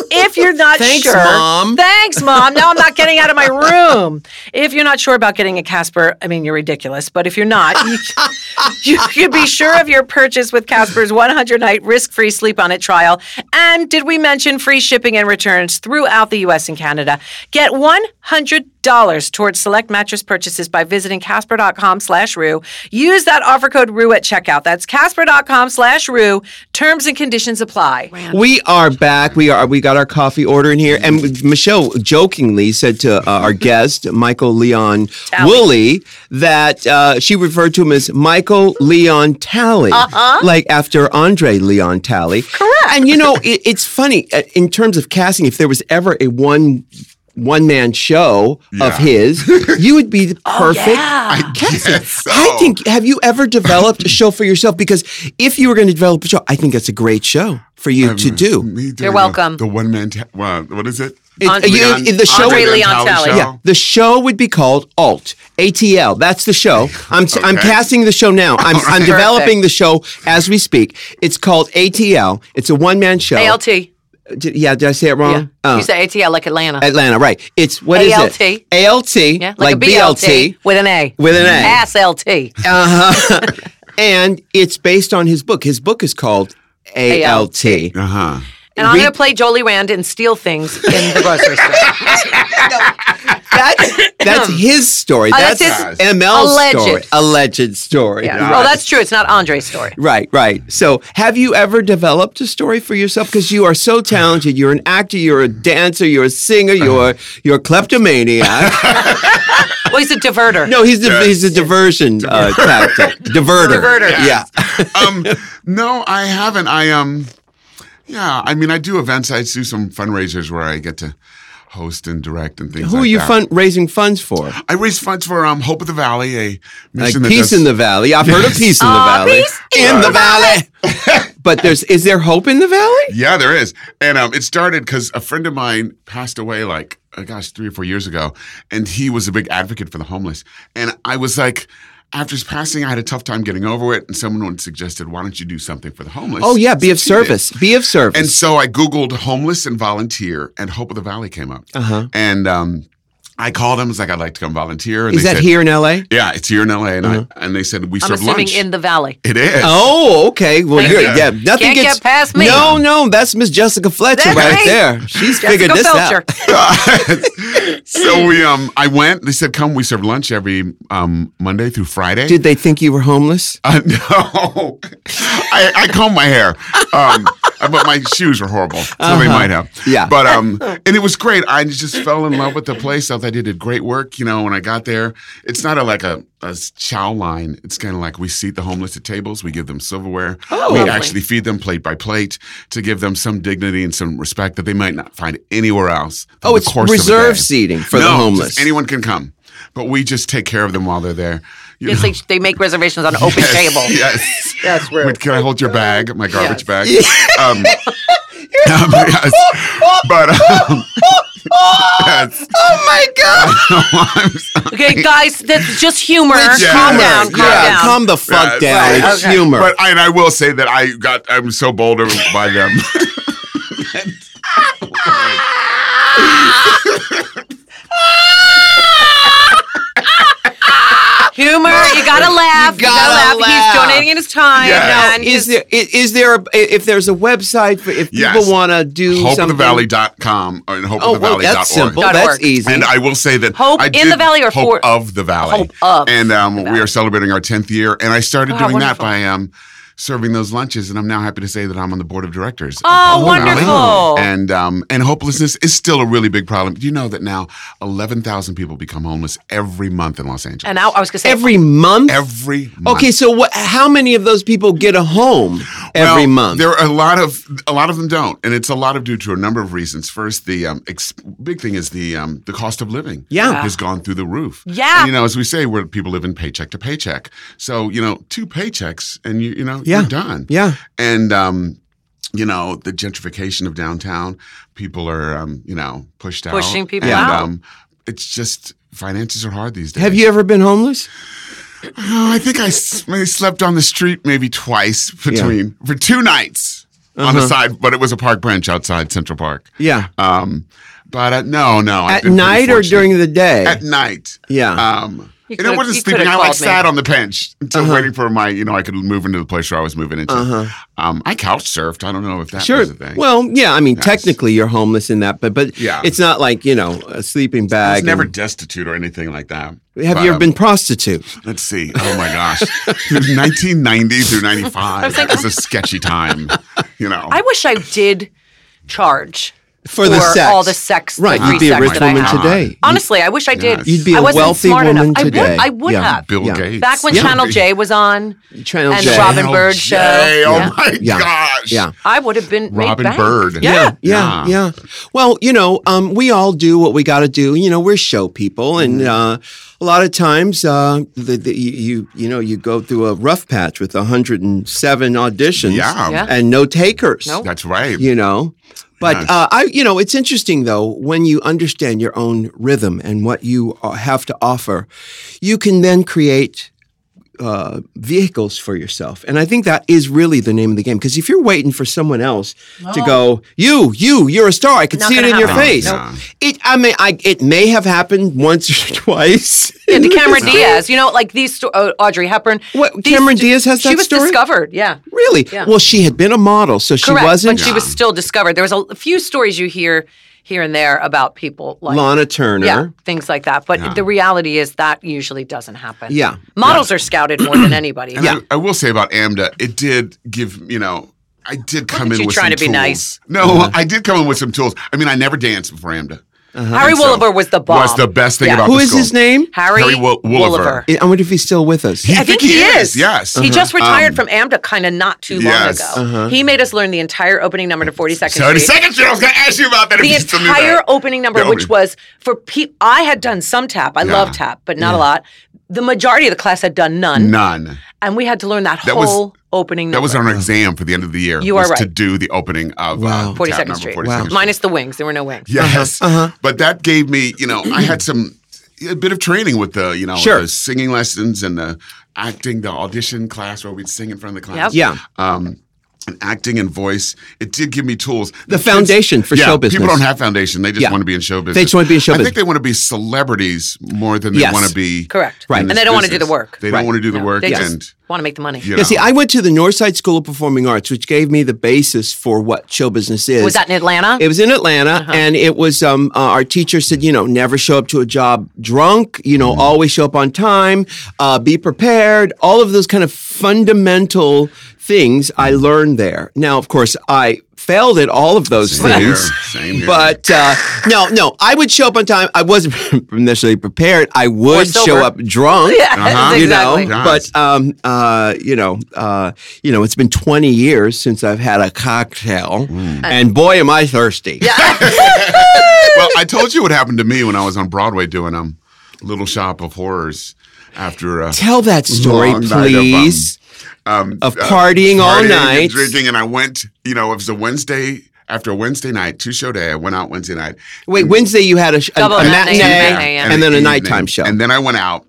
[SPEAKER 2] if you're not
[SPEAKER 1] Thanks,
[SPEAKER 2] sure,
[SPEAKER 1] Mom.
[SPEAKER 2] thanks, mom. Now I'm not getting
[SPEAKER 1] [LAUGHS]
[SPEAKER 2] out of my room. If you're not sure about getting a Casper, I mean you're ridiculous. But if you're not, you, you can be sure of your purchase with Casper's 100 night risk free sleep on it trial. And did we mention free shipping and returns throughout the U.S. and Canada? Get 100 dollars towards select mattress purchases by visiting casper.com slash rue use that offer code rue at checkout that's casper.com slash rue terms and conditions apply
[SPEAKER 1] We are back. We are. We got our coffee order in here, and Michelle jokingly said to uh, our guest Michael Leon
[SPEAKER 2] Talley.
[SPEAKER 1] Woolley that uh, she referred to him as Michael Leon Talley,
[SPEAKER 2] Uh-uh.
[SPEAKER 1] like after Andre Leon Talley. Correct. And you know, it, it's funny uh, in terms of casting. If there was ever a one one man show of
[SPEAKER 3] Yeah.
[SPEAKER 1] his, you would be the perfect
[SPEAKER 2] Oh, yeah.
[SPEAKER 1] [LAUGHS] casting.
[SPEAKER 3] guess
[SPEAKER 1] I
[SPEAKER 3] so.
[SPEAKER 1] think. Have you ever developed a show for yourself? Because if you were going to develop a show, I think that's a great show for you to do.
[SPEAKER 3] Me doing
[SPEAKER 2] You're welcome.
[SPEAKER 3] The, the one man. Ta- well, what is it?
[SPEAKER 1] It-
[SPEAKER 2] Andre-
[SPEAKER 1] you-
[SPEAKER 2] Leon-
[SPEAKER 1] the show.
[SPEAKER 2] Andre
[SPEAKER 1] would-
[SPEAKER 2] Leon Talley.
[SPEAKER 3] Show?
[SPEAKER 1] Yeah, the show would be called Alt ATL. That's the
[SPEAKER 3] [LAUGHS]
[SPEAKER 1] show. I'm I'm
[SPEAKER 3] Okay.
[SPEAKER 1] casting the show now. I'm I'm
[SPEAKER 2] Perfect.
[SPEAKER 1] developing the show as we speak. It's called ATL. It's a one man show.
[SPEAKER 2] alt
[SPEAKER 1] Did- yeah, did I say it wrong? Uh,
[SPEAKER 2] you say atl like atlanta
[SPEAKER 1] Atlanta, right? It's what is
[SPEAKER 2] ALT.
[SPEAKER 1] it? ALT.
[SPEAKER 2] yeah
[SPEAKER 1] like, BLT.
[SPEAKER 2] with an a
[SPEAKER 1] With an A.
[SPEAKER 2] ass
[SPEAKER 1] [LAUGHS]
[SPEAKER 2] lt
[SPEAKER 1] Uh-huh. and it's based on his book. His book is called ALT.
[SPEAKER 3] Uh huh.
[SPEAKER 2] And I'm
[SPEAKER 1] we-
[SPEAKER 2] going to play Jolie Rand and steal things
[SPEAKER 1] [LAUGHS]
[SPEAKER 2] in the grocery store. [LAUGHS]
[SPEAKER 1] That's that's his story.
[SPEAKER 2] Oh,
[SPEAKER 1] that's
[SPEAKER 2] that's
[SPEAKER 3] his-
[SPEAKER 1] ML's
[SPEAKER 2] Alleged.
[SPEAKER 1] story. Alleged story.
[SPEAKER 2] Yeah.
[SPEAKER 3] Right.
[SPEAKER 2] Well, that's true. It's not Andre's story.
[SPEAKER 1] Right, right. So, have you ever developed a story for yourself? Because you are so talented. You're an actor. You're a dancer. You're a singer. You're you're a kleptomaniac.
[SPEAKER 2] Well, he's a diverter.
[SPEAKER 1] no, he's the, [LAUGHS] he's a diversion uh, tactic. [LAUGHS] Diverter.
[SPEAKER 2] Diverter.
[SPEAKER 1] Yeah.
[SPEAKER 3] um, [LAUGHS] no, I haven't. I um, yeah. I mean, I do events. I do some fundraisers where I get to host and direct and things.
[SPEAKER 1] Who
[SPEAKER 3] like
[SPEAKER 1] are you
[SPEAKER 3] that.
[SPEAKER 1] fund raising funds for?
[SPEAKER 3] I raise funds for um, Hope of the Valley, a
[SPEAKER 1] Like
[SPEAKER 3] mission that
[SPEAKER 1] peace
[SPEAKER 3] does-
[SPEAKER 1] in the valley. I've heard of peace in the
[SPEAKER 2] Aw,
[SPEAKER 1] valley.
[SPEAKER 2] peace
[SPEAKER 1] in the valley. [LAUGHS] but there's is there hope in the valley?
[SPEAKER 3] Yeah, there is. And um, it started because a friend of mine passed away like, uh, gosh, three or four years ago. And he was a big advocate for the homeless. And I was like, after his passing, I had a tough time getting over it. And someone suggested, why don't you do something for the homeless?
[SPEAKER 1] Oh yeah, be of
[SPEAKER 3] So he did.
[SPEAKER 1] service. Be of service.
[SPEAKER 3] And so I Googled homeless and volunteer, and Hope of the Valley came up.
[SPEAKER 1] Uh-huh.
[SPEAKER 3] And um, I called them, was like, I'd like to come volunteer. And
[SPEAKER 1] Is
[SPEAKER 3] they
[SPEAKER 1] that
[SPEAKER 3] said-
[SPEAKER 1] here in LA?
[SPEAKER 3] Yeah, it's here in LA. And, I, and they said, We
[SPEAKER 2] I'm
[SPEAKER 3] serve
[SPEAKER 2] assuming
[SPEAKER 3] lunch.
[SPEAKER 2] in the valley.
[SPEAKER 3] it is.
[SPEAKER 1] Oh, okay. Well,
[SPEAKER 2] Thank
[SPEAKER 1] you're,
[SPEAKER 2] you.
[SPEAKER 1] yeah, nothing
[SPEAKER 2] Can't
[SPEAKER 1] gets
[SPEAKER 2] get past me.
[SPEAKER 1] No, no, that's Miss Jessica Fletcher
[SPEAKER 2] That's
[SPEAKER 1] right
[SPEAKER 2] me.
[SPEAKER 1] there. She's figured
[SPEAKER 2] Jessica
[SPEAKER 1] this
[SPEAKER 2] Belcher.
[SPEAKER 1] out. [LAUGHS]
[SPEAKER 3] so we um I went. They said, "Come." We serve lunch every um Monday through Friday.
[SPEAKER 1] Did they think you were
[SPEAKER 3] [LAUGHS]
[SPEAKER 1] homeless?
[SPEAKER 3] uh, no, I, I comb my hair, um, but my shoes are horrible, so they might have.
[SPEAKER 1] Uh-huh. Yeah.
[SPEAKER 3] but um, and it was great. I just fell in love with the place. I thought they did great work. You know, when I got there, it's not a, like a, a chow line. It's kind of like we seat the homeless at tables. We give them silverware.
[SPEAKER 2] Oh,
[SPEAKER 3] we
[SPEAKER 2] lovely.
[SPEAKER 3] actually feed them plate by plate to give them some dignity and some respect that they might not find anywhere else. through
[SPEAKER 1] Oh,
[SPEAKER 3] the
[SPEAKER 1] it's
[SPEAKER 3] course of a
[SPEAKER 1] reserve
[SPEAKER 3] day.
[SPEAKER 1] seating for the
[SPEAKER 3] No, just
[SPEAKER 1] homeless.
[SPEAKER 3] Anyone can come, but we just take care of them while they're there. You
[SPEAKER 2] It's
[SPEAKER 3] know?
[SPEAKER 2] like they make reservations on open
[SPEAKER 1] [LAUGHS]
[SPEAKER 3] Yes,
[SPEAKER 2] table.
[SPEAKER 3] Yes.
[SPEAKER 2] That's rude.
[SPEAKER 3] Wait, can I hold your bag, my
[SPEAKER 2] Yes.
[SPEAKER 3] garbage bag?
[SPEAKER 1] [LAUGHS]
[SPEAKER 3] Um, um, yes. But um, [LAUGHS] yes.
[SPEAKER 1] Oh my God!
[SPEAKER 2] Okay, guys, that's just humor.
[SPEAKER 3] just
[SPEAKER 2] [LAUGHS] Calm
[SPEAKER 3] humor.
[SPEAKER 2] down. Calm
[SPEAKER 3] Yeah,
[SPEAKER 2] down.
[SPEAKER 1] calm the fuck
[SPEAKER 3] Yeah,
[SPEAKER 1] down.
[SPEAKER 3] right.
[SPEAKER 1] It's humor.
[SPEAKER 3] but I, and I will say that I got I'm so bolder
[SPEAKER 1] [LAUGHS]
[SPEAKER 3] by them.
[SPEAKER 2] humor. You gotta laugh. You gotta,
[SPEAKER 1] gotta
[SPEAKER 2] laugh.
[SPEAKER 1] laugh.
[SPEAKER 2] He's donating his time.
[SPEAKER 3] Yes.
[SPEAKER 2] And
[SPEAKER 1] is there i- is there a, if there's a website for if
[SPEAKER 3] Yes.
[SPEAKER 1] people want to do something?
[SPEAKER 3] Hopeofthevalley.com uh, and
[SPEAKER 1] Oh, well,
[SPEAKER 3] hopeofthevalley.org.
[SPEAKER 1] that's simple.
[SPEAKER 2] Dot
[SPEAKER 1] That's
[SPEAKER 2] org.
[SPEAKER 1] easy.
[SPEAKER 3] And I will say that
[SPEAKER 2] Hope
[SPEAKER 3] I
[SPEAKER 2] in the Valley or
[SPEAKER 3] Hope
[SPEAKER 2] for-
[SPEAKER 3] of the Valley.
[SPEAKER 2] Hope of
[SPEAKER 3] and um,
[SPEAKER 2] the
[SPEAKER 3] we
[SPEAKER 2] Valley.
[SPEAKER 3] are celebrating our tenth year, and I started
[SPEAKER 2] Wow,
[SPEAKER 3] doing that
[SPEAKER 2] wonderful.
[SPEAKER 3] by um, serving those lunches, and I'm now happy to say that I'm on the board of directors. of
[SPEAKER 2] Oh,
[SPEAKER 3] Hope of the Valley.
[SPEAKER 2] wonderful.
[SPEAKER 3] And um, and hopelessness is still a really big problem. Do you know that now eleven thousand people become homeless every month in Los Angeles?
[SPEAKER 2] and now I was gonna say
[SPEAKER 1] every month.
[SPEAKER 3] every month.
[SPEAKER 1] okay, so what? How many of those people get a home every
[SPEAKER 3] Well,
[SPEAKER 1] month?
[SPEAKER 3] There are a lot of a lot of them don't, and it's a lot of due to a number of reasons. First, the um, ex- big thing is the um, the cost of living.
[SPEAKER 1] Yeah.
[SPEAKER 3] has gone through the roof.
[SPEAKER 2] Yeah.
[SPEAKER 3] and, you know, as we say, where people live in paycheck to paycheck. So you know, two paychecks, and you you know,
[SPEAKER 1] Yeah.
[SPEAKER 3] you're done.
[SPEAKER 1] Yeah.
[SPEAKER 3] and um. You know the gentrification of downtown. People are, um, you know, pushed out.
[SPEAKER 2] Pushing people
[SPEAKER 3] and,
[SPEAKER 2] out.
[SPEAKER 3] Um, it's just finances are hard these days.
[SPEAKER 1] Have you ever been homeless?
[SPEAKER 3] Oh, I think I s- maybe slept on the street maybe twice between for two nights on
[SPEAKER 1] Uh-huh.
[SPEAKER 3] the side, but it was a park bench outside Central Park.
[SPEAKER 1] Yeah.
[SPEAKER 3] Um, but uh, no, no. I've
[SPEAKER 1] At
[SPEAKER 3] been pretty
[SPEAKER 1] night or
[SPEAKER 3] fortunate.
[SPEAKER 1] during the day?
[SPEAKER 3] At night.
[SPEAKER 1] Yeah.
[SPEAKER 3] Um,
[SPEAKER 2] You
[SPEAKER 3] and I
[SPEAKER 2] could've-
[SPEAKER 3] wasn't
[SPEAKER 2] you
[SPEAKER 3] sleeping.
[SPEAKER 2] could've
[SPEAKER 3] I like
[SPEAKER 2] called me.
[SPEAKER 3] sat on the bench until
[SPEAKER 1] Uh-huh.
[SPEAKER 3] waiting for my, you know, I could move into the place where I was moving into. Um, I couch surfed. I don't know if that
[SPEAKER 1] sure.
[SPEAKER 3] was a thing.
[SPEAKER 1] Well, yeah. I mean, technically, you're homeless in that, but but
[SPEAKER 3] Yeah.
[SPEAKER 1] it's not like you know a sleeping
[SPEAKER 3] I
[SPEAKER 1] bag.
[SPEAKER 3] was never
[SPEAKER 1] and-
[SPEAKER 3] destitute or anything like that.
[SPEAKER 1] have
[SPEAKER 3] But,
[SPEAKER 1] you ever
[SPEAKER 3] um,
[SPEAKER 1] been prostitute?
[SPEAKER 3] Let's see. Oh my
[SPEAKER 1] [LAUGHS]
[SPEAKER 3] gosh. Through 1990 through 95 That was a sketchy time. You know.
[SPEAKER 2] I wish I did charge
[SPEAKER 1] For the sex.
[SPEAKER 2] all the sex, the
[SPEAKER 1] Right,
[SPEAKER 2] free
[SPEAKER 1] you'd be a
[SPEAKER 2] sex
[SPEAKER 1] rich
[SPEAKER 2] that I
[SPEAKER 1] woman
[SPEAKER 2] have.
[SPEAKER 1] today.
[SPEAKER 2] Honestly, I wish I did.
[SPEAKER 3] Yes. You'd
[SPEAKER 1] be
[SPEAKER 2] I
[SPEAKER 1] a
[SPEAKER 2] wasn't
[SPEAKER 1] wealthy
[SPEAKER 2] smart
[SPEAKER 1] woman
[SPEAKER 2] enough.
[SPEAKER 1] today.
[SPEAKER 2] I would, I would
[SPEAKER 1] Yeah.
[SPEAKER 2] have.
[SPEAKER 3] Bill
[SPEAKER 1] Yeah.
[SPEAKER 3] Gates.
[SPEAKER 2] Back when
[SPEAKER 1] Yeah.
[SPEAKER 2] Channel J was on,
[SPEAKER 1] Channel
[SPEAKER 2] and
[SPEAKER 1] J.
[SPEAKER 2] Robin
[SPEAKER 3] Channel
[SPEAKER 2] Bird
[SPEAKER 3] J,
[SPEAKER 2] show.
[SPEAKER 3] Oh
[SPEAKER 2] Yeah.
[SPEAKER 3] my
[SPEAKER 1] Yeah.
[SPEAKER 3] gosh.
[SPEAKER 1] Yeah.
[SPEAKER 2] I would have been made
[SPEAKER 3] Robin
[SPEAKER 2] bank.
[SPEAKER 3] Bird.
[SPEAKER 2] Yeah.
[SPEAKER 1] yeah, yeah, yeah. Well, you know, um, we all do what we got to do. You know, we're show people, and uh, a lot of times, uh, the, the, you you- you know, you go through a rough patch with 107 auditions,
[SPEAKER 3] Yeah.
[SPEAKER 2] Yeah.
[SPEAKER 1] and no takers.
[SPEAKER 2] Nope.
[SPEAKER 3] That's right.
[SPEAKER 1] you know but
[SPEAKER 3] Yes.
[SPEAKER 1] uh, i you know it's interesting though when you understand your own rhythm and what you uh, have to offer you can then create uh, vehicles for yourself. And I think that is really the name of the game. Because if you're waiting for someone else to go, you, you, you're a star. I can
[SPEAKER 2] Not
[SPEAKER 1] see it
[SPEAKER 2] gonna
[SPEAKER 1] in your
[SPEAKER 2] happen.
[SPEAKER 3] No,
[SPEAKER 1] face.
[SPEAKER 3] no.
[SPEAKER 1] It, I mean, I, it may have happened once or [LAUGHS] twice.
[SPEAKER 2] Yeah, the Cameron Diaz, you know, like these sto- uh, Audrey Hepburn.
[SPEAKER 1] What,
[SPEAKER 2] These
[SPEAKER 1] Cameron
[SPEAKER 2] st-
[SPEAKER 1] Diaz has
[SPEAKER 2] she
[SPEAKER 1] that
[SPEAKER 2] was
[SPEAKER 1] story?
[SPEAKER 2] discovered. Yeah,
[SPEAKER 1] Really?
[SPEAKER 2] Yeah.
[SPEAKER 1] Well, she had been a model, so she
[SPEAKER 2] correct.
[SPEAKER 1] wasn't.
[SPEAKER 2] but she was still discovered. There was a, a few stories you hear here and there about people like
[SPEAKER 1] Lana Turner.
[SPEAKER 2] yeah, things like that. But the reality is that usually doesn't happen.
[SPEAKER 1] Yeah.
[SPEAKER 2] models are scouted more
[SPEAKER 3] [CLEARS THROAT]
[SPEAKER 2] than anybody.
[SPEAKER 3] And I, I will say about AMDA, it did give, you know, I did come
[SPEAKER 2] at
[SPEAKER 3] in
[SPEAKER 2] you
[SPEAKER 3] with
[SPEAKER 2] trying
[SPEAKER 3] some
[SPEAKER 2] to be
[SPEAKER 3] tools.
[SPEAKER 2] nice.
[SPEAKER 3] No, I did come in with some tools. I mean, I never danced before AMDA.
[SPEAKER 1] Uh-huh.
[SPEAKER 2] Harry
[SPEAKER 3] So,
[SPEAKER 2] Williver was the bomb.
[SPEAKER 3] Was the best thing
[SPEAKER 2] Yeah.
[SPEAKER 3] about
[SPEAKER 1] Who
[SPEAKER 3] the
[SPEAKER 1] is
[SPEAKER 3] school.
[SPEAKER 1] his name?
[SPEAKER 2] Harry,
[SPEAKER 3] Harry Wo- Wolliver.
[SPEAKER 2] Wolliver.
[SPEAKER 1] I wonder if he's still with us.
[SPEAKER 3] He-
[SPEAKER 2] I think he is.
[SPEAKER 3] Yes.
[SPEAKER 2] He
[SPEAKER 1] Uh-huh.
[SPEAKER 2] just retired
[SPEAKER 1] Um,
[SPEAKER 2] from AMDA kind of not too
[SPEAKER 3] Yes.
[SPEAKER 2] long ago. He made us learn the entire opening number to 42nd
[SPEAKER 3] So the
[SPEAKER 2] Street.
[SPEAKER 3] second show, I was going to ask you about that. if
[SPEAKER 2] the
[SPEAKER 3] you still knew
[SPEAKER 2] entire
[SPEAKER 3] that.
[SPEAKER 2] opening number,
[SPEAKER 3] The
[SPEAKER 2] which
[SPEAKER 3] opening.
[SPEAKER 2] was for pe I had done some tap. I love tap, but not a lot. The majority of the class had done none,
[SPEAKER 3] None.
[SPEAKER 2] and we had to learn that,
[SPEAKER 3] That was-
[SPEAKER 2] whole opening number.
[SPEAKER 3] That was on our exam for the end of the year.
[SPEAKER 2] You
[SPEAKER 3] was
[SPEAKER 2] are right.
[SPEAKER 3] To do the opening of
[SPEAKER 1] Wow.
[SPEAKER 3] uh,
[SPEAKER 2] 42nd
[SPEAKER 3] tap number
[SPEAKER 2] Street.
[SPEAKER 3] 42nd Street.
[SPEAKER 2] minus the wings. There were no wings.
[SPEAKER 1] Uh-huh,
[SPEAKER 3] Yes. But that gave me, you know, I had some a bit of training with the, you know,
[SPEAKER 1] Sure.
[SPEAKER 3] the singing lessons and the acting, the audition class where we'd sing in front of the class.
[SPEAKER 1] Yep.
[SPEAKER 3] Um, and acting and voice, it did give me tools.
[SPEAKER 1] The
[SPEAKER 3] Kids-
[SPEAKER 1] foundation for
[SPEAKER 3] yeah,
[SPEAKER 1] show business.
[SPEAKER 3] People don't have foundation; they just
[SPEAKER 1] Yeah.
[SPEAKER 3] want to be in show business.
[SPEAKER 1] just wanna be in show
[SPEAKER 3] I think
[SPEAKER 1] business.
[SPEAKER 3] they want to be celebrities more than they
[SPEAKER 1] Yes.
[SPEAKER 3] want to be
[SPEAKER 2] Correct.
[SPEAKER 3] in
[SPEAKER 2] Right. And
[SPEAKER 3] this
[SPEAKER 2] they don't wanna do
[SPEAKER 3] business.
[SPEAKER 2] the work.
[SPEAKER 3] They don't
[SPEAKER 1] Right.
[SPEAKER 3] want to do the work.
[SPEAKER 2] They
[SPEAKER 3] and
[SPEAKER 2] just want to make the money.
[SPEAKER 3] you
[SPEAKER 1] Yeah,
[SPEAKER 3] know,
[SPEAKER 1] see, I went to the Northside School of Performing Arts, which gave me the basis for what show business is.
[SPEAKER 2] Was that Uh-huh. in Atlanta?
[SPEAKER 1] It was in Atlanta, and it was um, uh, our teacher said, you know, never show up to a job drunk. You know,
[SPEAKER 3] Mm-hmm.
[SPEAKER 1] always show up on time. Uh, be prepared. All of those kind of fundamental things I learned there. Now, of course, I failed at all of those
[SPEAKER 3] same here,
[SPEAKER 1] things.
[SPEAKER 3] same here.
[SPEAKER 1] But uh, no, no, I would show up on time. I wasn't [LAUGHS] necessarily prepared. I would show
[SPEAKER 2] sober.
[SPEAKER 1] up
[SPEAKER 2] [LAUGHS]
[SPEAKER 1] drunk.
[SPEAKER 2] Yes,
[SPEAKER 3] Uh-huh.
[SPEAKER 1] You know,
[SPEAKER 2] exactly.
[SPEAKER 3] Yes.
[SPEAKER 1] but um, uh, you know, uh, you know, it's been 20 years since I've had a cocktail,
[SPEAKER 3] Mm.
[SPEAKER 1] and boy, am I thirsty. [LAUGHS]
[SPEAKER 3] well, I told you what happened to me when I was on Broadway doing um, Little Shop of Horrors after uh,
[SPEAKER 1] Tell that story,
[SPEAKER 3] Long night of, um,
[SPEAKER 1] please.
[SPEAKER 3] um,
[SPEAKER 1] Of,
[SPEAKER 3] uh,
[SPEAKER 1] partying, all
[SPEAKER 3] partying and
[SPEAKER 1] night.
[SPEAKER 3] drinking, and I went. You know, it was a Wednesday after a Wednesday night, two show day. I went out Wednesday night.
[SPEAKER 1] Wait, Wednesday you had a, sh- a,
[SPEAKER 2] Double
[SPEAKER 1] a
[SPEAKER 2] matinee,
[SPEAKER 1] matinee,
[SPEAKER 2] matinee, yeah.
[SPEAKER 1] and,
[SPEAKER 3] an
[SPEAKER 1] then a
[SPEAKER 3] evening.
[SPEAKER 1] nighttime show.
[SPEAKER 3] and then I went out,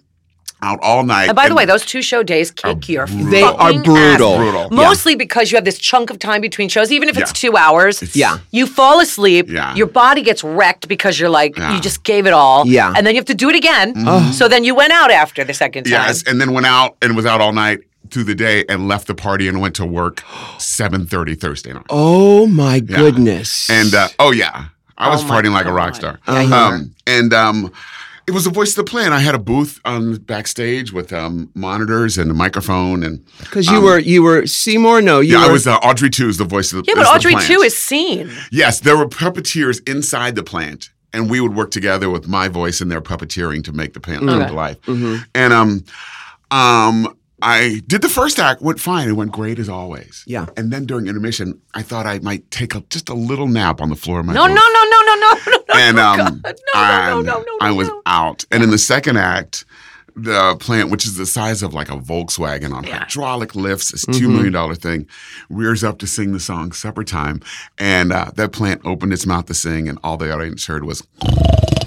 [SPEAKER 3] out all night.
[SPEAKER 2] And Oh, by the
[SPEAKER 3] and-
[SPEAKER 2] way, those two show days kick your
[SPEAKER 1] they are
[SPEAKER 2] fucking
[SPEAKER 1] brutal.
[SPEAKER 2] ass.
[SPEAKER 3] Brutal. Yeah.
[SPEAKER 2] Mostly because you have this chunk of time between shows, even if it's
[SPEAKER 3] Yeah.
[SPEAKER 2] two hours.
[SPEAKER 1] Yeah.
[SPEAKER 2] You fall asleep.
[SPEAKER 3] Yeah.
[SPEAKER 2] Your body gets wrecked because you're like,
[SPEAKER 3] Yeah. Mm-hmm.
[SPEAKER 2] you just gave it all.
[SPEAKER 1] Yeah. Oh.
[SPEAKER 2] And then you have to do it again. So then you went out after the second time.
[SPEAKER 3] yes, and then went out and was out all night through the day and left the party and went to work [GASPS] seven thirty Thursday night.
[SPEAKER 1] oh my goodness!
[SPEAKER 3] And uh, oh yeah, I was
[SPEAKER 2] Oh, my
[SPEAKER 3] partying like a rock
[SPEAKER 2] God.
[SPEAKER 3] star.
[SPEAKER 1] Uh-huh.
[SPEAKER 3] Um, and um, it was the voice of the plan. I had a booth on backstage with um, monitors and a microphone, and
[SPEAKER 1] because you
[SPEAKER 3] um,
[SPEAKER 1] were you were Seymour. No, you
[SPEAKER 3] yeah,
[SPEAKER 1] were
[SPEAKER 3] I was uh, Audrey Two's the voice of the
[SPEAKER 2] Yeah, but
[SPEAKER 3] is the
[SPEAKER 2] Audrey
[SPEAKER 3] plant.
[SPEAKER 2] too is seen.
[SPEAKER 3] yes. There were puppeteers inside the plant, and we would work together with my voice and their puppeteering to make the plant come
[SPEAKER 2] Okay.
[SPEAKER 3] to life.
[SPEAKER 1] Mm-hmm.
[SPEAKER 3] And um, um, I did the first act, went fine, it went great as always.
[SPEAKER 1] Yeah.
[SPEAKER 3] And then during intermission, I thought I might take a, just a little nap on the floor of my
[SPEAKER 2] No, no,
[SPEAKER 3] booth.
[SPEAKER 2] no, no, no, no, no, [LAUGHS] Oh, no.
[SPEAKER 3] and um,
[SPEAKER 2] no, no,
[SPEAKER 3] and
[SPEAKER 2] no, no,
[SPEAKER 3] I
[SPEAKER 2] no,
[SPEAKER 3] was
[SPEAKER 2] no.
[SPEAKER 3] out. And in the second act, the plant, which is the size of like a Volkswagen on
[SPEAKER 2] Yeah.
[SPEAKER 3] hydraulic lifts, this two million dollar thing, rears up to sing the song "Supper Time," and uh, that plant opened its mouth to sing, and all the audience heard was [LAUGHS]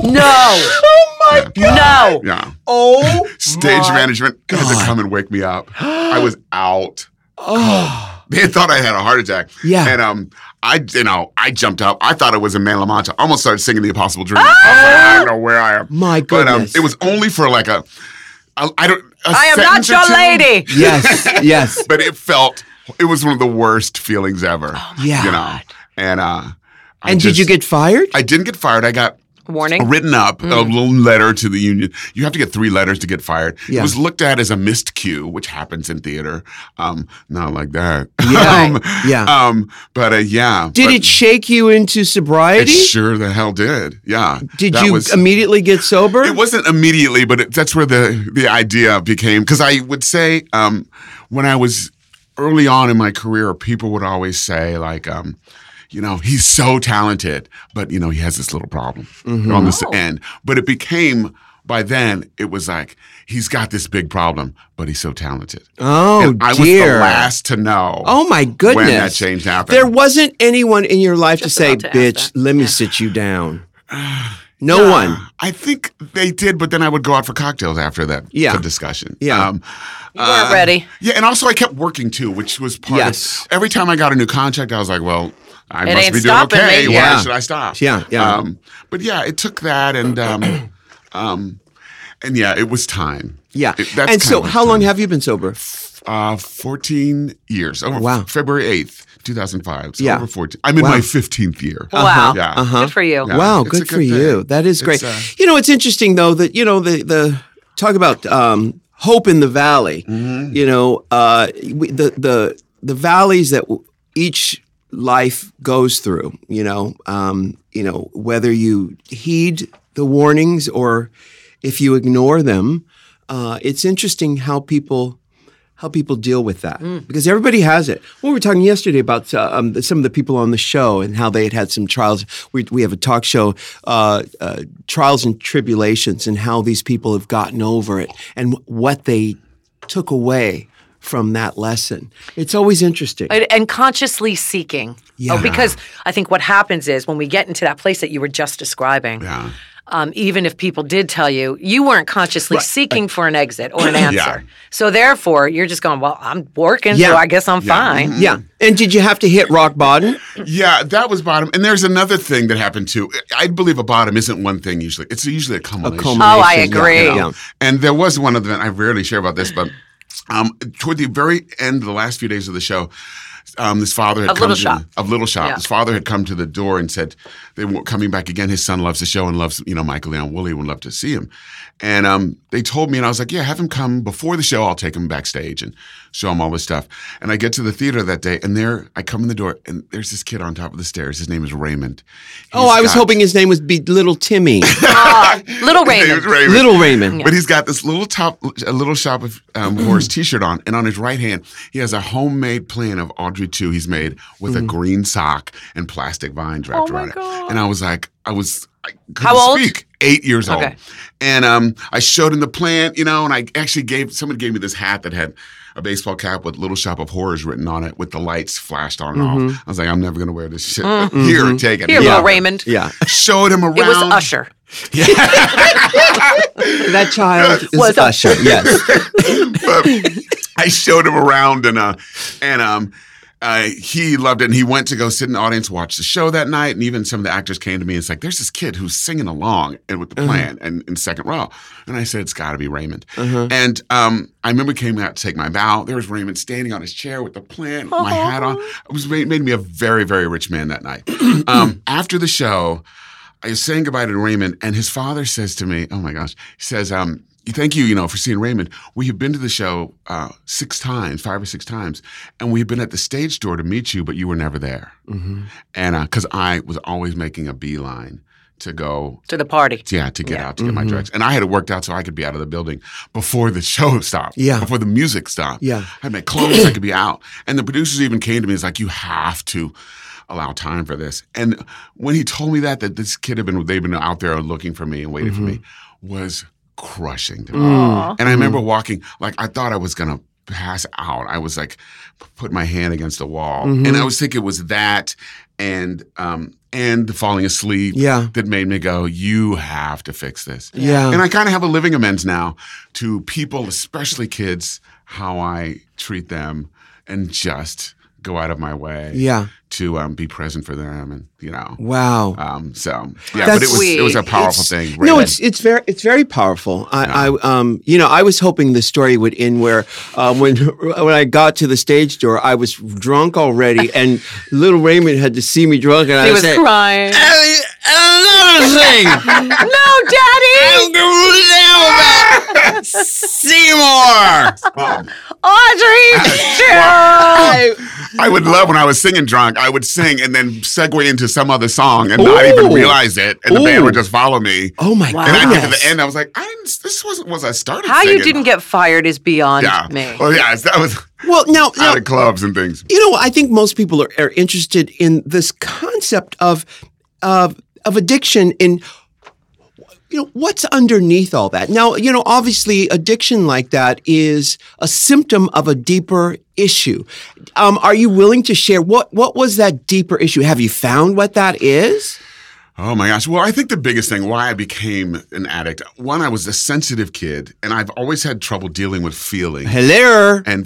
[SPEAKER 2] No. oh my God. No.
[SPEAKER 3] yeah.
[SPEAKER 1] oh
[SPEAKER 3] [LAUGHS] Stage
[SPEAKER 1] my-
[SPEAKER 3] management had to come and wake
[SPEAKER 1] [GASPS]
[SPEAKER 3] me up. I was out.
[SPEAKER 1] Oh,
[SPEAKER 3] They thought I had a heart attack.
[SPEAKER 1] Yeah.
[SPEAKER 3] and um, I you know I jumped up. I thought it was a Man La Mancha. I almost started singing the Impossible Dream. I, was like, I don't know where I am.
[SPEAKER 1] my
[SPEAKER 3] But um,
[SPEAKER 1] goodness!
[SPEAKER 3] it was only for like a, I, I don't. a
[SPEAKER 2] I am not
[SPEAKER 3] sentence or
[SPEAKER 2] your
[SPEAKER 3] two,
[SPEAKER 2] lady.
[SPEAKER 1] yes, yes,
[SPEAKER 3] But it felt it was one of the worst feelings ever.
[SPEAKER 1] yeah.
[SPEAKER 3] You know, and uh, I
[SPEAKER 1] Oh and did you
[SPEAKER 3] just-
[SPEAKER 1] get fired?
[SPEAKER 3] I didn't get fired. I got
[SPEAKER 2] Warning.
[SPEAKER 3] written up a little letter to the union. You have to get three letters to get fired.
[SPEAKER 1] Yeah.
[SPEAKER 3] It was looked at as a missed cue, which happens in theater. Um, not like that.
[SPEAKER 1] Yeah.
[SPEAKER 3] [LAUGHS] um,
[SPEAKER 1] yeah.
[SPEAKER 3] um, but uh, yeah.
[SPEAKER 1] Did
[SPEAKER 3] but
[SPEAKER 1] it shake you into sobriety?
[SPEAKER 3] It sure the hell did. Yeah.
[SPEAKER 1] Did
[SPEAKER 3] That
[SPEAKER 1] you
[SPEAKER 3] was-
[SPEAKER 1] immediately get sober?
[SPEAKER 3] It wasn't immediately, but it, that's where the the idea became. Because I would say um, when I was early on in my career, people would always say like. Um, you know he's so talented, but you know he has this little problem
[SPEAKER 1] Mm-hmm.
[SPEAKER 3] on this
[SPEAKER 2] Oh.
[SPEAKER 3] end. But it became by then it was like he's got this big problem, but he's so talented.
[SPEAKER 1] oh
[SPEAKER 3] and I
[SPEAKER 1] dear!
[SPEAKER 3] was the last to know.
[SPEAKER 1] oh my goodness!
[SPEAKER 3] when that change happened.
[SPEAKER 1] There wasn't anyone in your life
[SPEAKER 2] Just
[SPEAKER 1] to say,
[SPEAKER 2] about to ask
[SPEAKER 1] "Bitch,
[SPEAKER 2] that."
[SPEAKER 3] [SIGHS]
[SPEAKER 1] let me sit you down." No one.
[SPEAKER 3] I think they did, but then I would go out for cocktails after that
[SPEAKER 1] Yeah.
[SPEAKER 3] for discussion.
[SPEAKER 1] Yeah.
[SPEAKER 2] You weren't
[SPEAKER 3] uh,
[SPEAKER 2] ready.
[SPEAKER 3] Yeah, and also I kept working too, which was part
[SPEAKER 1] Yes.
[SPEAKER 3] of every time I got a new contract, I was like, well, I
[SPEAKER 2] It
[SPEAKER 3] must
[SPEAKER 2] ain't
[SPEAKER 3] be doing
[SPEAKER 2] stopping
[SPEAKER 3] okay.
[SPEAKER 2] me.
[SPEAKER 3] Why
[SPEAKER 1] Yeah.
[SPEAKER 3] should I stop?
[SPEAKER 1] Yeah, yeah.
[SPEAKER 3] Um, but yeah, it took that and um, [CLEARS THROAT] um, and yeah, it was time.
[SPEAKER 1] Yeah.
[SPEAKER 3] It- that's
[SPEAKER 1] and
[SPEAKER 3] kinda
[SPEAKER 1] so,
[SPEAKER 3] what
[SPEAKER 1] how
[SPEAKER 3] time-
[SPEAKER 1] long have you been sober?
[SPEAKER 3] uh, 14 years. Over
[SPEAKER 1] Wow.
[SPEAKER 3] February 8th, 2005. So
[SPEAKER 1] Yeah.
[SPEAKER 3] over 14. I'm in
[SPEAKER 1] Wow.
[SPEAKER 3] my 15th year.
[SPEAKER 1] Uh-huh.
[SPEAKER 2] Wow.
[SPEAKER 3] Yeah.
[SPEAKER 2] Good for you.
[SPEAKER 3] Yeah.
[SPEAKER 1] Wow,
[SPEAKER 3] It's a
[SPEAKER 1] good,
[SPEAKER 3] good
[SPEAKER 1] for you.
[SPEAKER 3] thing.
[SPEAKER 1] That is great.
[SPEAKER 3] It's, uh,
[SPEAKER 1] you know, it's interesting though that you know the the talk about um, hope in the valley.
[SPEAKER 3] Mm-hmm.
[SPEAKER 1] You know, uh, we, the the the valleys that w- each life goes through. You know, um, you know whether you heed the warnings or if you ignore them. Uh, it's interesting how people how people deal with that
[SPEAKER 2] Mm.
[SPEAKER 1] because everybody has it. We were talking yesterday about uh, um, the, some of the people on the show and how they had had some trials. We, we have a talk show, uh, uh, Trials and Tribulations, and how these people have gotten over it and what they took away from that lesson. It's always interesting.
[SPEAKER 2] And- and consciously seeking.
[SPEAKER 1] Yeah.
[SPEAKER 2] Oh, because I think what happens is when we get into that place that you were just describing,
[SPEAKER 3] Yeah.
[SPEAKER 2] um, even if people did tell you, you weren't consciously seeking for an exit
[SPEAKER 1] [CLEARS THROAT]
[SPEAKER 2] or an answer.
[SPEAKER 3] Yeah.
[SPEAKER 2] So therefore, you're just going, well, I'm working,
[SPEAKER 1] Yeah.
[SPEAKER 2] so I guess I'm fine.
[SPEAKER 1] yeah. And did you have to hit rock bottom?
[SPEAKER 3] Yeah, that was bottom. And there's another thing that happened too. I believe a bottom isn't one thing usually. It's usually a culmination.
[SPEAKER 1] culmination,
[SPEAKER 2] Oh, I
[SPEAKER 1] yeah,
[SPEAKER 2] agree.
[SPEAKER 1] yeah.
[SPEAKER 3] know. And there was one of them. I rarely share about this, but um, toward the very end of the last few days of the show, um, this father had
[SPEAKER 2] Of
[SPEAKER 3] come
[SPEAKER 2] Little
[SPEAKER 3] to
[SPEAKER 2] Shop.
[SPEAKER 3] The, of Little Shop.
[SPEAKER 2] Yeah.
[SPEAKER 3] His father had come to the door and said they were coming back again. His son loves the show and loves you know Michael Leon Woolley would love to see him. And um, they told me, and I was like, yeah, have him come before the show. I'll take him backstage and show him all this stuff. And I get to the theater that day, and there I come in the door, and there's this kid on top of the stairs. His name is Raymond.
[SPEAKER 1] Oh,
[SPEAKER 3] He's
[SPEAKER 1] I was
[SPEAKER 3] got- [LAUGHS]
[SPEAKER 1] hoping his name was be Little Timmy, Mm-hmm. [LAUGHS]
[SPEAKER 2] Little
[SPEAKER 3] His name is
[SPEAKER 2] Raymond.
[SPEAKER 3] Raymond.
[SPEAKER 1] Little Raymond.
[SPEAKER 3] But he's got this little top, a little shop of
[SPEAKER 2] [CLEARS THROAT]
[SPEAKER 3] um, horse T-shirt on, and on his right hand he has a homemade plan of Audrey Two he's made with a green sock and plastic vines
[SPEAKER 2] Mm.
[SPEAKER 3] wrapped
[SPEAKER 2] Oh, my
[SPEAKER 3] around
[SPEAKER 2] God.
[SPEAKER 3] it. And I was like, I was, I couldn't
[SPEAKER 2] How old?
[SPEAKER 3] Speak. Eight years
[SPEAKER 2] Okay.
[SPEAKER 3] old, and um, I showed him the plan, you know, and I actually gave someone gave me this hat that had a baseball cap with "Little Shop of Horrors" written on it, with the lights flashed on and off. I was like, I'm never gonna wear this shit. Here, take it.
[SPEAKER 2] Mm-hmm. Here,
[SPEAKER 1] Yeah.
[SPEAKER 2] Little Raymond.
[SPEAKER 1] Yeah,
[SPEAKER 3] Showed him around.
[SPEAKER 2] It was Usher.
[SPEAKER 3] [LAUGHS]
[SPEAKER 1] that
[SPEAKER 2] [LAUGHS]
[SPEAKER 1] child is
[SPEAKER 2] Was a-
[SPEAKER 1] Usher. Yes.
[SPEAKER 3] [LAUGHS] but I showed him around and uh and um uh, he loved it and he went to go sit in the audience watch the show that night and even some of the actors came to me and it's like there's this kid who's singing along and with the plan and in second row and I said it's got to be Raymond and um, I remember came out to take my bow there was Raymond standing on his chair with the plan with my hat on it was made, made me a very very rich man that night [CLEARS THROAT] um, after the show I was saying goodbye to Raymond, and his father says to me, "Oh my gosh," he says, um, "Thank you, you know, for seeing Raymond. We have been to the show uh, six times, five or six times, and we have been at the stage door to meet you, but you were never there, and because I was always making a beeline to go."
[SPEAKER 2] To the party.
[SPEAKER 3] Yeah, to get out to get
[SPEAKER 1] Mm-hmm.
[SPEAKER 3] my drugs, and I had it worked out so I could be out of the building before the [LAUGHS] show stopped.
[SPEAKER 1] Yeah.
[SPEAKER 3] before the music stopped.
[SPEAKER 1] Yeah.
[SPEAKER 3] I made clothes I could be out. And the producers even came to me and was like, you have to allow time for this. And when he told me that, that this kid had been, they've been out there looking for me and waiting for me,
[SPEAKER 1] Mm-hmm.
[SPEAKER 3] was crushing to me. And I remember walking, like, I thought I was going to pass out. I was like, p- put my hand against the wall.
[SPEAKER 1] Mm-hmm.
[SPEAKER 3] And I was thinking it was that and, um, and the falling asleep
[SPEAKER 1] Yeah.
[SPEAKER 3] [LAUGHS] that made me go, you have to fix this.
[SPEAKER 1] Yeah.
[SPEAKER 3] And I kind of have a living amends now to people, especially kids, how I treat them and just go out of my way
[SPEAKER 1] Yeah.
[SPEAKER 3] to um, be present for them. And, you know,
[SPEAKER 1] Wow.
[SPEAKER 3] um, so yeah,
[SPEAKER 1] That's
[SPEAKER 3] but it was, it was a
[SPEAKER 2] sweet.
[SPEAKER 3] powerful
[SPEAKER 1] It's-
[SPEAKER 3] thing.
[SPEAKER 1] No,
[SPEAKER 3] really.
[SPEAKER 1] it's it's very it's very powerful. I, I um you know I was hoping the story would end where um, when [LAUGHS] when I got to the stage door I was drunk
[SPEAKER 3] [LAUGHS]
[SPEAKER 1] already and little Raymond had to see me drunk and I
[SPEAKER 2] He was
[SPEAKER 1] said [LAUGHS]
[SPEAKER 2] crying.
[SPEAKER 1] "And another thing
[SPEAKER 2] [LAUGHS] no, Daddy!
[SPEAKER 1] I'm gonna now [LAUGHS] about Seymour.
[SPEAKER 3] Um,
[SPEAKER 2] Audrey! Cheryl!
[SPEAKER 3] I would love when I was singing drunk, I would sing and then segue into some other song and not even
[SPEAKER 1] Ooh.
[SPEAKER 3] realize it. And the band
[SPEAKER 1] Ooh.
[SPEAKER 3] would just follow me.
[SPEAKER 1] Oh my
[SPEAKER 2] Wow.
[SPEAKER 3] And I get to
[SPEAKER 1] goodness!
[SPEAKER 3] the end, I was like, I didn't, this wasn't was I started
[SPEAKER 2] How you
[SPEAKER 3] singing.
[SPEAKER 2] didn't get fired is beyond
[SPEAKER 3] yeah.
[SPEAKER 2] me.
[SPEAKER 1] Oh,
[SPEAKER 3] Well, yeah, that was
[SPEAKER 1] Well, now, now
[SPEAKER 3] out of clubs and things.
[SPEAKER 1] you know I think most people are, are interested in this concept of of of addiction in you know what's underneath all that now you know obviously addiction like that is a symptom of a deeper issue um, are you willing to share what what was that deeper issue have you found what that is
[SPEAKER 3] Oh my gosh. Well, I think the biggest thing why I became an addict, one, I was a sensitive kid and I've always had trouble dealing with feelings.
[SPEAKER 1] Hello.
[SPEAKER 3] and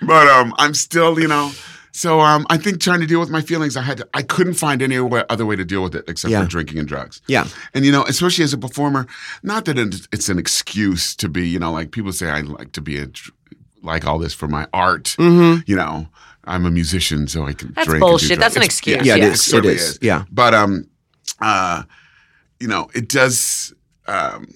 [SPEAKER 3] but um I'm still, you know, so um I think trying to deal with my feelings, I had to, I couldn't find any way, other way to deal with it except
[SPEAKER 1] Yeah.
[SPEAKER 3] for drinking and drugs.
[SPEAKER 1] Yeah.
[SPEAKER 3] And you know, especially as a performer, not that it- it's an excuse to be, you know, like people say I like to be a dr- like all this for my art.
[SPEAKER 1] Mm. Mm-hmm.
[SPEAKER 3] You know, I'm a musician, so I can
[SPEAKER 2] That's
[SPEAKER 3] drink. and do
[SPEAKER 2] bullshit. That's
[SPEAKER 3] drugs.
[SPEAKER 2] an
[SPEAKER 3] It's-
[SPEAKER 2] excuse.
[SPEAKER 1] Yeah, it
[SPEAKER 2] Yeah.
[SPEAKER 1] is.
[SPEAKER 3] certainly
[SPEAKER 1] it is. Yeah.
[SPEAKER 3] but um, uh, you know, it does. Um,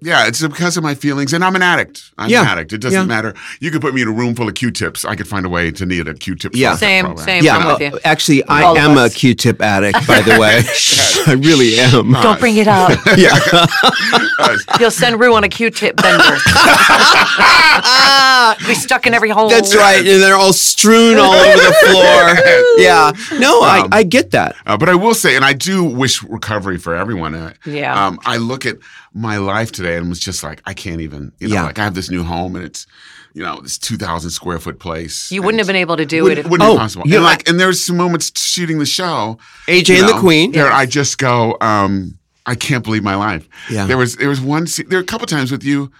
[SPEAKER 3] yeah, it's because of my feelings, and I'm an addict. I'm
[SPEAKER 1] Yeah.
[SPEAKER 3] an addict. It doesn't
[SPEAKER 1] Yeah.
[SPEAKER 3] matter. You could put me in a room full of Q-tips. I could find a way to need a Q-tip.
[SPEAKER 1] Yeah.
[SPEAKER 2] Same,
[SPEAKER 3] program.
[SPEAKER 2] same.
[SPEAKER 1] Yeah.
[SPEAKER 2] I'm with
[SPEAKER 1] uh,
[SPEAKER 2] you.
[SPEAKER 1] Actually, I
[SPEAKER 2] All of
[SPEAKER 1] am a
[SPEAKER 2] us.
[SPEAKER 1] Q-tip addict, by the
[SPEAKER 2] [LAUGHS]
[SPEAKER 1] way. [LAUGHS] I really am.
[SPEAKER 2] Don't bring
[SPEAKER 1] [LAUGHS]
[SPEAKER 2] it up.
[SPEAKER 1] Yeah.
[SPEAKER 3] Uh,
[SPEAKER 2] You'll send Rue on a Q-tip
[SPEAKER 1] [LAUGHS]
[SPEAKER 2] bender. Be stuck in every hole.
[SPEAKER 3] Oh,
[SPEAKER 1] That's right. And they're all strewn all over
[SPEAKER 3] [LAUGHS]
[SPEAKER 1] the floor. Yeah. No, I,
[SPEAKER 3] Um,
[SPEAKER 1] I get that.
[SPEAKER 3] Uh, but I will say, and I do wish recovery for everyone. Uh,
[SPEAKER 2] Yeah.
[SPEAKER 3] Um, I look at my life today and was just like, I can't even. You know,
[SPEAKER 1] Yeah.
[SPEAKER 3] like I have this new home and it's, you know, this two thousand square foot place.
[SPEAKER 2] You wouldn't have been able to do
[SPEAKER 3] Wouldn't,
[SPEAKER 2] it.
[SPEAKER 3] wouldn't
[SPEAKER 1] Oh,
[SPEAKER 3] be possible.
[SPEAKER 1] you
[SPEAKER 3] And
[SPEAKER 1] know,
[SPEAKER 3] like, and there's some moments shooting the show
[SPEAKER 1] AJ
[SPEAKER 3] you
[SPEAKER 1] and
[SPEAKER 3] know,
[SPEAKER 1] the Queen.
[SPEAKER 3] There, I just go. Um, I can't believe my life.
[SPEAKER 1] Yeah.
[SPEAKER 3] There was there was one. se- There were a couple times with you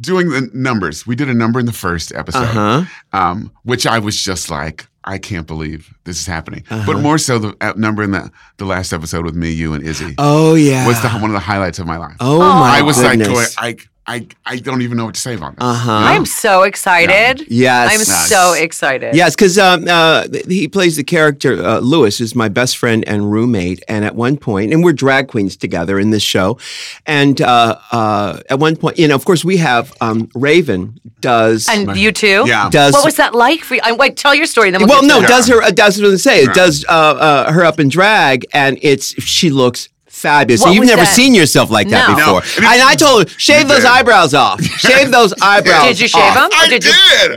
[SPEAKER 3] doing the numbers. We did a number in the first episode,
[SPEAKER 1] Uh-huh.
[SPEAKER 3] um, which I was just like, I can't believe this is happening.
[SPEAKER 1] Uh-huh.
[SPEAKER 3] But more so, the uh, number in the the last episode with me, you, and Izzy
[SPEAKER 1] Oh yeah.
[SPEAKER 3] was the one of the highlights of my life.
[SPEAKER 1] oh my
[SPEAKER 3] I was
[SPEAKER 1] goodness.
[SPEAKER 3] like, going, I, I, I don't even know what to say about this.
[SPEAKER 1] Uh-huh.
[SPEAKER 2] I'm so excited.
[SPEAKER 1] Yes.
[SPEAKER 2] I'm
[SPEAKER 1] Nice.
[SPEAKER 2] so excited.
[SPEAKER 1] Yes, because um, uh, he plays the character uh, Lewis, who's my best friend and roommate. And at one point, and we're drag queens together in this show. And uh, uh, at one point, you know, of course, we have um, Raven does
[SPEAKER 2] And you too?
[SPEAKER 3] Yeah.
[SPEAKER 1] does
[SPEAKER 2] What was that like for you? I, wait, tell your story. Then we'll,
[SPEAKER 1] well,
[SPEAKER 2] get to
[SPEAKER 1] no,
[SPEAKER 2] it.
[SPEAKER 1] does her uh, does what I'm saying.
[SPEAKER 3] Right.
[SPEAKER 1] It does uh, uh, her up in drag, and it's she looks. Fabulous.
[SPEAKER 2] What
[SPEAKER 1] And You've
[SPEAKER 2] was
[SPEAKER 1] never
[SPEAKER 2] that?
[SPEAKER 1] seen yourself like that
[SPEAKER 2] No. No.
[SPEAKER 1] before. And I told her, shave those
[SPEAKER 3] did.
[SPEAKER 1] eyebrows
[SPEAKER 3] [LAUGHS]
[SPEAKER 1] off. Shave those eyebrows.
[SPEAKER 2] Did you shave
[SPEAKER 1] off.
[SPEAKER 2] them? Or
[SPEAKER 3] Oh, I
[SPEAKER 2] did
[SPEAKER 3] did.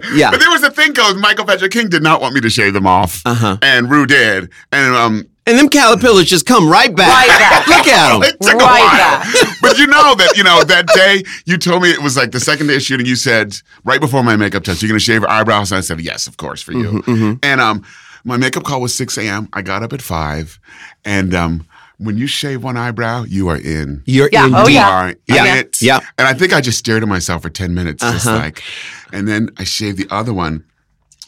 [SPEAKER 2] you-
[SPEAKER 1] Yeah.
[SPEAKER 3] But there was a thing called Michael Patrick King did not want me to shave them off.
[SPEAKER 1] Uh-huh.
[SPEAKER 3] And Rue did. And um,
[SPEAKER 1] And them caterpillars just come right back.
[SPEAKER 2] Right back.
[SPEAKER 1] [LAUGHS] Look at them.
[SPEAKER 3] It took
[SPEAKER 2] Right
[SPEAKER 3] a while. [LAUGHS] but you know that, you know, that day you told me it was like the second day of shooting, you said, right before my makeup test, you're gonna shave your eyebrows. And I said, Yes, of course, for you.
[SPEAKER 2] Mm-hmm,
[SPEAKER 3] And um my makeup call was six AM. I got up at five and um when you shave one eyebrow, you are in.
[SPEAKER 1] You're
[SPEAKER 2] Yeah.
[SPEAKER 1] in
[SPEAKER 2] Oh,
[SPEAKER 1] deep.
[SPEAKER 3] You
[SPEAKER 2] yeah. Uh-huh.
[SPEAKER 3] are in
[SPEAKER 1] Yeah.
[SPEAKER 3] it.
[SPEAKER 1] Yeah.
[SPEAKER 3] And I think I just stared at myself for 10 minutes, just like, and then I shaved the other one.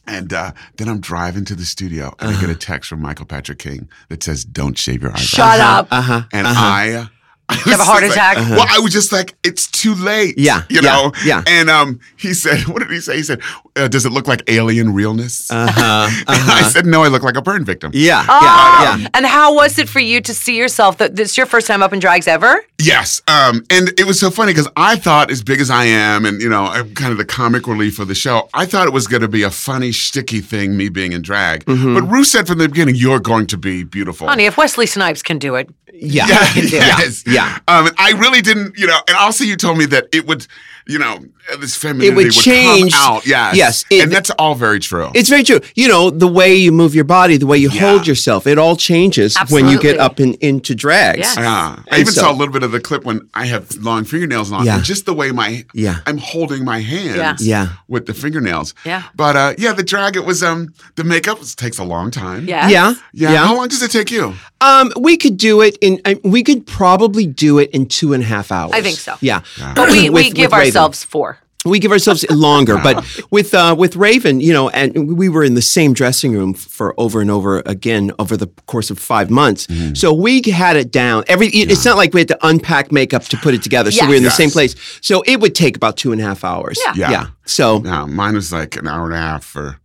[SPEAKER 3] And uh, then I'm driving to the studio and
[SPEAKER 2] Uh-huh.
[SPEAKER 3] I get a text from Michael Patrick King that says, Don't shave your eyebrows.
[SPEAKER 2] Shut up.
[SPEAKER 1] Uh-huh.
[SPEAKER 3] And I. [LAUGHS] I
[SPEAKER 2] have a
[SPEAKER 3] was
[SPEAKER 2] heart
[SPEAKER 3] just
[SPEAKER 2] attack?
[SPEAKER 3] Like, Well, I was just like, it's too late.
[SPEAKER 1] Yeah,
[SPEAKER 3] You
[SPEAKER 1] yeah,
[SPEAKER 3] know?
[SPEAKER 1] yeah.
[SPEAKER 3] And um, he said, [LAUGHS] what did he say? He said, uh, does it look like alien realness?
[SPEAKER 1] Uh-huh.
[SPEAKER 3] [LAUGHS] And I said, no, I look like a burn victim.
[SPEAKER 1] Yeah.
[SPEAKER 2] Ah,
[SPEAKER 1] Yeah. Yeah.
[SPEAKER 2] And how was it for you to see yourself? That this your first time up in drags ever?
[SPEAKER 3] Yes. Um, and it was so funny because I thought, as big as I am, and you know, I'm kind of the comic relief of the show, I thought it was going to be a funny, sticky thing, me being in drag.
[SPEAKER 1] Mm-hmm.
[SPEAKER 3] But Rue said from the beginning, you're going to be beautiful.
[SPEAKER 2] Honey, if Wesley Snipes can do it,
[SPEAKER 1] Yeah.
[SPEAKER 3] Yeah,
[SPEAKER 1] Yeah.
[SPEAKER 3] [LAUGHS] yes.
[SPEAKER 1] Yeah.
[SPEAKER 3] Um, I really didn't, you know, and also you told me that it would, you know, this femininity
[SPEAKER 1] It would change-
[SPEAKER 3] come out. Yes.
[SPEAKER 1] yes, it-
[SPEAKER 3] and that's all very true.
[SPEAKER 1] It's very true. You know, the way you move your body, the way you
[SPEAKER 3] Yeah.
[SPEAKER 1] hold yourself, it all changes when you
[SPEAKER 2] Absolutely.
[SPEAKER 1] get up in, into drags.
[SPEAKER 2] Yeah.
[SPEAKER 3] yeah. I
[SPEAKER 1] And
[SPEAKER 3] even
[SPEAKER 1] so-
[SPEAKER 3] saw a little bit of the clip when I have long fingernails on,
[SPEAKER 1] Yeah.
[SPEAKER 3] and just the way my
[SPEAKER 1] Yeah.
[SPEAKER 3] I'm holding my hands
[SPEAKER 1] Yeah. Yeah.
[SPEAKER 3] with the fingernails.
[SPEAKER 2] Yeah.
[SPEAKER 3] But uh, yeah, the drag it was um the makeup was, takes a long time.
[SPEAKER 2] yeah,
[SPEAKER 1] Yeah.
[SPEAKER 3] Yeah. How long does it take you?
[SPEAKER 1] Um, we could do it in. Uh, we could probably do it in two and a half hours.
[SPEAKER 2] I think so.
[SPEAKER 1] Yeah, [CLEARS THROAT]
[SPEAKER 2] But we, we
[SPEAKER 1] With-
[SPEAKER 2] give
[SPEAKER 1] with Raven.
[SPEAKER 2] ourselves four.
[SPEAKER 1] We give ourselves longer,
[SPEAKER 3] [LAUGHS]
[SPEAKER 1] but with uh, with Raven, you know, and we were in the same dressing room f- for over and over again over the course of five months.
[SPEAKER 3] Mm-hmm.
[SPEAKER 1] So we had it down. Every it- it's not like we had to unpack makeup to put it together. So we were in
[SPEAKER 3] Yes.
[SPEAKER 1] the same place. So it would take about two and a half hours.
[SPEAKER 2] Yeah.
[SPEAKER 3] Yeah.
[SPEAKER 1] So
[SPEAKER 3] No, mine was like an hour and a half for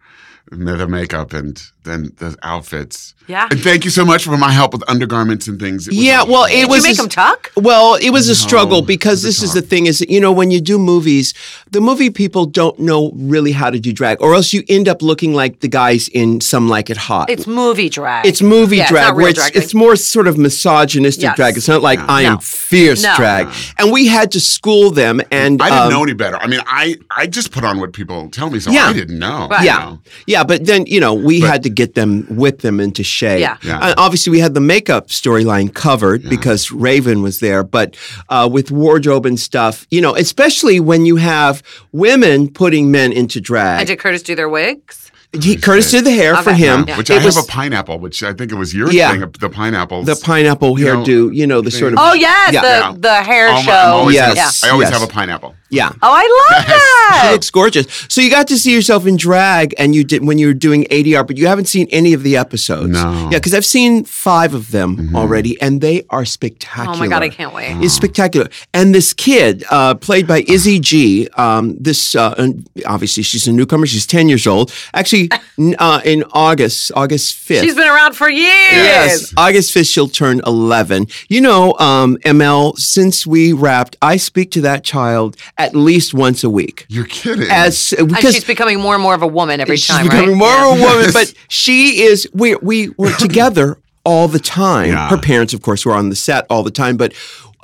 [SPEAKER 3] the makeup and then the outfits.
[SPEAKER 2] Yeah.
[SPEAKER 3] And thank you so much for my help with undergarments and things. It was
[SPEAKER 1] yeah,
[SPEAKER 3] awesome.
[SPEAKER 1] well, it
[SPEAKER 2] Did
[SPEAKER 1] was
[SPEAKER 2] you make
[SPEAKER 1] a-
[SPEAKER 2] them tuck?
[SPEAKER 1] Well, it was a struggle
[SPEAKER 3] No,
[SPEAKER 1] because this is the thing is, that, you know, when you do movies, the movie people don't know really how to do drag, or else you end up looking like the guys in Some Like It Hot.
[SPEAKER 2] It's movie drag.
[SPEAKER 1] It's movie
[SPEAKER 2] Yeah, it's
[SPEAKER 1] drag,
[SPEAKER 2] not real
[SPEAKER 1] where it's,
[SPEAKER 2] drag queen.
[SPEAKER 1] it's more sort of misogynistic
[SPEAKER 2] Yes.
[SPEAKER 1] drag. It's not like I am
[SPEAKER 2] No.
[SPEAKER 1] fierce
[SPEAKER 2] No.
[SPEAKER 1] drag. And we had to school them. And
[SPEAKER 3] I didn't
[SPEAKER 1] um,
[SPEAKER 3] know any better. I mean, I, I just put on what people tell me, so
[SPEAKER 1] Yeah.
[SPEAKER 3] I didn't know.
[SPEAKER 2] Right.
[SPEAKER 3] you
[SPEAKER 1] Yeah.
[SPEAKER 3] know.
[SPEAKER 1] Yeah, but then, you know, we had to get them, whip them into shape.
[SPEAKER 2] Yeah.
[SPEAKER 3] Yeah.
[SPEAKER 1] And obviously, we had the makeup storyline covered because Raven was there, but uh, with wardrobe and stuff, you know, especially when you have women putting men into
[SPEAKER 2] and
[SPEAKER 1] drag.
[SPEAKER 2] did Curtis do their wigs?
[SPEAKER 1] He, Curtis did the hair for
[SPEAKER 2] Okay.
[SPEAKER 1] him.
[SPEAKER 2] Yeah.
[SPEAKER 3] Um, Which
[SPEAKER 1] It
[SPEAKER 3] I have
[SPEAKER 1] was
[SPEAKER 3] a pineapple, which I think it was your
[SPEAKER 1] Yeah.
[SPEAKER 3] thing, the pineapples.
[SPEAKER 1] the pineapple
[SPEAKER 3] You know,
[SPEAKER 1] hairdo. you know the sort of.
[SPEAKER 2] Oh yes,
[SPEAKER 1] Yeah.
[SPEAKER 2] the the hair
[SPEAKER 3] Oh, my- I'm
[SPEAKER 2] show.
[SPEAKER 3] always
[SPEAKER 1] Yes.
[SPEAKER 3] in
[SPEAKER 2] Yeah.
[SPEAKER 3] a- I always
[SPEAKER 1] Yes.
[SPEAKER 3] have a pineapple.
[SPEAKER 1] yeah.
[SPEAKER 2] Oh, I love
[SPEAKER 1] She
[SPEAKER 2] that. Oh
[SPEAKER 1] looks gorgeous. So you got to see yourself in drag, and you did when you were doing ADR, but you haven't seen any of the episodes.
[SPEAKER 3] No.
[SPEAKER 1] Yeah, because I've seen five of them already, and they are spectacular.
[SPEAKER 2] Oh my god, I can't wait.
[SPEAKER 1] It's spectacular. And this kid, uh, played by Izzy G, um, this uh, and obviously she's a newcomer. She's ten years old.
[SPEAKER 2] [LAUGHS]
[SPEAKER 1] Actually, n- uh, in August, August fifth.
[SPEAKER 2] She's been around for years.
[SPEAKER 1] Yes, August 5th, she'll turn 11. You know, um, ML, since we wrapped, I speak to that child at least once a week.
[SPEAKER 3] You're kidding.
[SPEAKER 1] As uh,
[SPEAKER 2] And
[SPEAKER 1] because
[SPEAKER 2] Uh, she's becoming more and more of a woman every time,
[SPEAKER 1] She's becoming
[SPEAKER 2] right?
[SPEAKER 1] more
[SPEAKER 2] Yeah.
[SPEAKER 1] of a woman, but she is. We we
[SPEAKER 3] [CLEARS THROAT]
[SPEAKER 1] were together all the time.
[SPEAKER 3] Yeah.
[SPEAKER 1] Her parents, of course, were on the set all the time, but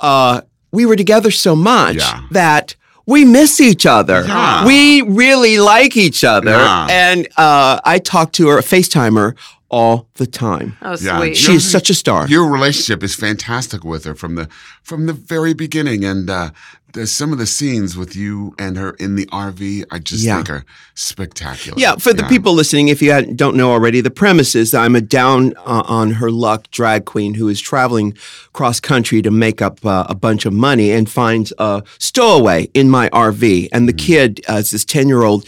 [SPEAKER 1] uh, we were together so much
[SPEAKER 3] Yeah.
[SPEAKER 1] that. We miss each other.
[SPEAKER 3] Yeah.
[SPEAKER 1] We really like each other.
[SPEAKER 3] Yeah.
[SPEAKER 1] And uh, I talk to her, FaceTime her all the time.
[SPEAKER 2] Oh
[SPEAKER 3] Yeah.
[SPEAKER 2] sweet.
[SPEAKER 1] She's such a star.
[SPEAKER 3] your relationship is fantastic with her from the from the very beginning, and uh, there's some of the scenes with you and her in the RV. I just
[SPEAKER 1] Yeah.
[SPEAKER 3] think are spectacular.
[SPEAKER 1] Yeah, for the people listening, if you had, don't know already, the premise is that I'm a down uh, on her luck drag queen who is traveling cross country to make up uh, a bunch of money and finds a stowaway in my RV. And the kid, uh, is this 10 year old,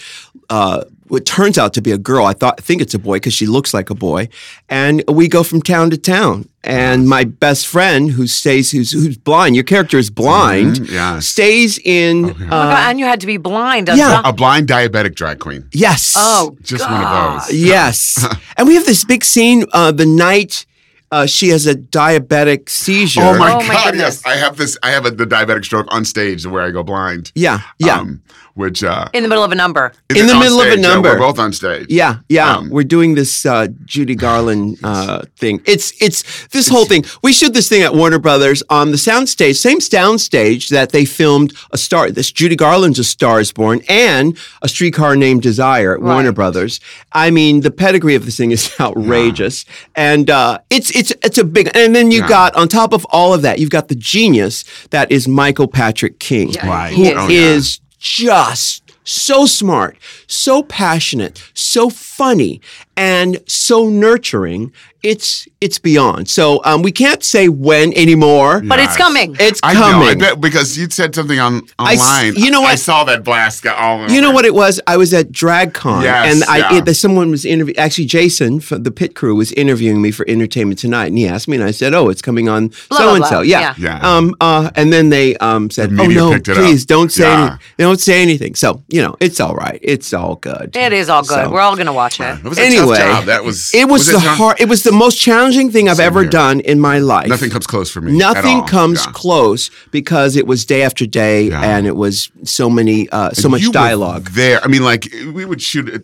[SPEAKER 1] uh, what turns out to be a girl. I thought, I think it's a boy because she looks like a boy. And we go from town to town. And my best friend, who stays, who's who's blind, your character is blind,
[SPEAKER 3] Mhm, yes.
[SPEAKER 1] stays in.
[SPEAKER 2] Oh my
[SPEAKER 1] Uh,
[SPEAKER 2] God, and you had to be blind. on
[SPEAKER 1] Yeah.
[SPEAKER 2] top-
[SPEAKER 3] a blind diabetic drag queen,
[SPEAKER 1] yes.
[SPEAKER 2] Oh,
[SPEAKER 3] just
[SPEAKER 2] God.
[SPEAKER 3] one of those. [LAUGHS]
[SPEAKER 1] Yes. and we have this big scene uh, the night uh, she has a diabetic seizure.
[SPEAKER 3] Oh my
[SPEAKER 2] Oh, my
[SPEAKER 3] god!
[SPEAKER 2] goodness.
[SPEAKER 3] yes, I have this. I have a, the diabetic stroke on stage where I go blind.
[SPEAKER 1] Yeah, yeah.
[SPEAKER 3] Um, which uh,
[SPEAKER 2] In the middle of a number.
[SPEAKER 1] in the
[SPEAKER 3] on
[SPEAKER 1] middle of a
[SPEAKER 3] stage, yeah,
[SPEAKER 1] number.
[SPEAKER 3] we're both on stage.
[SPEAKER 1] yeah, yeah.
[SPEAKER 3] um,
[SPEAKER 1] We're doing this uh, Judy Garland uh, thing. It's it's this whole thing. We shoot this thing at Warner Brothers on the soundstage, same soundstage that they filmed a star. This Judy Garland's A Star Is Born and A Streetcar Named Desire at Warner
[SPEAKER 2] Right.
[SPEAKER 1] Brothers. I mean, the pedigree of this thing is [LAUGHS] outrageous, and uh, it's it's it's a big. And then you
[SPEAKER 3] Yeah.
[SPEAKER 1] got on top of all of that, you've got the genius that is Michael Patrick King,
[SPEAKER 2] Yeah,
[SPEAKER 3] Right.
[SPEAKER 1] who
[SPEAKER 2] he is.
[SPEAKER 3] Oh, yeah.
[SPEAKER 1] is just so smart, so passionate, so funny, and so nurturing. It's it's beyond. So um, we can't say when anymore.
[SPEAKER 2] But it's
[SPEAKER 3] Yes.
[SPEAKER 2] coming.
[SPEAKER 1] It's
[SPEAKER 3] I
[SPEAKER 1] coming.
[SPEAKER 3] know. I bet because you said something on
[SPEAKER 1] I s-
[SPEAKER 3] online.
[SPEAKER 1] you know
[SPEAKER 3] I
[SPEAKER 1] what?
[SPEAKER 3] saw that blast go all over.
[SPEAKER 1] You know what it was? I was at DragCon,
[SPEAKER 3] Yes,
[SPEAKER 1] and I
[SPEAKER 3] yeah.
[SPEAKER 1] it- that someone was interviewing. Actually, Jason from the pit crew was interviewing me for Entertainment Tonight, and he asked me, and I said, "Oh, it's coming on
[SPEAKER 2] Blah,
[SPEAKER 1] so
[SPEAKER 2] blah,
[SPEAKER 1] and so."
[SPEAKER 2] blah.
[SPEAKER 1] Yeah,
[SPEAKER 3] Yeah. Yeah.
[SPEAKER 1] Um. Uh. And then they um said,
[SPEAKER 3] The
[SPEAKER 1] "Oh
[SPEAKER 3] media
[SPEAKER 1] no,
[SPEAKER 3] picked it up.
[SPEAKER 1] please don't say
[SPEAKER 3] Yeah.
[SPEAKER 1] anything. Don't say anything." So you know, it's all right. It's all good.
[SPEAKER 2] It is all good.
[SPEAKER 1] So-
[SPEAKER 2] We're all going to watch it.
[SPEAKER 3] It was a
[SPEAKER 1] Anyway,
[SPEAKER 3] tough job. That was.
[SPEAKER 1] it was, the
[SPEAKER 3] tough?
[SPEAKER 1] hard. It was the most challenging thing I've
[SPEAKER 3] Same
[SPEAKER 1] ever
[SPEAKER 3] here.
[SPEAKER 1] done in my life.
[SPEAKER 3] Nothing comes close for me. at
[SPEAKER 1] Nothing
[SPEAKER 3] all.
[SPEAKER 1] comes
[SPEAKER 3] Yeah.
[SPEAKER 1] close because it was day after day,
[SPEAKER 3] Yeah.
[SPEAKER 1] and it was so many, uh, so much
[SPEAKER 3] you were
[SPEAKER 1] dialogue.
[SPEAKER 3] there. I mean, like we would shoot at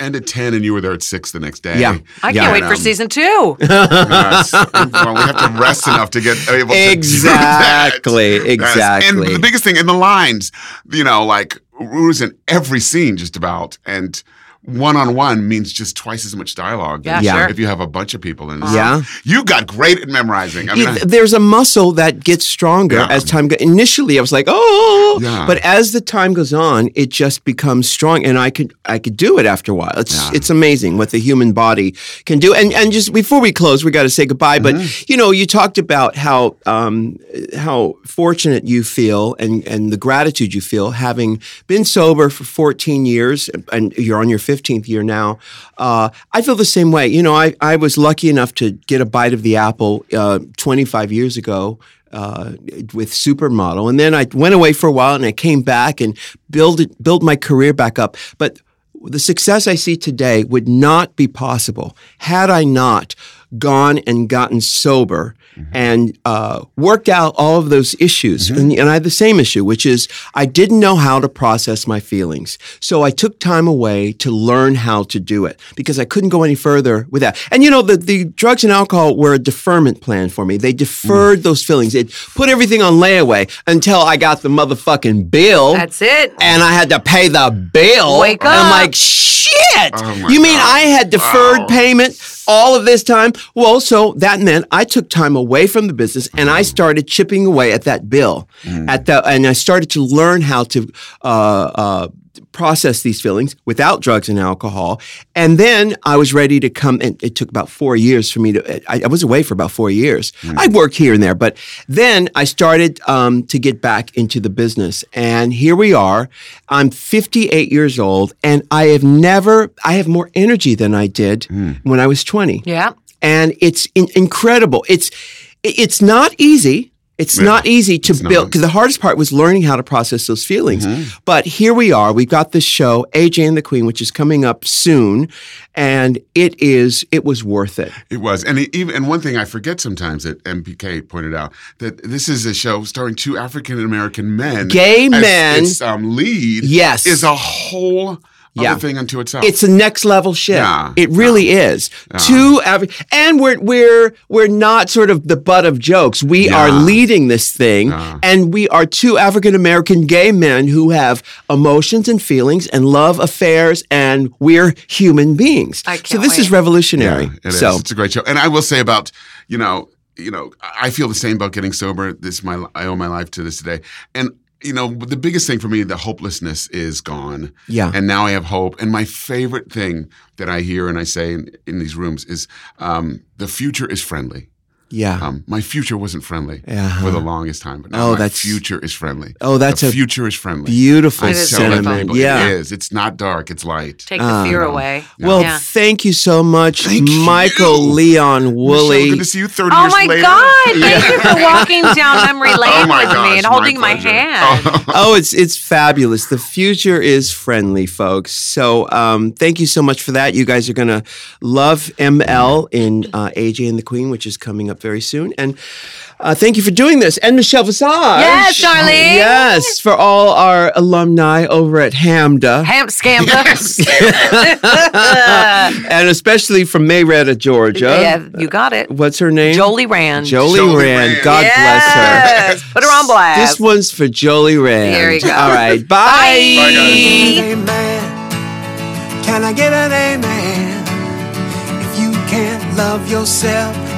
[SPEAKER 3] end at ten, and you were there at six the next day. Oh
[SPEAKER 1] Yeah.
[SPEAKER 3] [LAUGHS]
[SPEAKER 2] I can't
[SPEAKER 1] Yeah.
[SPEAKER 2] wait for
[SPEAKER 3] Um,
[SPEAKER 2] season two.
[SPEAKER 3] Yes. well, we have to rest enough to get able to do that.
[SPEAKER 1] Exactly,
[SPEAKER 3] Yes.
[SPEAKER 1] exactly.
[SPEAKER 3] And the biggest thing in the lines, you know, like we was in every scene just about, and one on one means just twice as much dialogue. than
[SPEAKER 2] Yeah,
[SPEAKER 1] sure.
[SPEAKER 3] If you have a bunch of people in, it.
[SPEAKER 1] Yeah.
[SPEAKER 3] You got great at memorizing. I mean, I-
[SPEAKER 1] It- there's a muscle that gets stronger
[SPEAKER 3] Yeah.
[SPEAKER 1] as time goes. Initially, I was like, "Oh,"
[SPEAKER 3] Yeah.
[SPEAKER 1] but as the time goes on, it just becomes strong, and I could I could do it after a while. It's
[SPEAKER 3] Yeah.
[SPEAKER 1] it's amazing what the human body can do. And and just before we close, we got to say goodbye.
[SPEAKER 3] Mm-hmm.
[SPEAKER 1] But you know, you talked about how um, how fortunate you feel and and the gratitude you feel having been sober for 14 years, and you're on your 15th year now. Uh, I feel the same way. You know, I I was lucky enough to get a bite of the apple uh, 25 years ago uh, with Supermodel, and then I went away for a while, and I came back and build it, built my career back up. But the success I see today would not be possible had I not gone and gotten sober and uh, worked out all of those issues. And, and I had the same issue, which is I didn't know how to process my feelings. So I took time away to learn how to do it because I couldn't go any further with that. And you know, the, the drugs and alcohol were a deferment plan for me. They deferred those feelings. It put everything on layaway until I got the motherfucking bill
[SPEAKER 2] That's it.
[SPEAKER 1] and I had to pay the bill.
[SPEAKER 2] Wake
[SPEAKER 1] And I'm
[SPEAKER 2] up.
[SPEAKER 1] like, shit.
[SPEAKER 3] Oh my
[SPEAKER 1] you mean
[SPEAKER 3] God.
[SPEAKER 1] I had deferred
[SPEAKER 3] Wow.
[SPEAKER 1] payment all of this time? Well, so that meant I took time away from the business and I started
[SPEAKER 3] Mm.
[SPEAKER 1] chipping away at that bill. At the and I started to learn how to uh, uh, process these feelings without drugs and alcohol. And then I was ready to come. And it took about four years for me to. I, I was away for about four years. I worked here and there, but then I started um, to get back into the business. And here we are. I'm 58 years old, and I have never. I have more energy than I did when I was 20
[SPEAKER 2] Yeah.
[SPEAKER 1] and it's in- incredible. It's it- it's not easy. It's
[SPEAKER 3] Yeah,
[SPEAKER 1] not easy to
[SPEAKER 3] it's not. Mm-hmm.
[SPEAKER 1] build because the hardest part was learning how to process those feelings. But here we are. We've got this show, AJ and the Queen, which is coming up soon, and it is it was worth it.
[SPEAKER 3] It was, and it, even and one thing I forget sometimes that MPK pointed out that this is a show starring two African American men,
[SPEAKER 1] Gay
[SPEAKER 3] as
[SPEAKER 1] men.
[SPEAKER 3] Its um, lead,
[SPEAKER 1] Yes.
[SPEAKER 3] is a whole other
[SPEAKER 1] Yeah.
[SPEAKER 3] thing unto itself.
[SPEAKER 1] It's a next level shit.
[SPEAKER 3] Yeah,
[SPEAKER 1] it really is. Two aver- and we're we're we're not sort of the butt of jokes. We are
[SPEAKER 3] Yeah.
[SPEAKER 1] leading this thing,
[SPEAKER 3] Yeah.
[SPEAKER 1] and we are two African American gay men who have emotions and feelings and love affairs, and we're human beings.
[SPEAKER 2] I
[SPEAKER 1] so
[SPEAKER 2] can't
[SPEAKER 1] this is
[SPEAKER 2] wait.
[SPEAKER 1] revolutionary.
[SPEAKER 3] It is.
[SPEAKER 1] so
[SPEAKER 3] It's a great show, and I will say about you know, you know, I feel the same about getting sober. This my I owe my life to this today, and you know, the biggest thing for me, the hopelessness is gone.
[SPEAKER 1] Yeah.
[SPEAKER 3] and now I have hope. And my favorite thing that I hear and I say in, in these rooms is, um, the future is friendly.
[SPEAKER 1] yeah.
[SPEAKER 3] Um, my future wasn't friendly
[SPEAKER 1] Uh-huh.
[SPEAKER 3] for the longest time, but now
[SPEAKER 1] Oh,
[SPEAKER 3] my
[SPEAKER 1] that's-
[SPEAKER 3] future is friendly.
[SPEAKER 1] Oh, that's
[SPEAKER 3] the
[SPEAKER 1] a
[SPEAKER 3] future is friendly.
[SPEAKER 1] Beautiful
[SPEAKER 3] I
[SPEAKER 2] is
[SPEAKER 3] tell
[SPEAKER 2] beautiful.
[SPEAKER 1] sentiment.
[SPEAKER 3] people
[SPEAKER 1] Yeah.
[SPEAKER 3] it is. It's not dark. It's light.
[SPEAKER 2] Take the fear away.
[SPEAKER 1] Well,
[SPEAKER 2] Yeah.
[SPEAKER 1] thank you so much,
[SPEAKER 3] Thank
[SPEAKER 1] Michael
[SPEAKER 3] you.
[SPEAKER 1] Leon Woolley.
[SPEAKER 3] So good to see you. Thirty
[SPEAKER 2] Oh
[SPEAKER 3] years
[SPEAKER 2] my
[SPEAKER 3] later.
[SPEAKER 2] God. Thank you for walking down memory lane
[SPEAKER 3] Oh my
[SPEAKER 2] with me
[SPEAKER 3] gosh,
[SPEAKER 2] and holding my,
[SPEAKER 3] pleasure.
[SPEAKER 2] hand.
[SPEAKER 3] [LAUGHS]
[SPEAKER 1] oh, it's it's fabulous. The future is friendly, folks. So um, thank you so much for that. You guys are gonna love ML in uh, AJ and the Queen, which is coming up very soon. And uh, thank you for doing this. And Michelle Visage.
[SPEAKER 2] Yes, darling.
[SPEAKER 1] Yes, for all our alumni over at Hamda,
[SPEAKER 2] Ham scam
[SPEAKER 3] Yes.
[SPEAKER 1] and especially from Mayretta, Georgia.
[SPEAKER 2] [LAUGHS] yeah, you got it.
[SPEAKER 1] What's her name?
[SPEAKER 2] Jolie Rand.
[SPEAKER 1] Jolie,
[SPEAKER 3] Jolie
[SPEAKER 1] Rand.
[SPEAKER 3] Rand.
[SPEAKER 1] God bless her.
[SPEAKER 2] yes. Put her on blast.
[SPEAKER 1] This one's for Jolie Rand.
[SPEAKER 2] There you go.
[SPEAKER 1] All right.
[SPEAKER 2] Bye, guys.
[SPEAKER 5] Amen. Can I get an amen? If you can't love yourself,